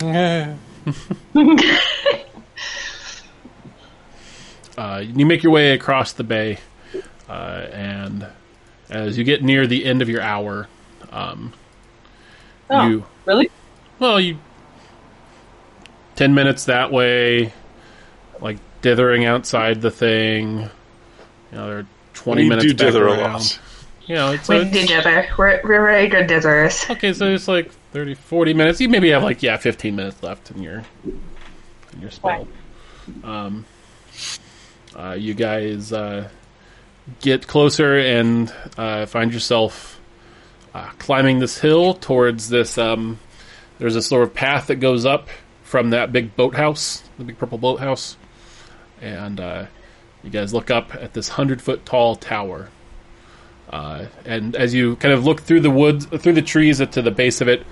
S4: Yeah.
S1: Uh, you make your way across the bay, uh, and as you get near the end of your hour, um,
S5: Oh,
S1: you
S5: really?
S1: well you ten minutes that way, like dithering outside the thing. You know, there are twenty
S4: We
S1: minutes.
S4: do
S1: back
S4: dither a
S1: around.
S4: lot.
S1: You know, it's,
S2: We
S1: it's-
S2: do dither. We're we're very good dithers.
S1: okay. So it's like 30, 40 minutes. You maybe have like yeah, fifteen minutes left in your in your spell. Um, uh, you guys uh, get closer and uh, find yourself uh, climbing this hill towards this. Um, there's this sort of path that goes up from that big boathouse, the big purple boathouse, and uh, you guys look up at this hundred foot tall tower. Uh, and as you kind of look through the woods, through the trees to the base of it,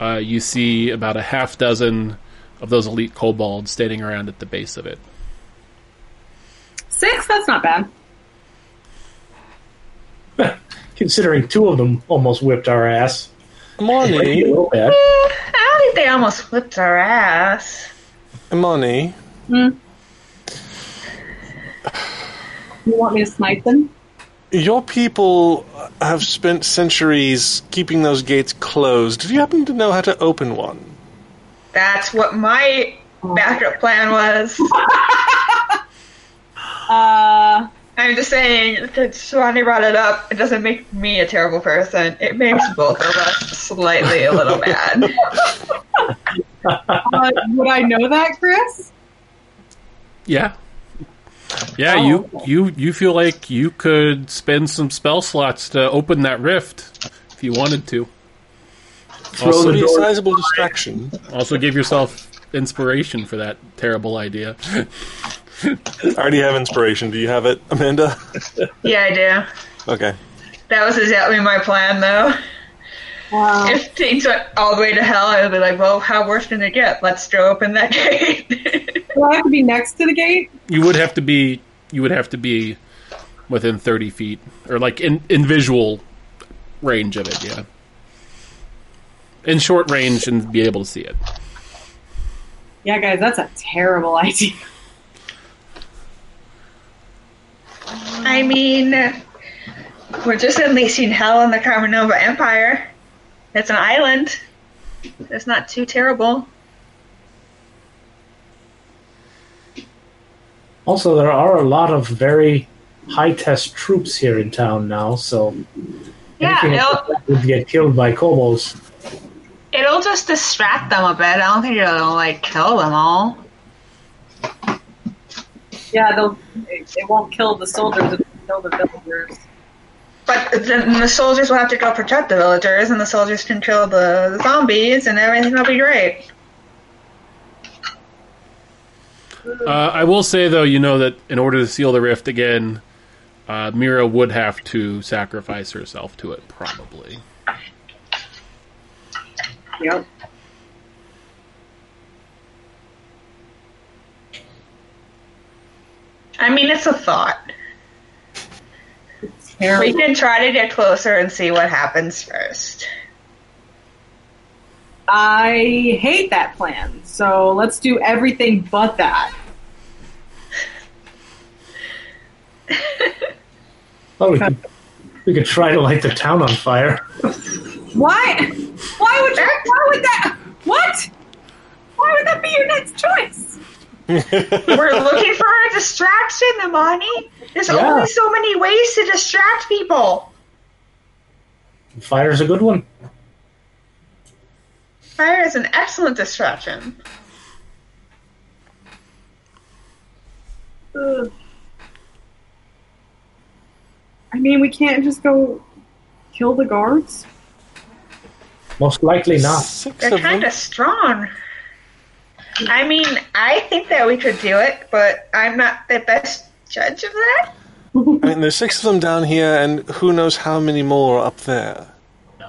S1: uh, you see about a half dozen of those elite kobolds standing around at the base of it.
S5: Six? That's not bad.
S3: considering two of them almost whipped our ass. A
S4: Money,
S3: little bad.
S2: I don't think they almost whipped our ass.
S4: money.
S5: You want me to snipe them?
S4: Your people have spent centuries keeping those gates closed. Do you happen to know how to open one?
S2: That's what my backup plan was.
S5: Uh,
S2: I'm just saying that Shwani brought it up. It doesn't make me a terrible person. It makes both of us slightly a little mad.
S5: uh, would I know that, Chris?
S1: Yeah. Yeah,
S5: Oh,
S1: you you you feel like you could spend some spell slots to open that rift if you wanted to.
S4: It
S1: Also,
S4: would be a sizable distraction.
S1: also give yourself inspiration for that terrible idea.
S4: I already have inspiration. Do you have it, Amanda?
S2: Yeah, I do.
S4: Okay.
S2: That was exactly my plan, though.
S5: Wow.
S2: If things went all the way to hell, I would be like, well, how worse can it get? Let's throw open that gate.
S5: Do I have to be next to the gate?
S1: You would have to be you would have to be within 30 feet or like in in visual range of it, yeah. in short range and be able to see it.
S5: Yeah, guys, that's a terrible idea.
S2: I mean, we're just unleashing hell on the Carmenova Empire. It's an island. It's not too terrible.
S3: Also, there are a lot of very high test troops here in town now, so
S2: Yeah,
S3: anything
S2: it'll,
S3: that would get killed by kobolds.
S2: it'll just distract them a bit. I don't think it'll like kill them all.
S5: Yeah, they'll, it, it won't kill the soldiers, it'll kill the villagers.
S2: But then the soldiers will have to go protect the villagers, and the soldiers can kill the, the zombies, and everything will be great.
S1: Uh, I will say though, you know that in order to seal the rift again, uh, Mira would have to sacrifice herself to it, probably.
S5: Yep.
S2: I mean, it's a thought. We
S5: Terrible.
S2: can try to get closer and see what happens first.
S5: I hate that plan, so let's do everything but that.
S3: Well, we could, we could try to light the town on fire.
S5: Why? Why would you? Why would that? What? Why would that be your next choice?
S2: We're looking for a distraction, Imani. There's
S3: Yeah.
S2: only so many ways to distract people.
S3: Fire's a good one.
S2: Fire is an excellent distraction.
S5: Ugh. I mean, we can't just go kill the guards.
S3: Most likely not.
S4: Six
S2: They're
S4: of them.
S2: kind of strong. I mean, I think that we could do it, but I'm not the best judge of that.
S4: I mean, there's six of them down here, and who knows how many more up there.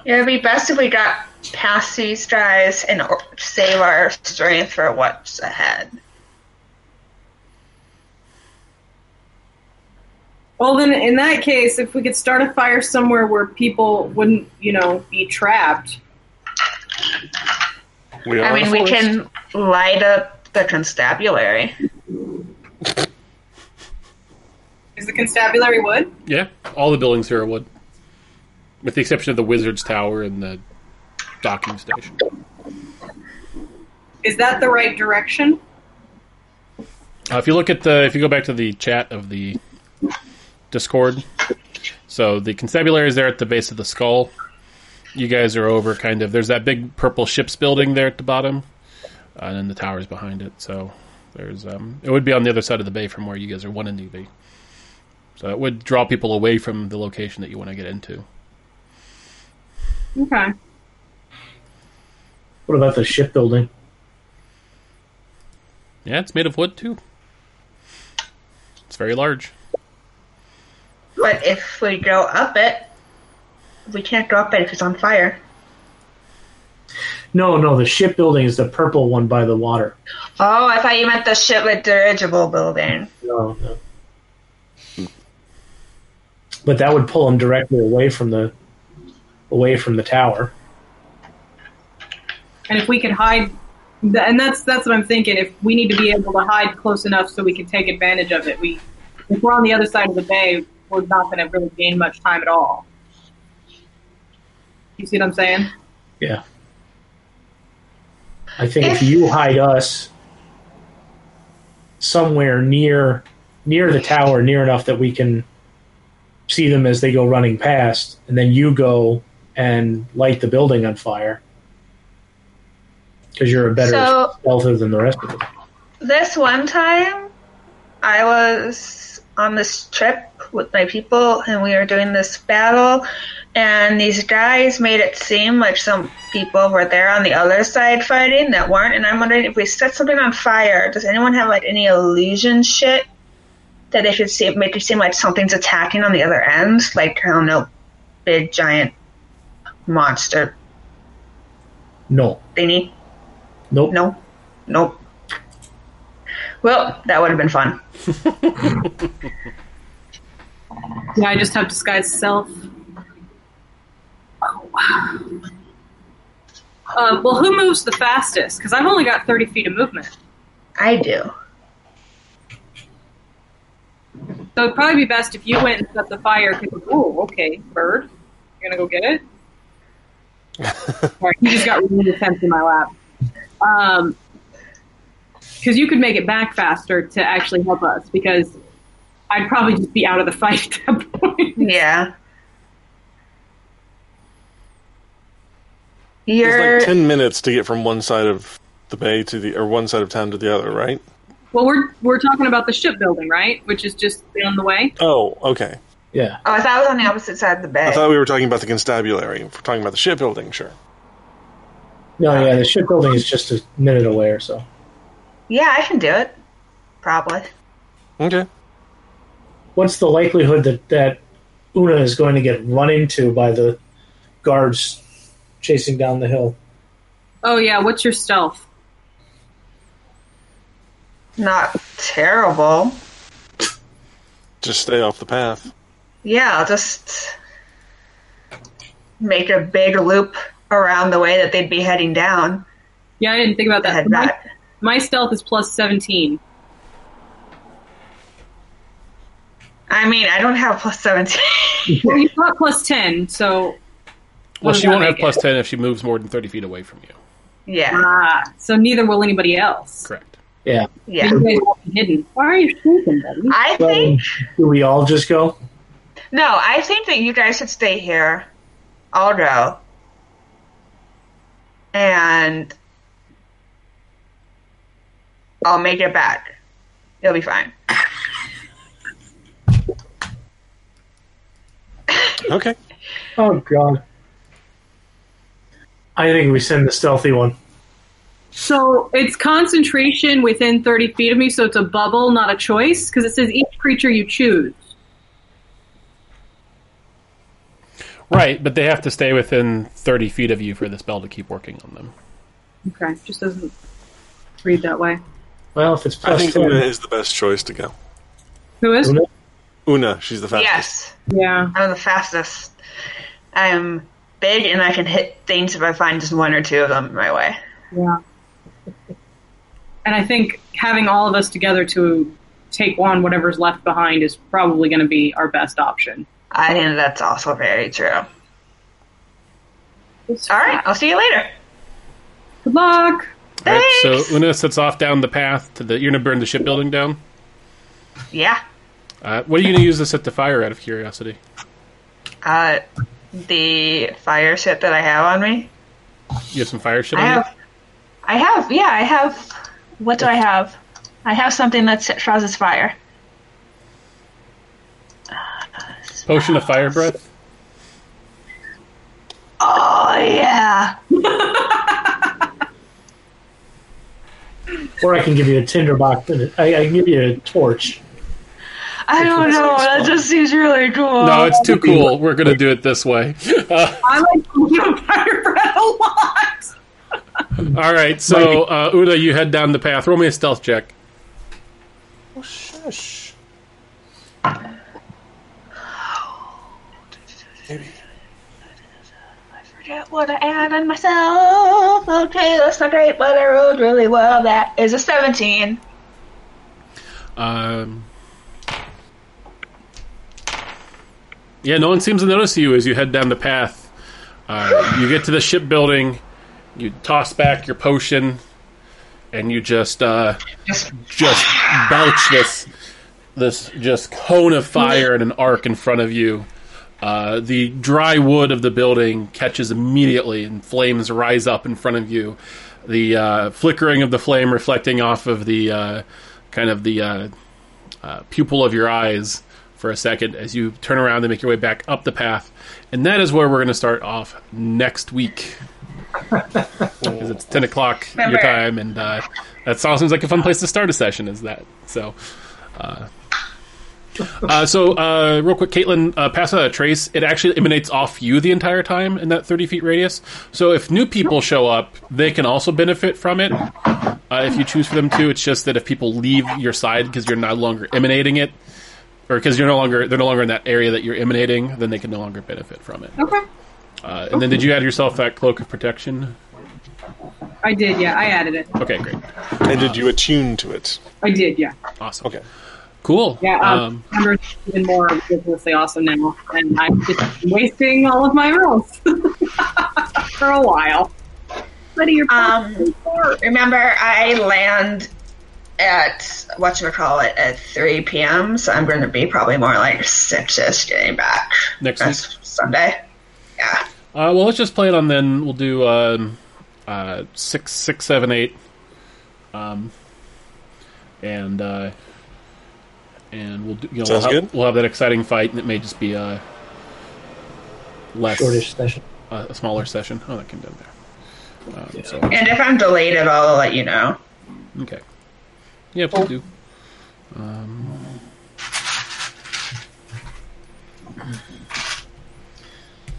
S2: It would be best if we got past these guys and or- save our strength for what's ahead.
S5: Well, then, in that case, if we could start a fire somewhere where people wouldn't, you know, be trapped.
S4: We are
S2: I mean,
S4: on a
S2: we
S4: forest.
S2: can light up the constabulary.
S5: Is the constabulary wood?
S1: Yeah, all the buildings here are wood, with the exception of the wizard's tower and the docking station.
S5: Is that the right direction?
S1: Uh, if you look at the, if you go back to the chat of the Discord, so the constabulary is there at the base of the skull. You guys are over, kind of. There's that big purple ship's building there at the bottom, uh, and then the tower's behind it. So there's, um, it would be on the other side of the bay from where you guys are wanting to be. So it would draw people away from the location that you want to get into.
S5: Okay.
S3: What about the shipbuilding?
S1: Yeah, it's made of wood too. It's very large.
S2: But if we go up it, we can't go up it if it's on fire.
S3: No, no, the shipbuilding is the purple one by the water.
S2: Oh, I thought you meant the ship with dirigible building.
S3: No, no. But that would pull them directly away from the away from the tower.
S5: And if we could hide, and that's that's what I'm thinking. If we need to be able to hide close enough so we can take advantage of it, we if we're on the other side of the bay, we're not going to really gain much time at all. You see what I'm saying?
S3: Yeah. I think if you hide us somewhere near near the tower, near enough that we can see them as they go running past, and then you go and light the building on fire because you're a better
S2: So-
S3: shelter than the rest of them.
S2: This one time, I was on this trip with my people, and we were doing this battle, and these guys made it seem like some people were there on the other side fighting that weren't. And I'm wondering if we set something on fire, does anyone have like any illusion shit that they should see make it seem like something's attacking on the other end? Like I don't know, big giant monster
S3: No,
S2: thingy.
S3: nope.
S2: No. Nope. Well, that would have been fun.
S5: Yeah, I just have Oh, disguised self. Um, well, who moves the fastest? Because I've only got 30 feet of movement.
S2: I do.
S5: So it'd probably be best if you went and set the fire. Cause, ooh, okay, bird. You're gonna go get it. All right, you just got really intense in my lap. Um, because you could make it back faster to actually help us. Because I'd probably just be out of the fight at that point.
S2: Yeah.
S4: It's
S2: You're
S4: like ten minutes to get from one side of the bay to the or one side of town to the other, right?
S5: Well, we're we're talking about the shipbuilding, right? Which is just down the way.
S4: Oh, okay.
S3: Yeah.
S2: Oh, I thought I was on the opposite side of the
S4: I
S2: bed.
S4: thought we were talking about the constabulary. If we're talking about the shipbuilding, sure.
S3: No, yeah, the shipbuilding is just a minute away or so.
S2: yeah, I can do it. Probably.
S4: Okay.
S3: What's the likelihood that, that Una is going to get run into by the guards chasing down the hill?
S5: Oh yeah, what's your stealth?
S2: Not terrible.
S4: Just stay off the path.
S2: Yeah, I'll just make a big loop around the way that they'd be heading down
S5: Yeah, I didn't think about
S2: to
S5: that.
S2: head
S5: My-
S2: back.
S5: my stealth is plus 17.
S2: I mean, I don't have plus 17.
S5: Well, you got plus 10, so. what
S1: Well,
S5: does
S1: she
S5: that
S1: won't have
S5: make
S1: plus
S5: it?
S1: 10 if she moves more than 30 feet away from you.
S2: yeah,
S5: Ah, so neither will anybody else.
S1: Correct.
S3: Yeah.
S2: yeah.
S5: You guys won't be hidden. Why are you sleeping, buddy?
S2: I
S3: Well,
S2: think,
S3: do we all just go?
S2: no, I think that you guys should stay here. I'll go. And I'll make it back. It'll be fine.
S4: Okay.
S3: Oh God. I think we send the stealthy one.
S5: So it's concentration within 30 feet of me, so it's a bubble, not a choice, because it says each creature you choose.
S1: Right, but they have to stay within 30 feet of you for the spell to keep working on them.
S5: Okay, just doesn't read that way.
S3: Well, if it's
S4: I
S3: plus
S4: think
S3: ten,
S4: Una is the best choice to go.
S5: Who is?
S3: Una?
S4: Una, she's the fastest.
S2: Yes.
S5: Yeah.
S2: I'm the fastest. I'm big and I can hit things if I find just one or two of them my way.
S5: Yeah. And I think having all of us together to take on whatever's left behind is probably going to be our best option.
S2: I think that's also very true. All right, I'll see you later.
S5: Good luck.
S1: All right,
S2: Thanks.
S1: so Una sets off down the path to the. You're going to burn the shipbuilding down?
S2: Yeah.
S1: Uh, what are you going to use to set the fire out of curiosity?
S2: Uh, the fire shit that I have on me.
S1: You have some fire shit
S2: I
S1: on you?
S2: have. I have. Yeah, I have. What do I have? I have something that set- causes fire.
S1: Potion of fire breath?
S2: Oh yeah.
S3: or I can give you a tinder box. And a- I, I can give you a torch.
S2: I don't know. That just seems really Oh, cool.
S1: No, it's too cool. We're going to do it this way. Uh,
S5: I like vampire bread a lot.
S1: all right, so uh, Una, you head down the path. Roll me a stealth check.
S4: Oh, shush. Maybe.
S2: forget what I add on myself. Okay, that's not great, but I rolled really well. That is a 17.
S1: Um, yeah, no one seems to notice you as you head down the path. Uh, you get to the shipbuilding, you toss back your potion, and you just uh, just belch this this just cone of fire in an arc in front of you. Uh, the dry wood of the building catches immediately, and flames rise up in front of you. The uh, flickering of the flame reflecting off of the uh, kind of the uh, uh, pupil of your eyes for a second as you turn around and make your way back up the path. And that is where we're going to start off next week. 'Cause it's 10 o'clock your
S2: Remember.
S1: time, and uh, that sounds seems like a fun place to start a session, is that? So. Uh, uh, so, uh, real quick, Caitlin, uh, pass out a trace. It actually emanates off you the entire time in that 30 feet radius. So, if new people show up, they can also benefit from it uh, if you choose for them to. It's just that if people leave your side because you're no longer emanating it, or because you're no longer they're no longer in that area that you're emanating, then they can no longer benefit from it.
S5: Okay.
S1: Uh, and then did you add yourself that cloak of protection?
S7: I did, yeah. I added it.
S1: Okay, great.
S4: And did you attune to it?
S7: I did, yeah.
S1: Awesome.
S4: Okay.
S1: Cool.
S7: Yeah,
S1: Um,
S7: um, number is even more ridiculously awesome now, and I'm just wasting all of my rolls for a while. But you're
S2: Um, remember, I land at what you call it at 3 p.m. So I'm going to be probably more like six-ish getting back.
S1: Next week.
S2: That's Sunday. Yeah.
S1: Uh, well, let's just play it on. Then we'll do um, uh, six, six, seven, eight, um, and uh, and we'll do. You know,
S4: Sounds
S1: we'll have,
S4: good.
S1: We'll have that exciting fight, and it may just be a less
S3: Shortish session.
S1: a a smaller session. Oh, that came down there. Uh, So
S2: And if I'm deleted, I'll let you know.
S1: okay, yeah, please do.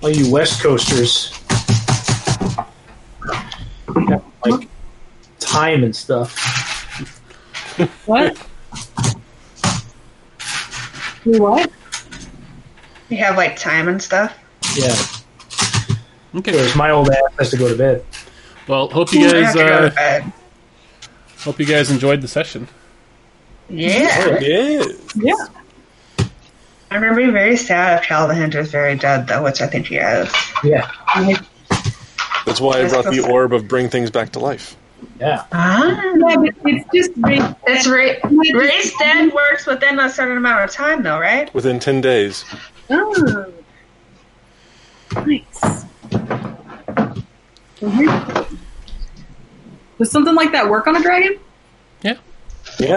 S3: All you West Coasters. Got, Like time and stuff.
S5: What? You what?
S2: You have like time and stuff.
S3: Yeah.
S1: Okay.
S3: Whereas my old ass has to go to bed.
S1: Well, hope you
S2: I have
S1: guys
S2: to go to
S1: uh,
S2: bed.
S1: hope you guys enjoyed the session.
S2: Yeah.
S4: Yeah.
S2: I'm going to be very sad if Cal the Hunter's very dead, though, which I think he is.
S3: Yeah.
S4: That's why I
S2: That's
S4: brought the
S2: awesome.
S4: orb of bring things back to life.
S3: Yeah.
S2: Ah.
S7: Yeah, but it's just ra-
S2: It's ra- raised dead works within a certain amount of time, though, right?
S4: Within 10 days.
S7: oh, nice. Mm-hmm.
S5: Does something like that work on a dragon?
S4: Yeah.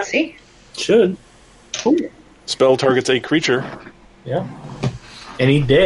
S2: See?
S3: Should.
S4: Spell targets a creature.
S3: Yeah. Any day.